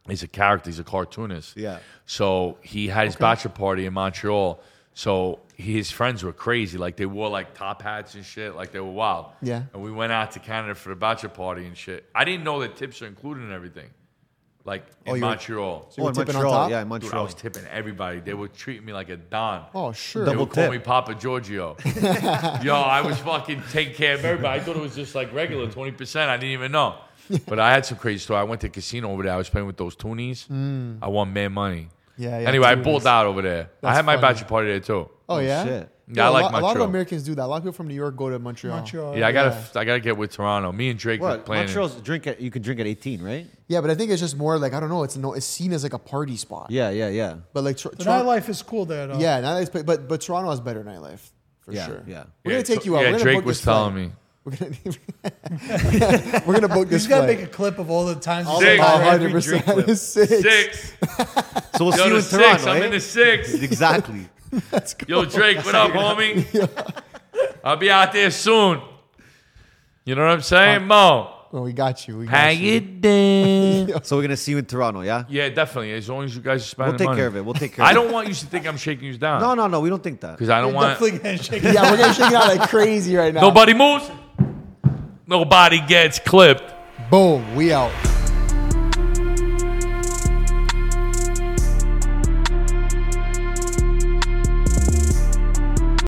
A: is a character. He's a cartoonist.
B: Yeah.
A: So he had his bachelor party in Montreal. So his friends were crazy. Like they wore like top hats and shit. Like they were wild.
F: Yeah.
A: And we went out to Canada for the bachelor party and shit. I didn't know that tips are included in everything. Like in
F: you were-
A: Montreal.
F: you
B: Oh,
F: were
B: in
F: tipping on
B: Montreal.
F: top?
B: Yeah,
A: Dude,
B: in
A: I
B: Montreal.
A: was tipping everybody. They were treating me like a don.
F: Oh, sure.
A: They
B: Double
A: would call
B: tip.
A: me Papa
F: <laughs>
A: Giorgio. Yo, I was fucking taking care of everybody. I thought it was just like regular 20%. I didn't even
F: <laughs>
A: know. But I had some crazy story. I went to a casino over there. I was playing with those toonies. I won mad money.
F: Mm. Yeah, yeah,
A: Anyway, I
F: toonies.
A: pulled out over there. I
F: That's
A: had my
F: funny.
A: bachelor party there too.
F: Oh, yeah?
B: shit.
A: Yeah, I
F: a
A: like
F: lot, a lot of
A: Montreal.
F: Americans do that. A lot of people from New York go to Montreal.
C: Montreal.
A: Yeah, I gotta, I gotta get with Toronto. Me and Drake were
B: What?
A: planning.
B: Montreal's drink at, you can drink at 18, right?
F: Yeah, but I think it's just more like I don't know. It's no, it's seen as like a party spot.
B: Yeah, yeah, yeah.
F: But like Tor-
C: The
F: Tor-
C: nightlife is cool there, though.
F: Yeah, nightlife, but, but but Toronto has better nightlife for
B: Yeah,
F: sure.
B: yeah.
F: we're
A: Yeah,
F: gonna take
A: so-
F: you out.
A: yeah,
F: we're gonna
A: Drake
F: book
A: was
F: this
A: telling
F: flight.
A: me.
F: We're gonna, we're gonna <laughs>
C: <laughs>
F: book
C: You
F: this
C: just gotta make
F: flight.
C: a clip of all the times.
A: the
C: you
A: Six. time.
B: Every
F: hundred
B: drink
F: percent
B: clip.
F: <laughs> six.
A: Six.
B: So
A: Yo,
B: we'll see you
A: the
B: in
A: six.
B: Toronto.
A: I'm
B: eh?
A: in the six. <laughs>
B: Exactly.
F: Let's go. <laughs>
A: Yo, Drake, what up, homie? I'll be out there soon. You know what I'm saying,
F: Uh,
A: Mo?
F: Well, we got you. We got
A: Hang
F: you.
A: it down.
B: so we're gonna see you in Toronto. Yeah.
A: <laughs> Yeah, definitely. As long as you guys are spending
B: We'll take
A: money.
B: care of it. We'll take care.
A: I
B: of
A: don't want you to think I'm shaking you down.
B: It. No, no, no. We don't think that.
A: Because I don't want
C: Definitely gonna shake it.
F: Yeah, we're gonna shake it out like crazy right now.
A: nobody moves. Nobody gets clipped.
F: Boom. We out.